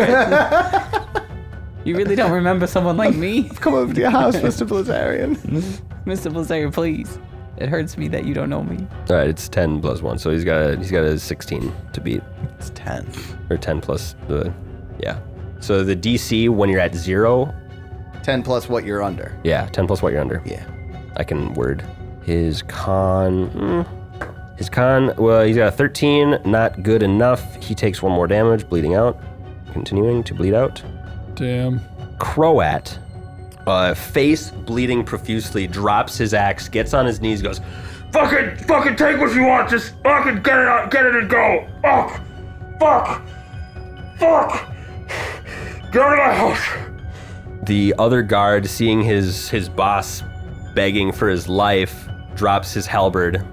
S2: you really don't remember someone like me?
S3: Come over to your house, Mr. Blazarian.
S2: Mr. Blazer, please. It hurts me that you don't know me.
S1: All right, it's 10 plus one. So he's got a, he's got a 16 to beat.
S3: It's 10.
S1: Or 10 plus the. Yeah. So the DC when you're at zero.
S3: 10 plus what you're under.
S1: Yeah, 10 plus what you're under.
S3: Yeah.
S1: I can word. His con. mm. his con. Well, he's got a 13. Not good enough. He takes one more damage, bleeding out. Continuing to bleed out.
S4: Damn.
S1: Croat, uh, face bleeding profusely, drops his axe, gets on his knees, goes,
S7: Fucking, fucking take what you want. Just fucking get it out, get it and go. Fuck, fuck, fuck. Get out of my house!
S1: The other guard, seeing his his boss begging for his life, drops his halberd.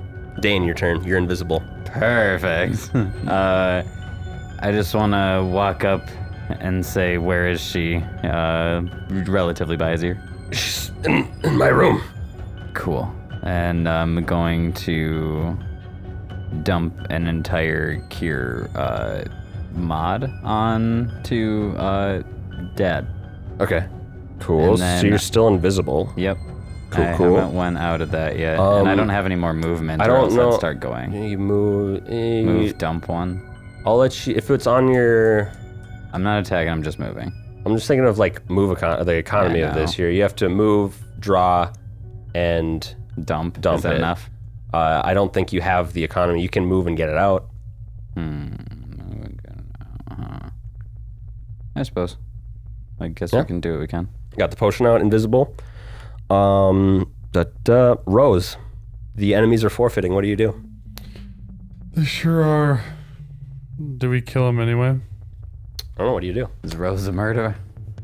S1: Dane, your turn. You're invisible.
S2: Perfect. uh, I just want to walk up and say, "Where is she?" Uh, relatively by his ear.
S1: In, in my room.
S2: Cool. And I'm going to dump an entire cure uh, mod on to uh, Dad.
S1: Okay. Cool.
S2: And then-
S1: so you're still invisible.
S2: Yep.
S1: Cool,
S2: I
S1: cool.
S2: haven't went out of that yet, and I
S1: Um,
S2: don't have any more movement.
S1: I
S2: or
S1: don't
S2: else
S1: know-
S2: I'd start going.
S1: You move. eh,
S2: Move, dump one.
S1: I'll let you. If it's on your,
S2: I'm not attacking. I'm just moving.
S1: I'm just thinking of like move econ- the economy
S2: I
S1: of this
S2: know.
S1: here. You have to move, draw, and
S2: Dump.
S1: Dump
S2: Is that
S1: it.
S2: enough?
S1: uh, I don't think you have the economy. You can move and get it out.
S2: I suppose. I guess
S1: Yeah.
S2: we can do what we can.
S1: Got the potion out, invisible. Um, da, da, Rose, the enemies are forfeiting. What do you do?
S4: They sure are. Do we kill him anyway?
S1: I don't know. What do you do?
S2: Is Rose a murderer?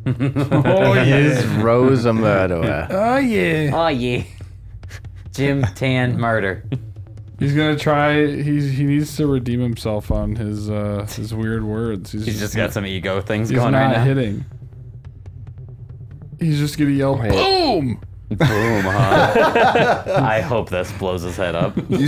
S4: Oh
S3: Is Rose a murderer?
S4: oh yeah.
S2: Oh yeah. Jim Tan murder.
S4: He's gonna try. He's he needs to redeem himself on his uh his weird words.
S2: He's just got some ego things
S4: he's
S2: going
S4: not
S2: right now.
S4: hitting. He's just gonna yell boom.
S2: Boom, huh? I hope this blows his head up.
S3: You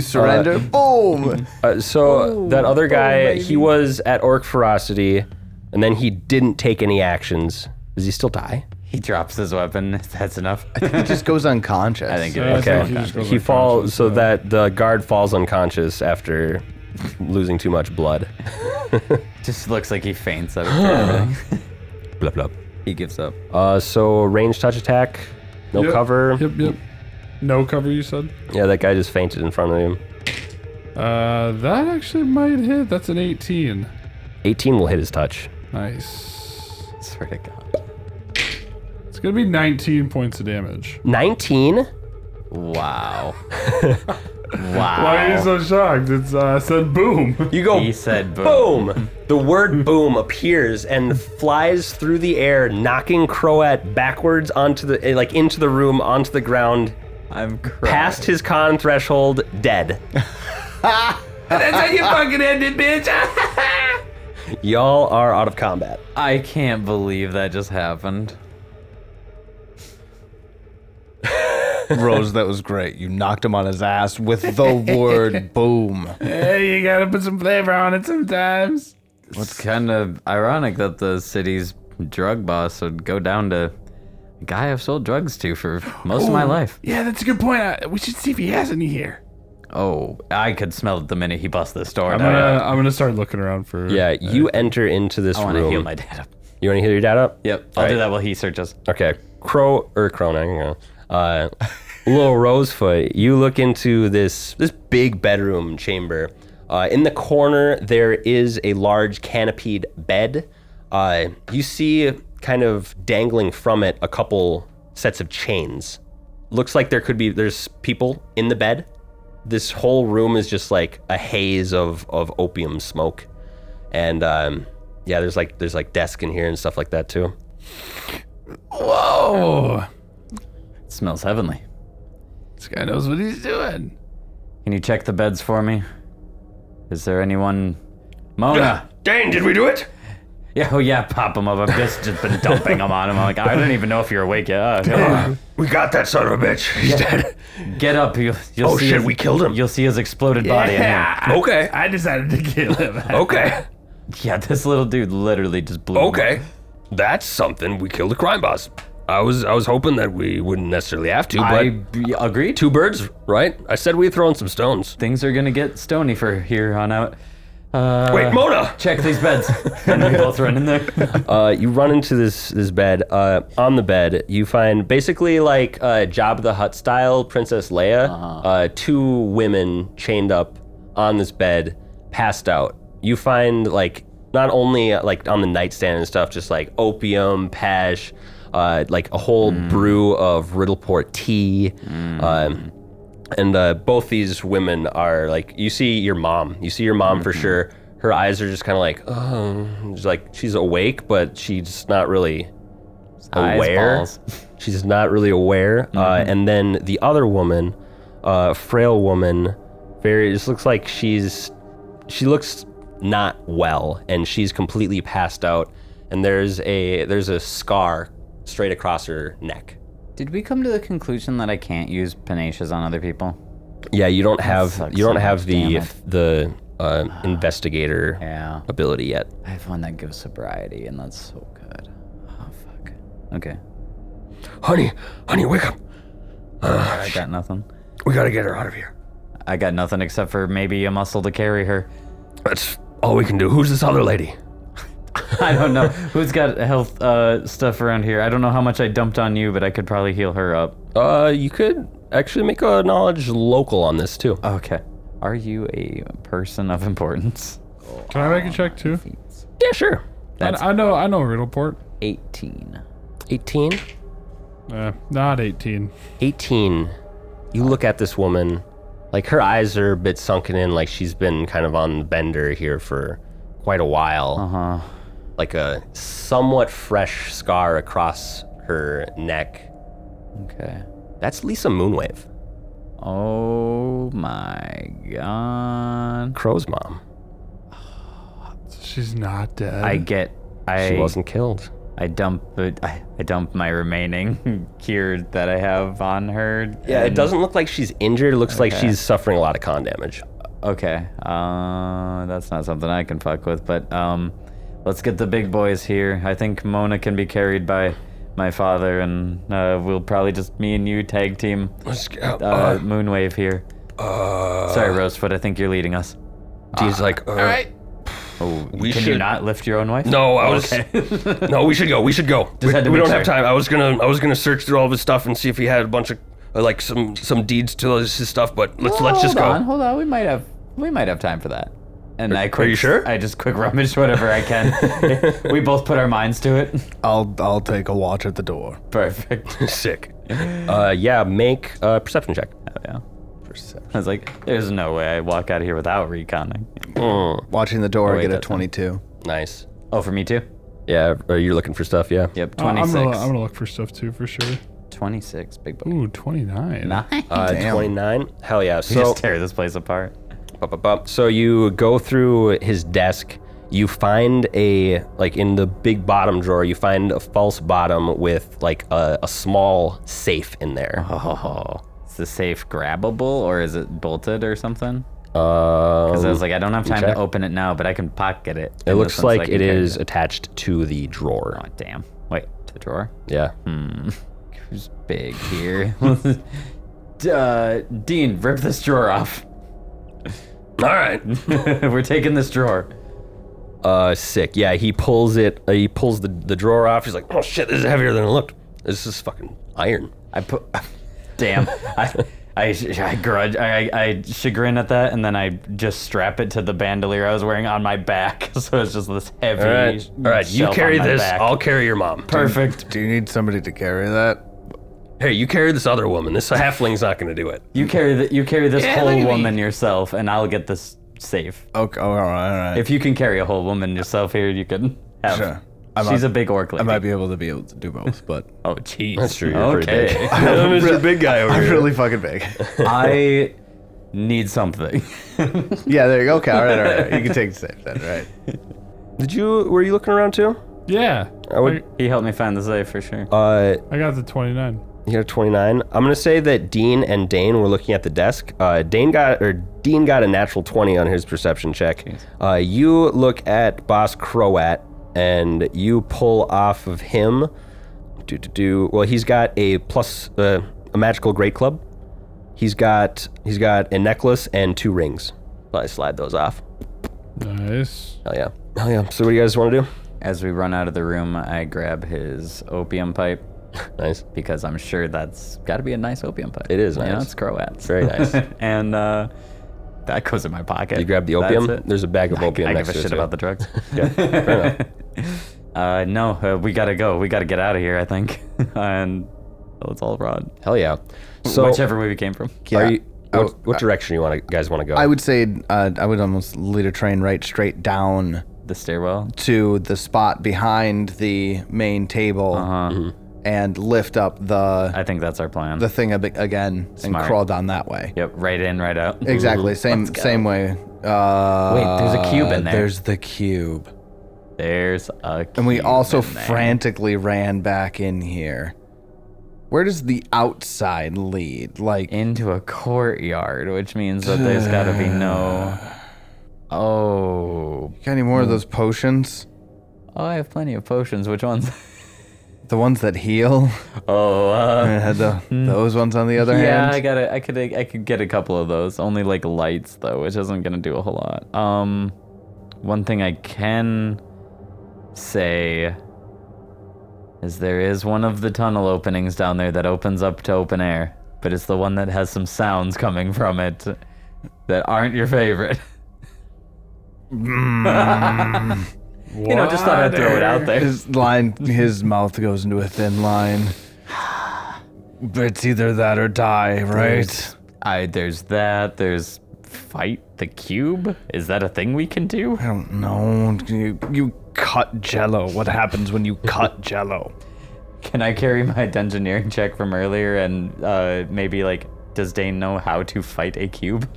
S3: surrender. Boom.
S1: Uh, so that other guy, he was at Orc Ferocity, and then he didn't take any actions. Does he still die?
S2: He drops his weapon. if That's enough.
S3: He just goes unconscious.
S2: I think it
S4: Yeah, I
S2: is.
S4: think
S2: Okay.
S4: he just goes
S1: He
S4: unconscious,
S1: falls, so that the guard falls unconscious after losing too much blood.
S2: Just looks like he faints out of everything.
S1: Blup, blup.
S2: He gives up.
S1: Uh, so range touch attack, no
S4: Yep,
S1: cover.
S4: Yep, yep. No cover, you said.
S1: Yeah, that guy just fainted in front of him.
S4: Uh, that actually might hit. That's an 18.
S1: 18 will hit his touch.
S4: Nice.
S2: Swear to God.
S4: It's gonna be 19 points of damage.
S1: 19?
S2: Wow.
S4: Why are you
S2: wow.
S4: so shocked? It's uh, I said boom.
S1: You go
S2: He said boom.
S1: boom. The word boom appears and flies through the air, knocking Croat backwards onto the eh, like into the room, onto the ground,
S2: I'm crying.
S1: past his con threshold, dead.
S5: That's how you fucking end it, bitch!
S1: Y'all are out of combat.
S2: I can't believe that just happened.
S3: Rose, that was great. You knocked him on his ass with the word boom.
S4: hey, you gotta put some flavor on it sometimes.
S2: It's kind of ironic that the city's drug boss would go down to a guy I've sold drugs to for most of my life.
S4: Yeah, that's a good point. I, we should see if he has any here.
S2: Oh, I could smell it the minute he busts this door.
S4: I'm
S2: down.
S4: gonna I'm gonna start looking around for.
S1: Yeah, you enter into this
S2: uh, I want to
S1: room.
S2: heal my dad up.
S1: you want to heal your dad up?
S2: Yep, I'll
S1: Alright.
S2: do that while he searches.
S1: Okay, Crow or Crona, you know. Uh, little Rosefoot, you look into this this big bedroom chamber. Uh, in the corner, there is a large canopied bed. Uh, you see, kind of dangling from it, a couple sets of chains. Looks like there could be there's people in the bed. This whole room is just like a haze of of opium smoke, and um, yeah, there's like there's like desk in here and stuff like that too.
S4: Whoa!
S2: It smells heavenly.
S4: This guy knows what he's doing.
S2: Can you check the beds for me? Is there anyone? Mona.
S7: Dane, did we do it?
S2: Yeah, oh yeah, pop them up. I've just, just been dumping them on him. I'm like, I don't even know if you're awake yet. Uh, come on.
S7: We got that son of a bitch. He's dead.
S2: Get up. You'll, you'll
S7: Oh
S2: see
S7: shit,
S2: his,
S7: we killed him.
S2: You'll see his exploded body in here.
S7: Okay.
S4: I decided to kill him.
S7: Okay.
S2: Yeah, this little dude literally just blew. him up.
S7: Okay. That's something. We killed a crime boss. I was I was hoping that we wouldn't necessarily have to, but
S2: I b- agree.
S7: two birds, right? I said we throw in some stones.
S2: Things are gonna get stony for here on out. Uh,
S7: Wait, Mona.
S2: Check these beds. and we both run in there.
S1: Uh, you run into this this bed. Uh, on the bed, you find basically like uh, Jabba the Hutt style Princess Leia. uh two women chained up on this bed, passed out. You find like not only uh, like on the nightstand and stuff, just like opium, pash, uh, like a whole brew of Riddleport tea. Um,
S2: Mm-hmm.
S1: and uh, both these women are like you see your mom you see your mom for sure her eyes are just kind of like, oh, she's like she's awake, but she's not really
S2: Eyes,
S1: aware.
S2: balls. Mm-hmm.
S1: She's not really aware. Uh, and then the other woman, uh, frail woman, very just looks like she's she looks not well, and she's completely passed out. And there's a there's a scar straight across her neck.
S2: Did we come to the conclusion that I can't use panaches on other people?
S1: Yeah, you don't have
S2: sucks
S1: you don't
S2: so
S1: have
S2: much,
S1: the
S2: damn it.
S1: the uh, investigator
S2: Yeah.
S1: ability yet.
S2: I have one that gives sobriety, and that's so good. Oh, fuck. Okay.
S7: Honey, honey, wake up.
S2: I got nothing.
S7: We gotta get her out of here.
S2: I got nothing except for maybe a muscle to carry her.
S7: That's all we can do. Who's this other lady?
S2: I don't know. Who's got health uh, stuff around here? I don't know how much I dumped on you, but I could probably heal her up.
S1: Uh, you could actually make a knowledge local on this too. Uh,
S2: Okay. Are you a person of importance?
S4: Can I make a check too?
S1: yeah, sure.
S2: That's
S4: I, I know, I know Riddleport.
S2: 18.
S1: 18?
S4: Uh, not 18.
S1: 18. You look at this woman, like her eyes are a bit sunken in, like she's been kind of on the bender here for quite a while.
S2: Uh huh.
S1: Like a somewhat fresh scar across her neck.
S2: Okay.
S1: That's Lisa Moonwave,
S2: Oh my god.
S1: Crow's mom.
S4: She's not dead.
S2: I get. I
S1: She wasn't killed.
S2: I dump it. I, I dump my remaining cured that I have on her.
S1: Yeah, it
S2: and-
S1: doesn't look like she's injured. It looks like
S2: Okay.
S1: she's suffering a lot of con damage.
S2: Okay. Uh, that's not something I can fuck with, but um, let's get the big boys here. I think Mona can be carried by my father, and uh, we'll probably just me and you tag team
S7: Let's get out.
S2: uh, Moonwave here. Sorry, Rosefoot. I think you're leading us.
S7: Dean's like, Uh, all right.
S2: uh, Oh,
S7: We
S2: can you
S7: should-
S2: not lift your own wife?
S7: No, I was. no, we should go. We should go. We,
S2: had to
S7: we
S2: make
S7: don't have
S2: sure.
S7: time. I was gonna. I was gonna search through all of his stuff and see if he had a bunch of uh, like some some deeds to his his stuff. But let's
S2: Well,
S7: let's just
S2: hold
S7: go.
S2: on, hold on. We might have we might have time for that. And I quick,
S7: you sure?
S2: I just quick rummage whatever I can. we both put our minds to it.
S3: I'll I'll take a watch at the door.
S2: Perfect.
S7: Sick.
S1: Uh, yeah, make a perception check.
S2: Yeah. I was like, there's no way I walk out of here without reconning.
S3: Watching the door,
S2: Oh, wait,
S3: I get a
S2: that's fine.
S3: 22.
S1: Nice.
S2: Oh, for me too?
S1: Yeah, or you're looking for stuff, yeah.
S2: Yep,
S4: Uh, I'm
S2: 26.
S4: gonna, I'm gonna look for stuff too for sure.
S2: 26, big boy.
S4: Ooh, 29.
S2: Nah.
S1: Uh,
S3: Damn.
S1: 29. Hell yeah.
S2: You
S1: So,
S2: just tear this place apart.
S1: bup, bup, bup. so you go through his desk. You find a, like in the big bottom drawer, you find a false bottom with like a, a small safe in there.
S2: Oh. Is the safe grabbable or is it bolted or something? Because I
S1: Um,
S2: was like, I don't have time
S1: check.
S2: to open it now, but I can pocket it.
S1: it
S2: And
S1: looks
S2: this one's
S1: like
S2: I
S1: it
S2: can
S1: is
S2: carry
S1: attached to the drawer.
S2: Oh, damn. Wait, to the drawer?
S1: Yeah.
S2: Who's big here? uh, Dean, rip this drawer off.
S7: All right.
S2: We're taking this drawer.
S1: Uh, sick. Yeah, he pulls it. Uh, he pulls the, the drawer off. He's like,
S7: Oh shit! This is heavier than it looked. This is fucking iron.
S2: I put. Damn. I. I, sh- I grudge. I, I, I chagrin at that, and then I just strap it to the bandolier I was wearing on my back. So it's just this heavy.
S7: All right. All right. You
S2: shelf on
S7: carry
S2: my
S7: this.
S2: back.
S7: I'll carry your mom.
S2: Perfect.
S3: Do you need somebody to carry that?
S7: Hey, you carry this other woman. This halfling's not gonna do it.
S2: You carry the, You carry this
S5: Yeah, look
S2: whole
S5: at
S2: woman yourself, and I'll get this safe.
S3: Okay, all right, all right.
S2: If you can carry a whole woman yourself here, you can have.
S3: Sure. I
S2: She's
S3: might-
S2: a big orc lady.
S3: I might be able to be able to do both, but
S2: Oh, jeez.
S1: That's true, you're pretty
S2: Okay.
S1: big.
S7: Mr. Big Guy over
S3: I'm really fucking big.
S2: I need something.
S3: yeah, there you go. Okay, all right, all right. You can take the safe then, right?
S1: "Did you? Were you looking around too?"
S4: Yeah.
S1: I would.
S2: he helped me find the safe for sure.
S1: Uh,
S4: I got the 29.
S1: Here, 29. I'm gonna say that Dean and Dane were looking at the desk. Uh, Dane got or Dean got a natural 20 on his perception check. Uh, you look at Boss Croat and you pull off of him. Do do do. Well, he's got a plus uh, a magical great club. He's got he's got a necklace and two rings. I slide those off.
S4: Nice.
S1: Hell yeah. Hell yeah. So what do you guys want to do?
S2: As we run out of the room, I grab his opium pipe
S1: Nice.
S2: because I'm sure that's got to be a nice opium pipe.
S1: It is
S2: You know,
S1: nice.
S2: it's Croats.
S1: Very nice.
S2: and uh, that goes in my pocket.
S1: You grab the
S2: That's
S1: opium.
S2: it.
S1: There's a bag of opium
S2: I
S1: next
S2: give a
S1: to
S2: shit
S1: it,
S2: about the drugs. uh, no, uh, we gotta go. We gotta get out of here. I think, and let's all run
S1: Hell yeah. So
S2: whichever way we came from.
S1: are you What, what direction you want to guys want to go?
S3: Oh, uh, I would say uh, I would almost lead a train right straight down
S2: The stairwell.
S3: to the spot behind the main table
S2: Mm-hmm.
S3: and lift up the
S2: Uh-huh. I think that's our plan.
S3: the thing a bit again and
S2: Smart.
S3: crawl down that way.
S2: yep, right in, right out.
S3: Exactly, same same way. Uh,
S2: Wait, there's a cube in there.
S3: There's the cube,
S2: There's a.
S3: and we
S2: cube
S3: also
S2: in there.
S3: frantically ran back in here. Where does the outside lead? Like
S2: into a courtyard, which means that there's got to be no. Oh,
S3: got any more of those potions?
S2: oh, I have plenty of potions. Which ones?
S3: The ones that heal.
S2: Oh,
S3: I
S2: uh,
S3: had the, those ones on the other
S2: yeah, I
S3: hand.
S2: got to I could, I could get a couple of those. Only like lights though, which isn't gonna do a whole lot. Um, one thing I can say is there is one of the tunnel openings down there that opens up to open air, but it's the one that has some sounds coming from it that aren't your favorite. You know, just thought I'd throw it out there.
S3: His line, his mouth goes into a thin line. It's either that or die, right?
S2: I there's that. There's fight the cube. Is that a thing we can do?
S3: I don't know. You, you cut jello. What happens when you cut jello?
S2: Can I carry my dungeoneering check from earlier and uh, maybe like does Dane know how to fight a cube?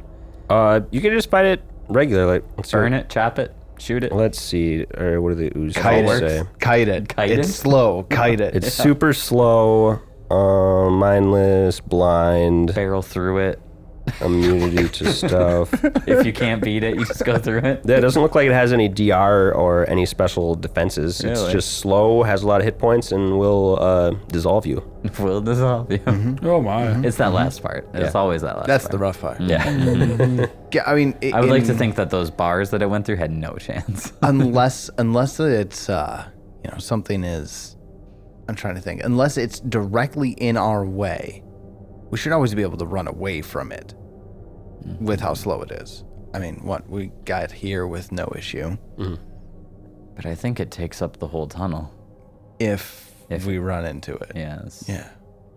S1: uh, you can just fight it regularly. Let's
S2: Burn it, chop it, shoot it.
S1: Let's see. Or what do the ooze
S3: Kite
S1: rules say?
S3: it. Kite it.
S2: Kite
S3: it's
S2: it?
S3: slow. Kite it.
S1: It's super slow, uh, mindless, blind,
S2: Barrel through it.
S1: immunity to stuff.
S2: If you can't beat it, you just go through it.
S1: That doesn't look like it has any DR or any special defenses. It's
S2: Really?
S1: just slow, has a lot of hit points, and will uh, dissolve you.
S2: We'll dissolve you.
S4: Oh my.
S2: It's that last part. It's always that last
S3: That's
S2: part.
S3: the rough part.
S2: yeah.
S3: Yeah, I mean,
S2: I would like to
S3: in-
S2: think that those bars that I went through had no chance.
S3: unless unless it's uh you know something is i'm trying to think unless it's directly in our way we should always be able to run away from it
S2: Mm-hmm.
S3: with how slow it is i mean what we got here with no issue
S2: but I think it takes up the whole tunnel.
S3: if,
S2: If-
S3: we run into it
S2: Yes.
S3: yeah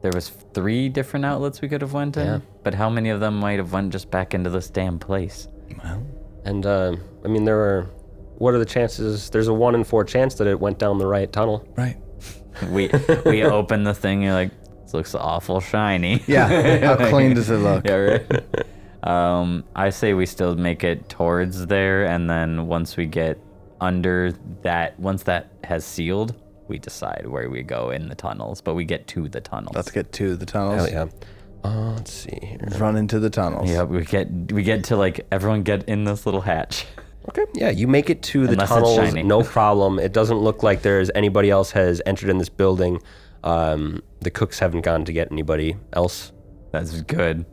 S2: There was three different outlets we could have went in, but how many of them might have went just back into this damn place?
S3: well
S1: And uh, I mean, there are. What are the chances? There's a one in four chance that it went down the right tunnel.
S3: right
S2: We we open the thing, you're like, this looks awful shiny.
S3: yeah how clean does it look
S2: yeah, right. um, I say we still make it towards there, and then once we get under that, once that has sealed, we decide where we go in the tunnels. But we get to the tunnels.
S3: let's get to the tunnels
S1: Hell yeah. Uh, let's see here.
S3: run into the tunnels
S2: yeah. We get we get to like everyone get in this little hatch.
S1: Okay. Yeah, you make it to the
S2: Unless it's
S1: tunnels,
S2: shiny.
S1: no problem. It doesn't look like there's anybody else has entered in this building. Um, the cooks haven't gone to get anybody else
S2: That's good.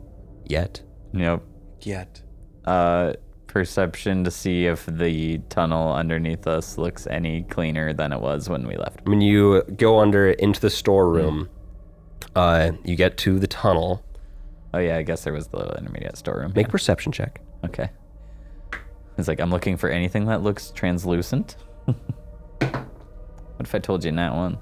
S1: yet.
S2: Yep.
S3: yet
S2: uh, perception to see if the tunnel underneath us looks any cleaner than it was when we left.
S1: When you go under into the storeroom,
S2: Hmm.
S1: uh, you get to the tunnel.
S2: Oh yeah, I guess there was the intermediate storeroom.
S1: Make a perception check.
S2: Okay. It's like I'm looking for anything that looks translucent. what if I told you that one?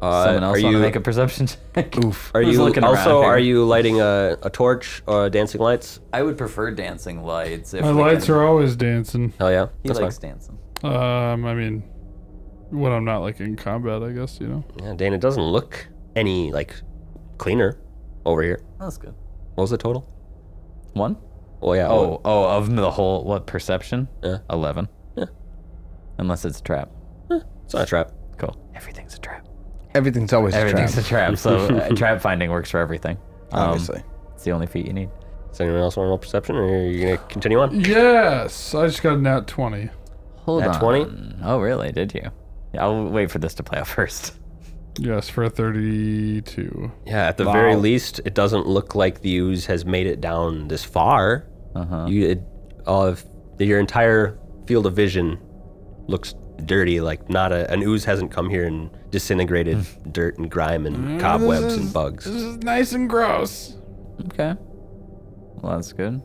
S1: Uh,
S2: Someone else
S1: are you
S2: want to make a perception check? Oof.
S1: are you also are you lighting a, a torch or dancing lights?
S2: I would prefer dancing lights. If
S4: My
S2: we
S4: lights
S2: can-
S4: are always dancing.
S1: Hell yeah,
S2: He
S1: that's
S2: likes
S1: fine.
S2: dancing.
S4: Um, I mean, when I'm not like in combat, I guess you know.
S1: Yeah, Dane, it doesn't look any like cleaner over here.
S2: That's good.
S1: What was the total?
S2: One.
S1: Well, yeah.
S2: Oh, oh, of the whole what perception?
S1: Yeah.
S2: Eleven.
S1: Yeah.
S2: Unless it's a trap.
S1: it's not a trap.
S2: Cool. Everything's a trap.
S3: everything's always a trap
S2: Everything's a trap. So uh, trap finding works for everything. Um,
S3: obviously
S2: it's the only feat you need.
S1: Does anyone else want to roll perception, or are you gonna continue on?
S4: Yes, I just got a nat twenty.
S2: Hold
S1: Nat
S2: on.
S1: 20?
S2: Oh, really? Did you? Yeah, I'll wait for this to play out first.
S4: Yes, for a thirty-two.
S1: Yeah, at the very least, it doesn't look like the ooze has made it down this far.
S2: Uh-huh.
S1: You, it, all of your entire field of vision looks dirty. Like not a, an ooze hasn't come here and disintegrated dirt and grime
S2: Mm,
S1: and cobwebs and bugs.
S4: This is nice and gross.
S2: Okay. Well, that's good.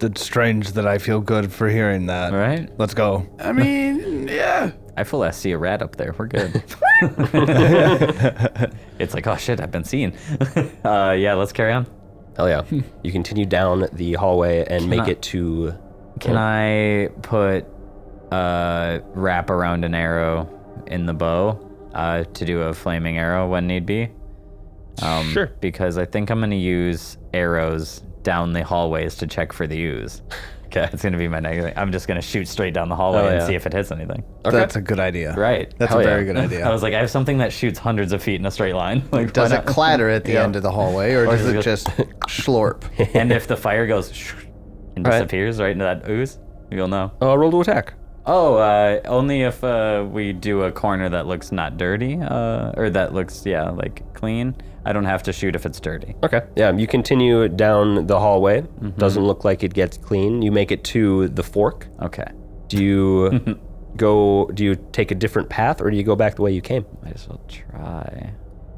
S3: it's strange that i feel good for hearing that
S2: All right.
S3: let's go
S4: I mean, yeah.
S2: I full ass see a rat up there. We're good. it's like, oh shit, I've been seen. uh, yeah, let's carry on.
S1: Hell yeah. you continue down the hallway and make
S2: I-
S1: it to.
S2: Can I put uh, wrap around an arrow in the bow uh, to do a flaming arrow when need be? Um,
S1: Sure.
S2: Because I think I'm going to use arrows down the hallways to check for the ooze.
S1: Okay.
S2: It's going to be my next thing. I'm just going to shoot straight down the hallway
S1: Hell
S2: and
S1: yeah.
S2: see if it hits anything.
S3: That's a good idea.
S2: Right.
S3: That's
S2: Hell
S3: a
S2: yeah.
S3: very good
S2: I
S3: idea.
S2: was like, I have something that shoots hundreds of feet in a straight line. Like,
S3: Does
S2: why
S3: it
S2: not?
S3: clatter at the end of the hallway, or, does
S2: does
S3: it
S2: it
S3: just slorp?
S2: and if the fire goes sh- and
S1: Right.
S2: disappears right into that ooze, you'll know.
S1: Uh, roll to attack.
S2: Oh, uh, only if uh, we do a corner that looks not dirty, uh, or that looks yeah like clean. I don't have to shoot if it's dirty.
S1: Okay. Yeah, you continue down the hallway.
S2: Mm-hmm.
S1: Doesn't look like it gets clean. You make it to the fork.
S2: Okay,
S1: Do you go? Do you take a different path, or do you go back the way you came?
S2: I just will try.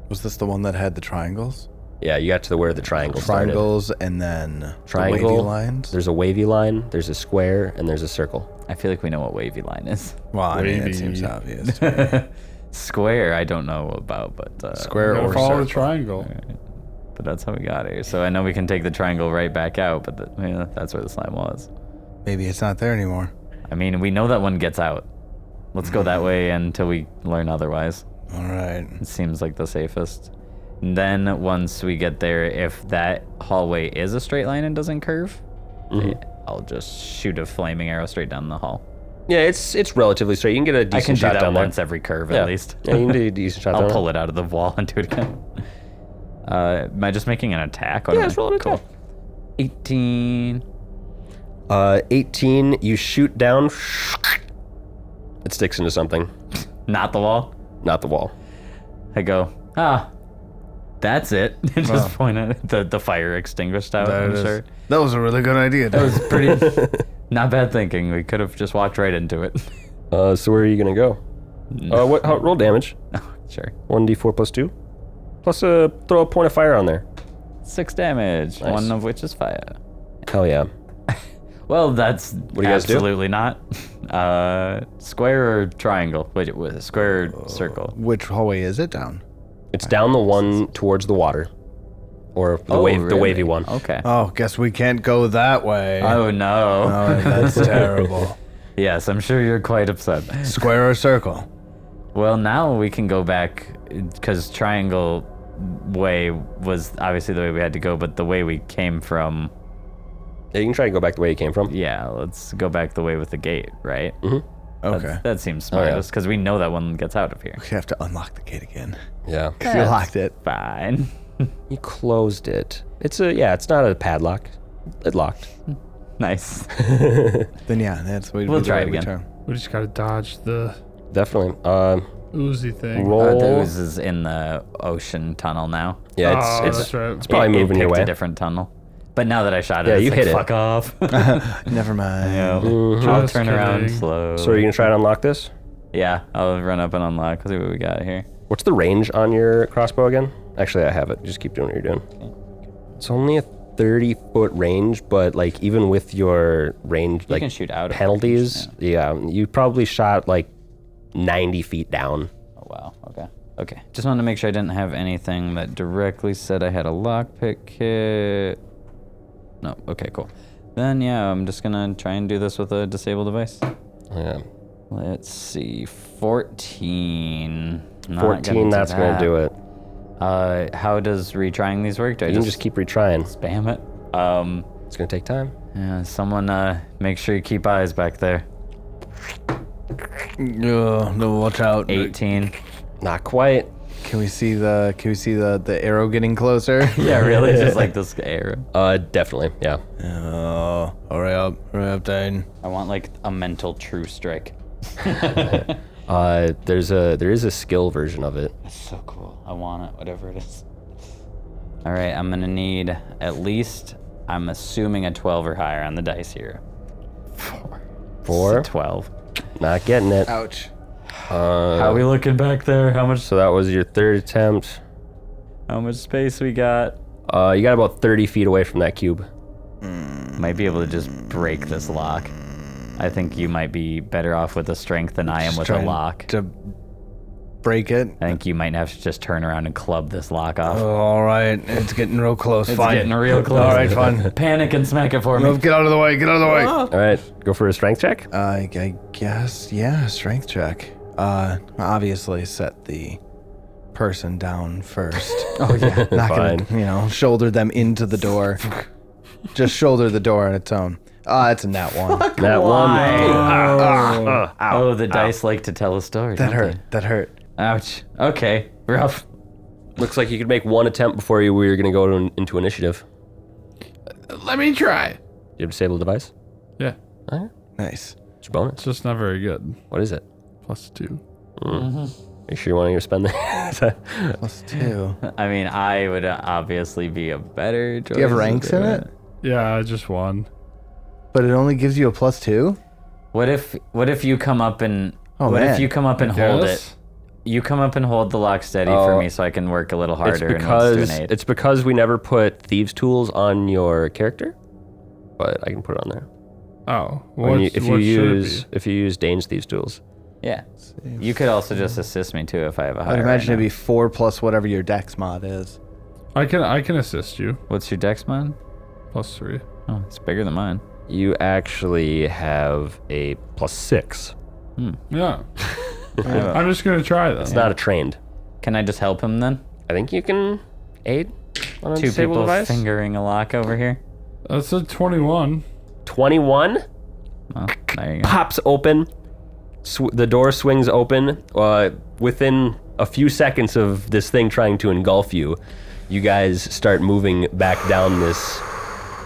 S3: Was this the one that had the triangles?
S1: Yeah, you got to the where the triangle started.
S3: Triangles and then
S1: Triangle.
S3: the wavy lines.
S1: There's a wavy line. There's a square, and there's a circle.
S2: I feel like we know what wavy line is.
S3: Well, I mean, it
S4: Wavy.
S3: seems obvious. to me.
S2: Square, I don't know about, but uh,
S3: Square
S4: Gotta
S3: or
S4: follow the
S3: circle.
S4: triangle.
S2: But that's how we got here. So I know we can take the triangle right back out. But the, yeah, that's where the slime was.
S3: Maybe it's not there anymore.
S2: I mean, we know that one gets out. Let's go that way until we learn otherwise.
S3: All right.
S2: It seems like the safest. And then once we get there, if that hallway is a straight line and doesn't curve, I'll just shoot a flaming arrow straight down the hall.
S1: Yeah, it's it's relatively straight. You can get a
S2: I
S1: decent
S2: can do
S1: shot
S2: that
S1: down
S2: once
S1: there.
S2: every curve
S1: yeah.
S2: at least.
S1: yeah, you can do a decent shot
S2: I'll
S1: down
S2: pull it out of the wall and do it again. Uh, am I just making an attack?
S1: Yeah, it's rolling
S2: cool.
S1: attack.
S2: 18.
S1: Uh, 18. You shoot down. It sticks into something,
S2: Not the wall.
S1: not the wall.
S2: I go, ah, that's it. And just point at the, the fire extinguished out,
S3: There
S2: I'm
S3: it is.
S2: sure.
S3: That was a really good idea.
S2: That was pretty. not bad thinking. We could have just walked right into it.
S1: Uh, so where are you gonna go? Uh, what? How, roll damage.
S2: sure.
S1: One d4 plus two, plus uh, throw a point of fire on there.
S2: Six damage,
S1: Nice.
S2: one of which is fire.
S1: Hell yeah.
S2: Well, that's
S1: do you guys do?
S2: absolutely not. Uh, square or triangle? Wait, it was a square
S1: Oh.
S2: or circle?
S3: Which hallway is it down?
S1: It's down the one towards the water, or the
S2: Oh,
S1: wave, the
S2: really?
S1: wavy one. Uh,
S2: Okay.
S3: Oh, guess we can't go that way.
S2: oh no.
S3: Oh, that's terrible.
S2: Yes, I'm sure you're quite upset.
S3: Square or circle?
S2: Well, now we can go back because triangle way was obviously the way we had to go, but the way we came from.
S1: Yeah, you can try to go back the way you came from.
S2: Yeah, let's go back the way with the gate, right?
S3: Okay.
S2: That's- That seems smartest because we know that one gets out of here.
S3: we have to unlock the gate again.
S1: Yeah.
S3: You locked it.
S2: Fine.
S1: You closed it. It's a yeah. It's not a padlock. It locked.
S2: nice.
S3: Then yeah, that's we,
S2: We'll
S3: we-
S2: try it
S3: we
S2: again.
S3: turn.
S4: We just gotta dodge the
S1: Definitely. Uh,
S4: oozy thing.
S1: roll.
S2: Uh, the ooze is in the ocean tunnel now.
S1: Yeah, it's
S4: Oh,
S1: it's
S4: that's right.
S1: it's probably
S2: It- it
S1: moving your
S2: picked
S1: way.
S2: a different tunnel. But now that I shot it,
S1: Yeah,
S2: it's
S1: you
S2: like,
S1: hit it.
S2: Fuck off.
S3: Never mind.
S2: I'll
S4: Just
S2: turn around
S4: kidding.
S2: slow.
S1: So are you gonna try to unlock this?
S2: Yeah, I'll run up and unlock. See what we got here.
S1: What's the range on your crossbow again? Actually, I have it. Just keep doing what you're doing. It's only a 30 foot range, but like even with your range, like
S2: can shoot out of
S1: penalties, yeah. you probably shot like 90 feet down.
S2: Oh wow. Okay. Okay. Just wanted to make sure I didn't have anything that directly said I had a lockpick kit. No. Okay. Cool. Then yeah, I'm just gonna try and do this with a disabled device.
S1: Yeah.
S2: Let's see, 14. Not gonna
S1: 14,
S2: do
S1: that's going
S2: that.
S1: to do it.
S2: Uh, how does retrying these work? Do I
S1: You can
S2: just,
S1: just keep retrying.
S2: spam it? Um,
S1: It's going to take time.
S2: yeah, someone uh, make sure you keep eyes back there.
S3: Ugh, no, watch out.
S2: 18.
S1: Not quite.
S3: Can we see the Can we see the the arrow getting closer?
S2: yeah, really? Just like this arrow.
S1: Uh, definitely. Yeah.
S3: oh, hurry up, hurry up, Dane.
S2: I want like a mental true strike.
S1: Uh, there's a there is a skill version of it.
S2: That's so cool. I want it, whatever it is. All right, I'm gonna need at least, I'm assuming a 12 or higher on the dice here. It's
S1: Four.
S2: a 12.
S1: Not getting it.
S3: Ouch.
S2: How we looking back there? How much
S1: So that was your third attempt.
S2: How much space we got?
S1: Uh, you got about 30 feet away from that cube.
S2: Might be able to just break this lock. I think you might be better off with a strength than I am with a
S3: Trying
S2: lock.
S3: to break it. Oh,
S2: I think you might have to just turn around and club this lock off.
S3: All right, it's getting real close.
S2: it's
S3: fine.
S2: getting real close.
S3: All right, fine.
S2: Panic and smack it for me.
S3: Move, get out of the way. Get out of the way.
S1: All right, go for a strength check.
S3: I, I guess, yeah, strength check. Uh, obviously set the person down first. oh yeah, not gonna, you know, shoulder them into the door. Just shoulder the door on its own. Ah, it's a nat one.
S1: That one.
S2: oh, the dice like to tell a story.
S3: That
S2: don't
S3: hurt. That hurt.
S2: they? Ouch. Okay. Rough.
S1: Looks like you could make one attempt before you were going to go to, into initiative.
S5: Let me try.
S1: You have disabled device.
S4: Yeah,
S3: Nice.
S1: It's your bonus.
S4: it's just not very good.
S1: What is it?
S4: Plus two.
S1: Are you sure you want to spend the?
S3: Plus two.
S2: I mean, I would obviously be a better.
S3: Do you have ranks in it?
S4: Yeah, I just won.
S3: But it only gives you a plus two.
S2: What if What if you come up and
S3: Oh,
S2: What if
S3: man.
S2: you come up and hold
S4: Yes?
S2: it? You come up and hold the lock steady for
S1: Oh.
S2: me, so I can work a little harder.
S1: it's
S2: and let's
S1: because
S2: do an eight.
S1: it's because we never put thieves' tools on your character, but I can put it on there.
S4: Oh,
S1: When
S4: what,
S1: you- if
S4: what
S1: you
S4: should it
S1: use
S4: be?
S1: if you use Dane's thieves' tools,
S2: yeah. You could also just assist me too if I have a higher.
S3: I'd imagine
S2: right
S3: it'd be four plus whatever your dex mod is.
S4: I can I can assist you.
S2: now. What's your dex mod?
S4: Plus three.
S2: Oh, it's bigger than mine.
S1: you actually have a plus six.
S4: Yeah. I'm just gonna try this.
S1: It's not a trained.
S2: Can I just help him then?
S1: I think you can aid on a
S2: Two
S1: disabled
S2: people
S1: device.
S2: fingering a lock over here.
S4: That's a 21.
S1: Twenty-one.
S2: Oh, there you go.
S1: pops open. Sw- the door swings open. Uh, within a few seconds of this thing trying to engulf you, you guys start moving back down this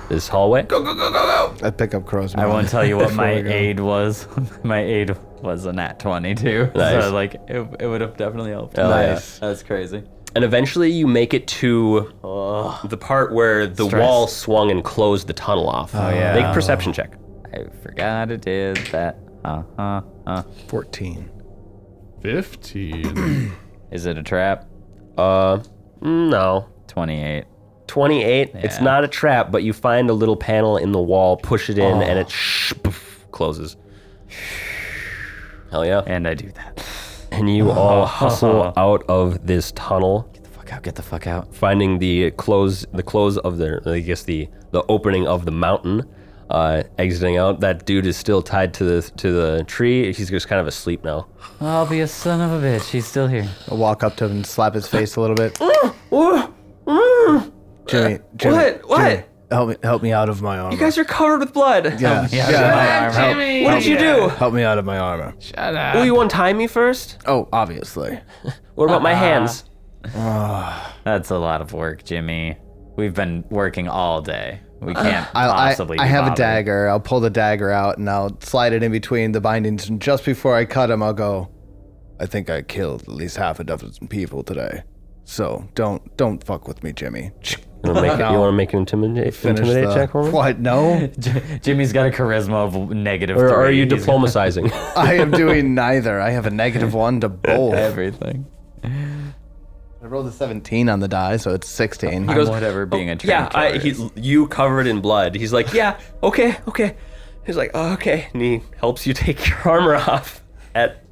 S1: this hallway.
S5: Go, go, go, go,
S3: I'd pick up crow's.
S2: I
S3: mod.
S2: won't tell you what my
S3: we go.
S2: aid was. my aid was a nat 22.
S1: Nice.
S2: So, like, it, it would have definitely helped.
S3: Oh.
S1: Hell yeah.
S3: Nice.
S2: That's crazy.
S1: And eventually, you make it to
S2: Oh,
S1: the part where the
S2: Stress.
S1: wall swung and closed the tunnel off. Oh
S2: yeah.
S1: Make a perception check.
S2: I forgot it did that. Uh huh. Uh.
S3: Fourteen.
S4: 15.
S2: Is it a trap?
S1: Uh, no.
S2: 28.
S1: 28. It's
S2: Yeah.
S1: not a trap, but you find a little panel in the wall, push it in, and
S2: Oh.
S1: it sh- poof, closes. Hell yeah.
S2: And I do that.
S1: and you all hustle out of this tunnel,
S2: Get the fuck out. Get the fuck out.
S1: finding the close the close of the I guess the the opening of the mountain, uh, exiting out. That dude is still tied to the to the tree. He's just kind of asleep now.
S2: I'll be a son of a bitch. He's still here.
S3: I'll walk up to him and slap his face a little bit. Jimmy, Jimmy,
S1: Uh, What? What?
S3: Jimmy, help me, help me out of my armor. You
S1: are covered with blood.
S3: yeah, yeah,
S5: go. Jimmy.
S1: What did you do?
S3: help me out of my armor.
S5: Shut up.
S1: Will you untie me first?
S3: Oh, obviously.
S1: What about my hands?
S2: That's a lot of work, Jimmy. We've been working all day. We can't
S3: Uh, I, I,
S2: possibly.
S3: I
S2: be
S3: have a
S2: bothered.
S3: dagger. I'll pull the dagger out and I'll slide it in between the bindings. And just before I cut him, I'll go. I think I killed at least half a dozen people today. So don't don't fuck with me, Jimmy.
S1: You want to make, it- you wanna make an intimidate, intimidate
S3: the-
S1: check for me?
S3: What? No,
S2: J- Jimmy's got a charisma of negative
S1: Or
S2: three.
S1: are you
S2: He's got
S1: diplomatizing?
S3: I am doing neither. I have a negative one to both.
S2: Everything.
S3: I rolled a 17 on the die, so it's 16.
S2: Goes, whatever being a train
S1: "Oh, yeah,
S2: killer
S1: I,
S2: is.
S1: he, you covered in blood. He's like, yeah, okay, okay. He's like, oh, okay, and he helps you take your armor off at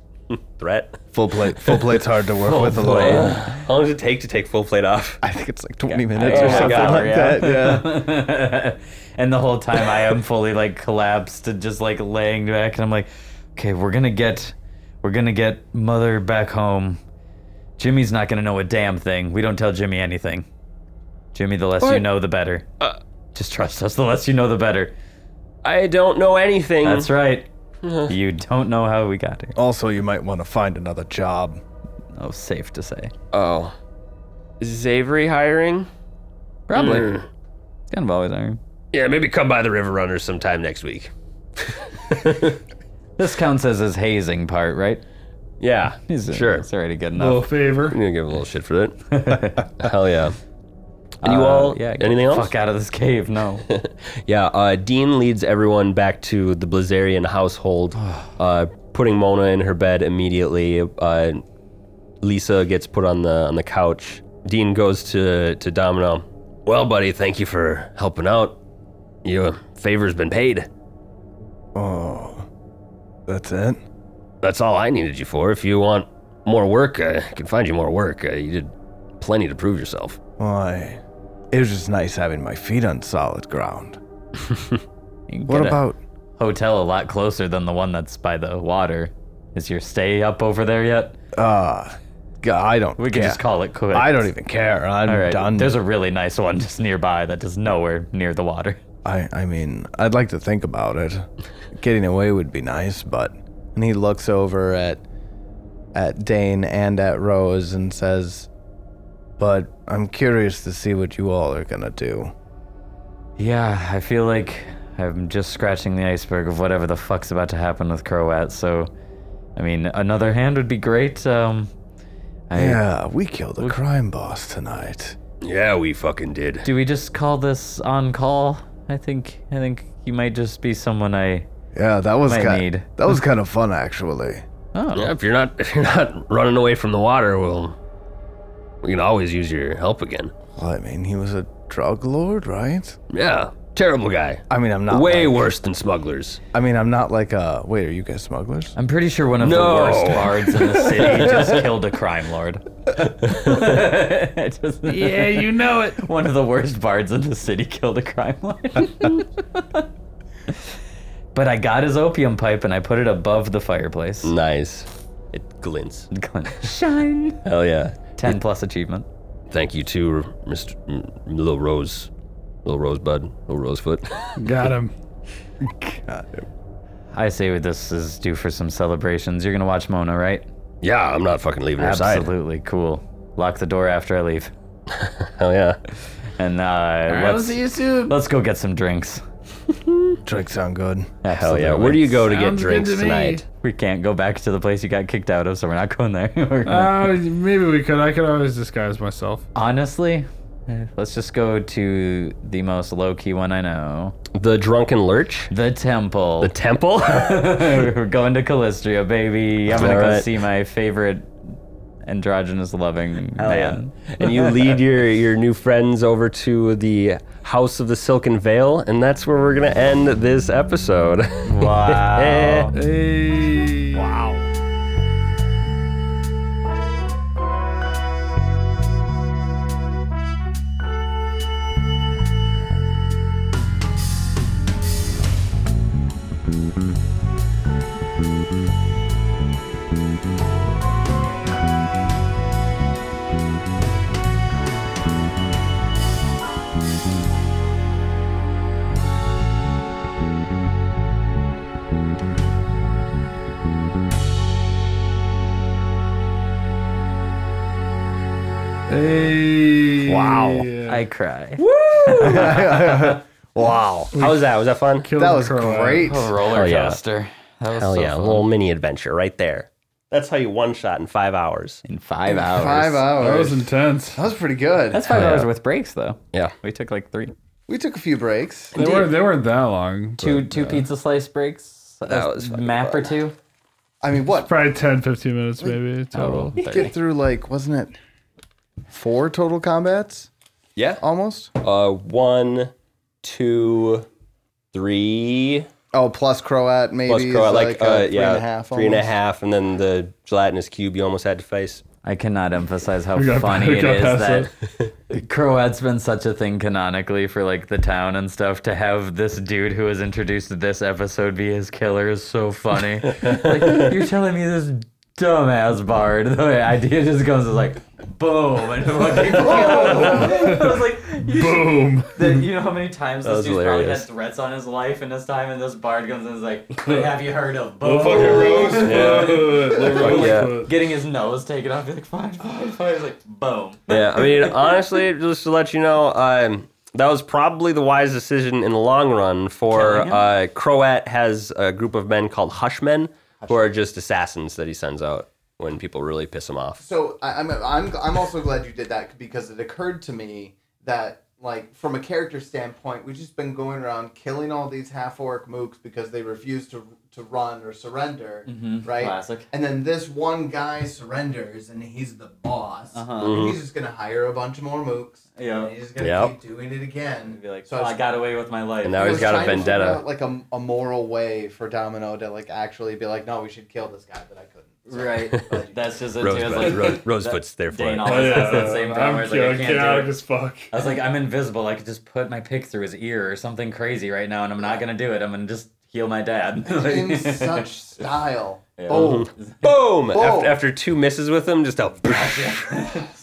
S1: threat.
S3: Full plate. Full plate's hard to work with a
S1: Blade.
S3: little.
S1: How long does it take to take full plate off?
S3: I think it's like 20 minutes or
S1: my
S3: something
S1: God,
S3: like
S2: yeah.
S3: that. Yeah.
S2: and the whole time I am fully like collapsed and just like laying back, and I'm like, okay, we're gonna get, we're gonna get mother back home. Jimmy's not gonna know a damn thing. We don't tell Jimmy anything. Jimmy, the less you know, the better.
S1: Uh,
S2: just trust us. The less you know, the better.
S1: I don't know anything.
S2: That's right.
S1: Uh-huh.
S2: you don't know how we got here.
S3: Also, you might want to find another job.
S2: Oh, safe to say.
S1: Oh, is Avery hiring?
S2: Probably.
S1: Mm. Hmm.
S2: Kind of always iron.
S7: Yeah, maybe come by the River Runners sometime next week.
S2: This counts as his hazing part, right?
S1: Yeah,
S2: He's
S1: Sure.
S2: It's already good
S4: Little
S2: enough.
S1: I'm
S4: favor.
S1: gonna give him a little shit for that. Hell yeah. And you all,
S2: Uh, yeah. get
S1: anything
S2: the
S1: else?
S2: Fuck out of this cave. No.
S1: Yeah, uh, Dean leads everyone back to the Blazarian household, uh, putting Mona in her bed immediately. Uh, Lisa gets put on the on the couch. Dean goes to to Domino.
S7: Well, buddy, thank you for helping out. Your favor's been paid.
S3: Oh, that's it.
S7: That's all I needed you for. If you want more work. Uh, I can find you more work. Uh, you did plenty to prove yourself.
S3: Why? It was just nice having my feet on solid ground.
S2: You can
S3: What
S2: get a
S3: about?
S2: hotel a lot closer than the one that's by the water? Is your stay up over there yet?
S3: Uh, g- I don't.
S2: We could
S3: care.
S2: just call it quits.
S3: I don't even care. I'm
S2: All right.
S3: done.
S2: There's a really nice one just nearby that is nowhere near the water.
S3: I, I mean, I'd like to think about it. Getting away would be nice, but and he looks over at at Dane and at Rose and says, "But I'm curious to see what you all are gonna do."
S2: Yeah, I feel like I'm just scratching the iceberg of whatever the fuck's about to happen with Croat. So, I mean, another hand would be great. Um, I,
S3: Yeah, we killed the crime boss tonight.
S7: Yeah, we fucking did.
S2: Do we just call this on call? I think I think you might just be someone I.
S3: Yeah, that was
S2: Might
S3: kind.
S2: need.
S3: That was kind of fun, actually.
S2: Oh,
S7: Yeah, if you're not if you're not running away from the water, well, we can always use your help again.
S3: Well, I mean, he was a drug lord, right?
S7: Yeah, terrible guy.
S3: I mean, I'm not.
S7: Way
S3: like-
S7: worse than smugglers.
S3: I mean, I'm not like a. Wait, are you guys smugglers?
S2: I'm pretty sure one of
S7: No.
S2: the worst bards in the city just killed a crime lord. Just-
S5: Yeah, you know it.
S2: one of the worst bards in the city killed a crime lord. but I got his opium pipe and I put it above the fireplace.
S7: Nice. It glints. Mm.
S2: Shine.
S7: Hell yeah.
S2: Ten plus achievement.
S7: Thank you to Mr. M- Little Rose, Little Rosebud, Little Rosefoot.
S4: Got him.
S2: I say with this is due for some celebrations. You're gonna watch Mona, right?
S7: yeah, I'm not fucking leaving her side.
S2: Absolutely cool. Lock the door after I leave.
S7: Hell yeah.
S2: And uh,
S5: I'll
S2: let's
S5: see you soon.
S2: let's go get some drinks.
S3: Drinks sound good.
S7: Hell yeah.
S2: Absolutely.
S7: Where do you go to get
S5: Sounds good
S7: drinks
S5: to me.
S7: tonight?
S2: We can't go back to the place you got kicked out of, so we're not going there. We're gonna-
S4: Uh, maybe we could. I could always disguise myself.
S2: Honestly, eh, let's just go to the most low key one I know
S7: The Drunken Lurch?
S2: the temple.
S7: The temple?
S2: we're going to Callistria, baby. I'm going to
S7: All
S2: go
S7: right.
S2: see my favorite androgynous loving man.
S1: and you lead your, your new friends over to the House of the Silken Veil, and that's where we're going to end this episode.
S2: Wow.
S4: Hey. Wow. Hey.
S1: Wow.
S2: I cry.
S3: Wow,
S1: How was that? Was that fun?
S4: Killed
S3: that
S4: the
S3: was
S4: crow.
S3: great.
S2: roller
S1: Hell yeah.
S2: coaster. That was
S1: Hell
S2: so
S1: yeah. A
S2: fun.
S1: little mini adventure right there. That's how you one shot in five hours.
S2: In five hours.
S3: Five
S4: That was
S3: hours.
S4: intense.
S3: That was pretty good.
S2: That's five hours with breaks, though.
S7: Yeah.
S2: We took like three.
S3: we took a few breaks.
S4: They weren't, they weren't that long.
S2: Two,
S4: but,
S2: two
S4: uh,
S2: pizza slice breaks. That
S7: was fucking
S2: map or two.
S3: I mean, what?
S4: Probably 10, 15 minutes
S2: oh.
S4: maybe total.
S2: Thirty.
S3: Get through like wasn't it four total combats
S1: Yeah.
S3: almost?
S1: Uh, one, two, three.
S3: Oh, plus Croat maybe.
S1: Plus,
S3: is,
S1: Croat, like,
S3: a
S1: uh,
S3: three
S1: yeah,
S3: and a half.
S1: three and a
S3: almost.
S1: half, and then the gelatinous cube you almost had to face.
S2: I cannot emphasize how
S4: got-
S2: funny
S4: we
S2: it
S4: got
S2: is that
S4: past
S2: Croat's been such a thing canonically for like the town and stuff. To have this dude who was introduced to this episode be his killer is so funny. like you're telling me this dumbass bard. The idea just comes is like boom and fucking boom. I was like you should-
S4: Boom.
S2: the, you know how many times this
S1: was
S2: dude's probably had
S1: hilarious.
S2: threats on his life in his time, and this bard comes in and is like, "What have you heard of?" Boom.
S1: yeah.
S2: Getting his nose taken off, he's like, "Fine, fine, fine." He's like, "Boom."
S1: Yeah, I mean, honestly, just to let you know, um, that was probably the wise decision in the long run. For
S2: Killing him?
S1: uh, Croat has a group of men called Hushmen, who are just assassins that he sends out when people really piss him off.
S3: So I, I'm I'm I'm also glad you did that because it occurred to me that like from a character standpoint, we've just been going around killing all these half orc mooks because they refuse to to run or surrender, right?
S2: Mm-hmm. Classic.
S3: And then this one guy surrenders, and he's the boss.
S2: Uh-huh.
S1: Mm-hmm.
S3: And he's just gonna hire a bunch more mooks.
S2: Yeah.
S3: And he's just gonna
S1: Yep.
S3: keep doing it again.
S2: Be like,
S3: so
S2: "Well,
S3: was-
S2: I got away with my life.
S1: And now
S3: I
S1: he's
S3: was
S1: got a
S3: trying to figure
S1: vendetta.
S3: out, like a, a moral way for Domino to like actually be like, no, we should kill this guy, but I couldn't.
S2: Right. That's just it.
S1: Rosebud. Ro- Rosefoot's there for
S2: Dane
S1: it.
S2: always says that same time.
S4: I'm
S2: where it's like, I
S4: chaotic
S2: can't do it.
S4: as fuck.
S2: I was like, I'm invisible. I could just put my pick through his ear or something crazy right now, and I'm not gonna do it. I'm gonna just heal my dad.
S3: in such style. Oh,
S1: Boom!
S3: Boom.
S1: After, after two misses with him, just a God.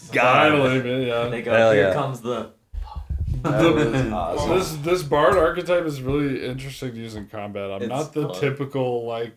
S4: Finally, man, yeah.
S2: They go,
S1: Hell
S2: here
S1: yeah.
S2: comes the.
S4: This this bard archetype is really interesting to use in combat. I'm
S2: It's
S4: not the
S2: fun.
S4: typical like.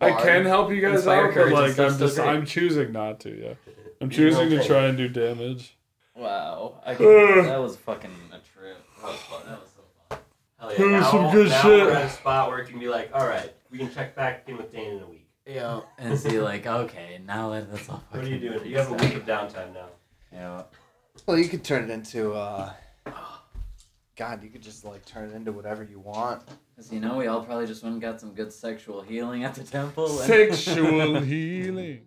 S4: I
S2: Bard.
S4: can help you guys
S2: Inspire
S4: out, but
S2: courage and
S4: like
S2: stuff's
S4: I'm
S2: so
S4: just
S2: great.
S4: I'm choosing not to. Yeah, I'm choosing to
S2: okay.
S4: try and do damage.
S2: Wow. I can, that was fucking a trip. That was fun. That was so fun.
S1: Hell yeah.
S4: That was some good
S1: now
S4: shit.
S1: We're at a spot where it can be like, all right, we can check back in with Dane in a week.
S2: Yeah. And see, like, okay, now that that's all.
S1: What are you doing? You have a week of downtime now.
S2: Yeah.
S3: well, you could turn it into. Uh, God, you could just like turn it into whatever you want.
S2: As you know, we all probably just went and got some good sexual healing at the temple. and-
S4: Sexual healing.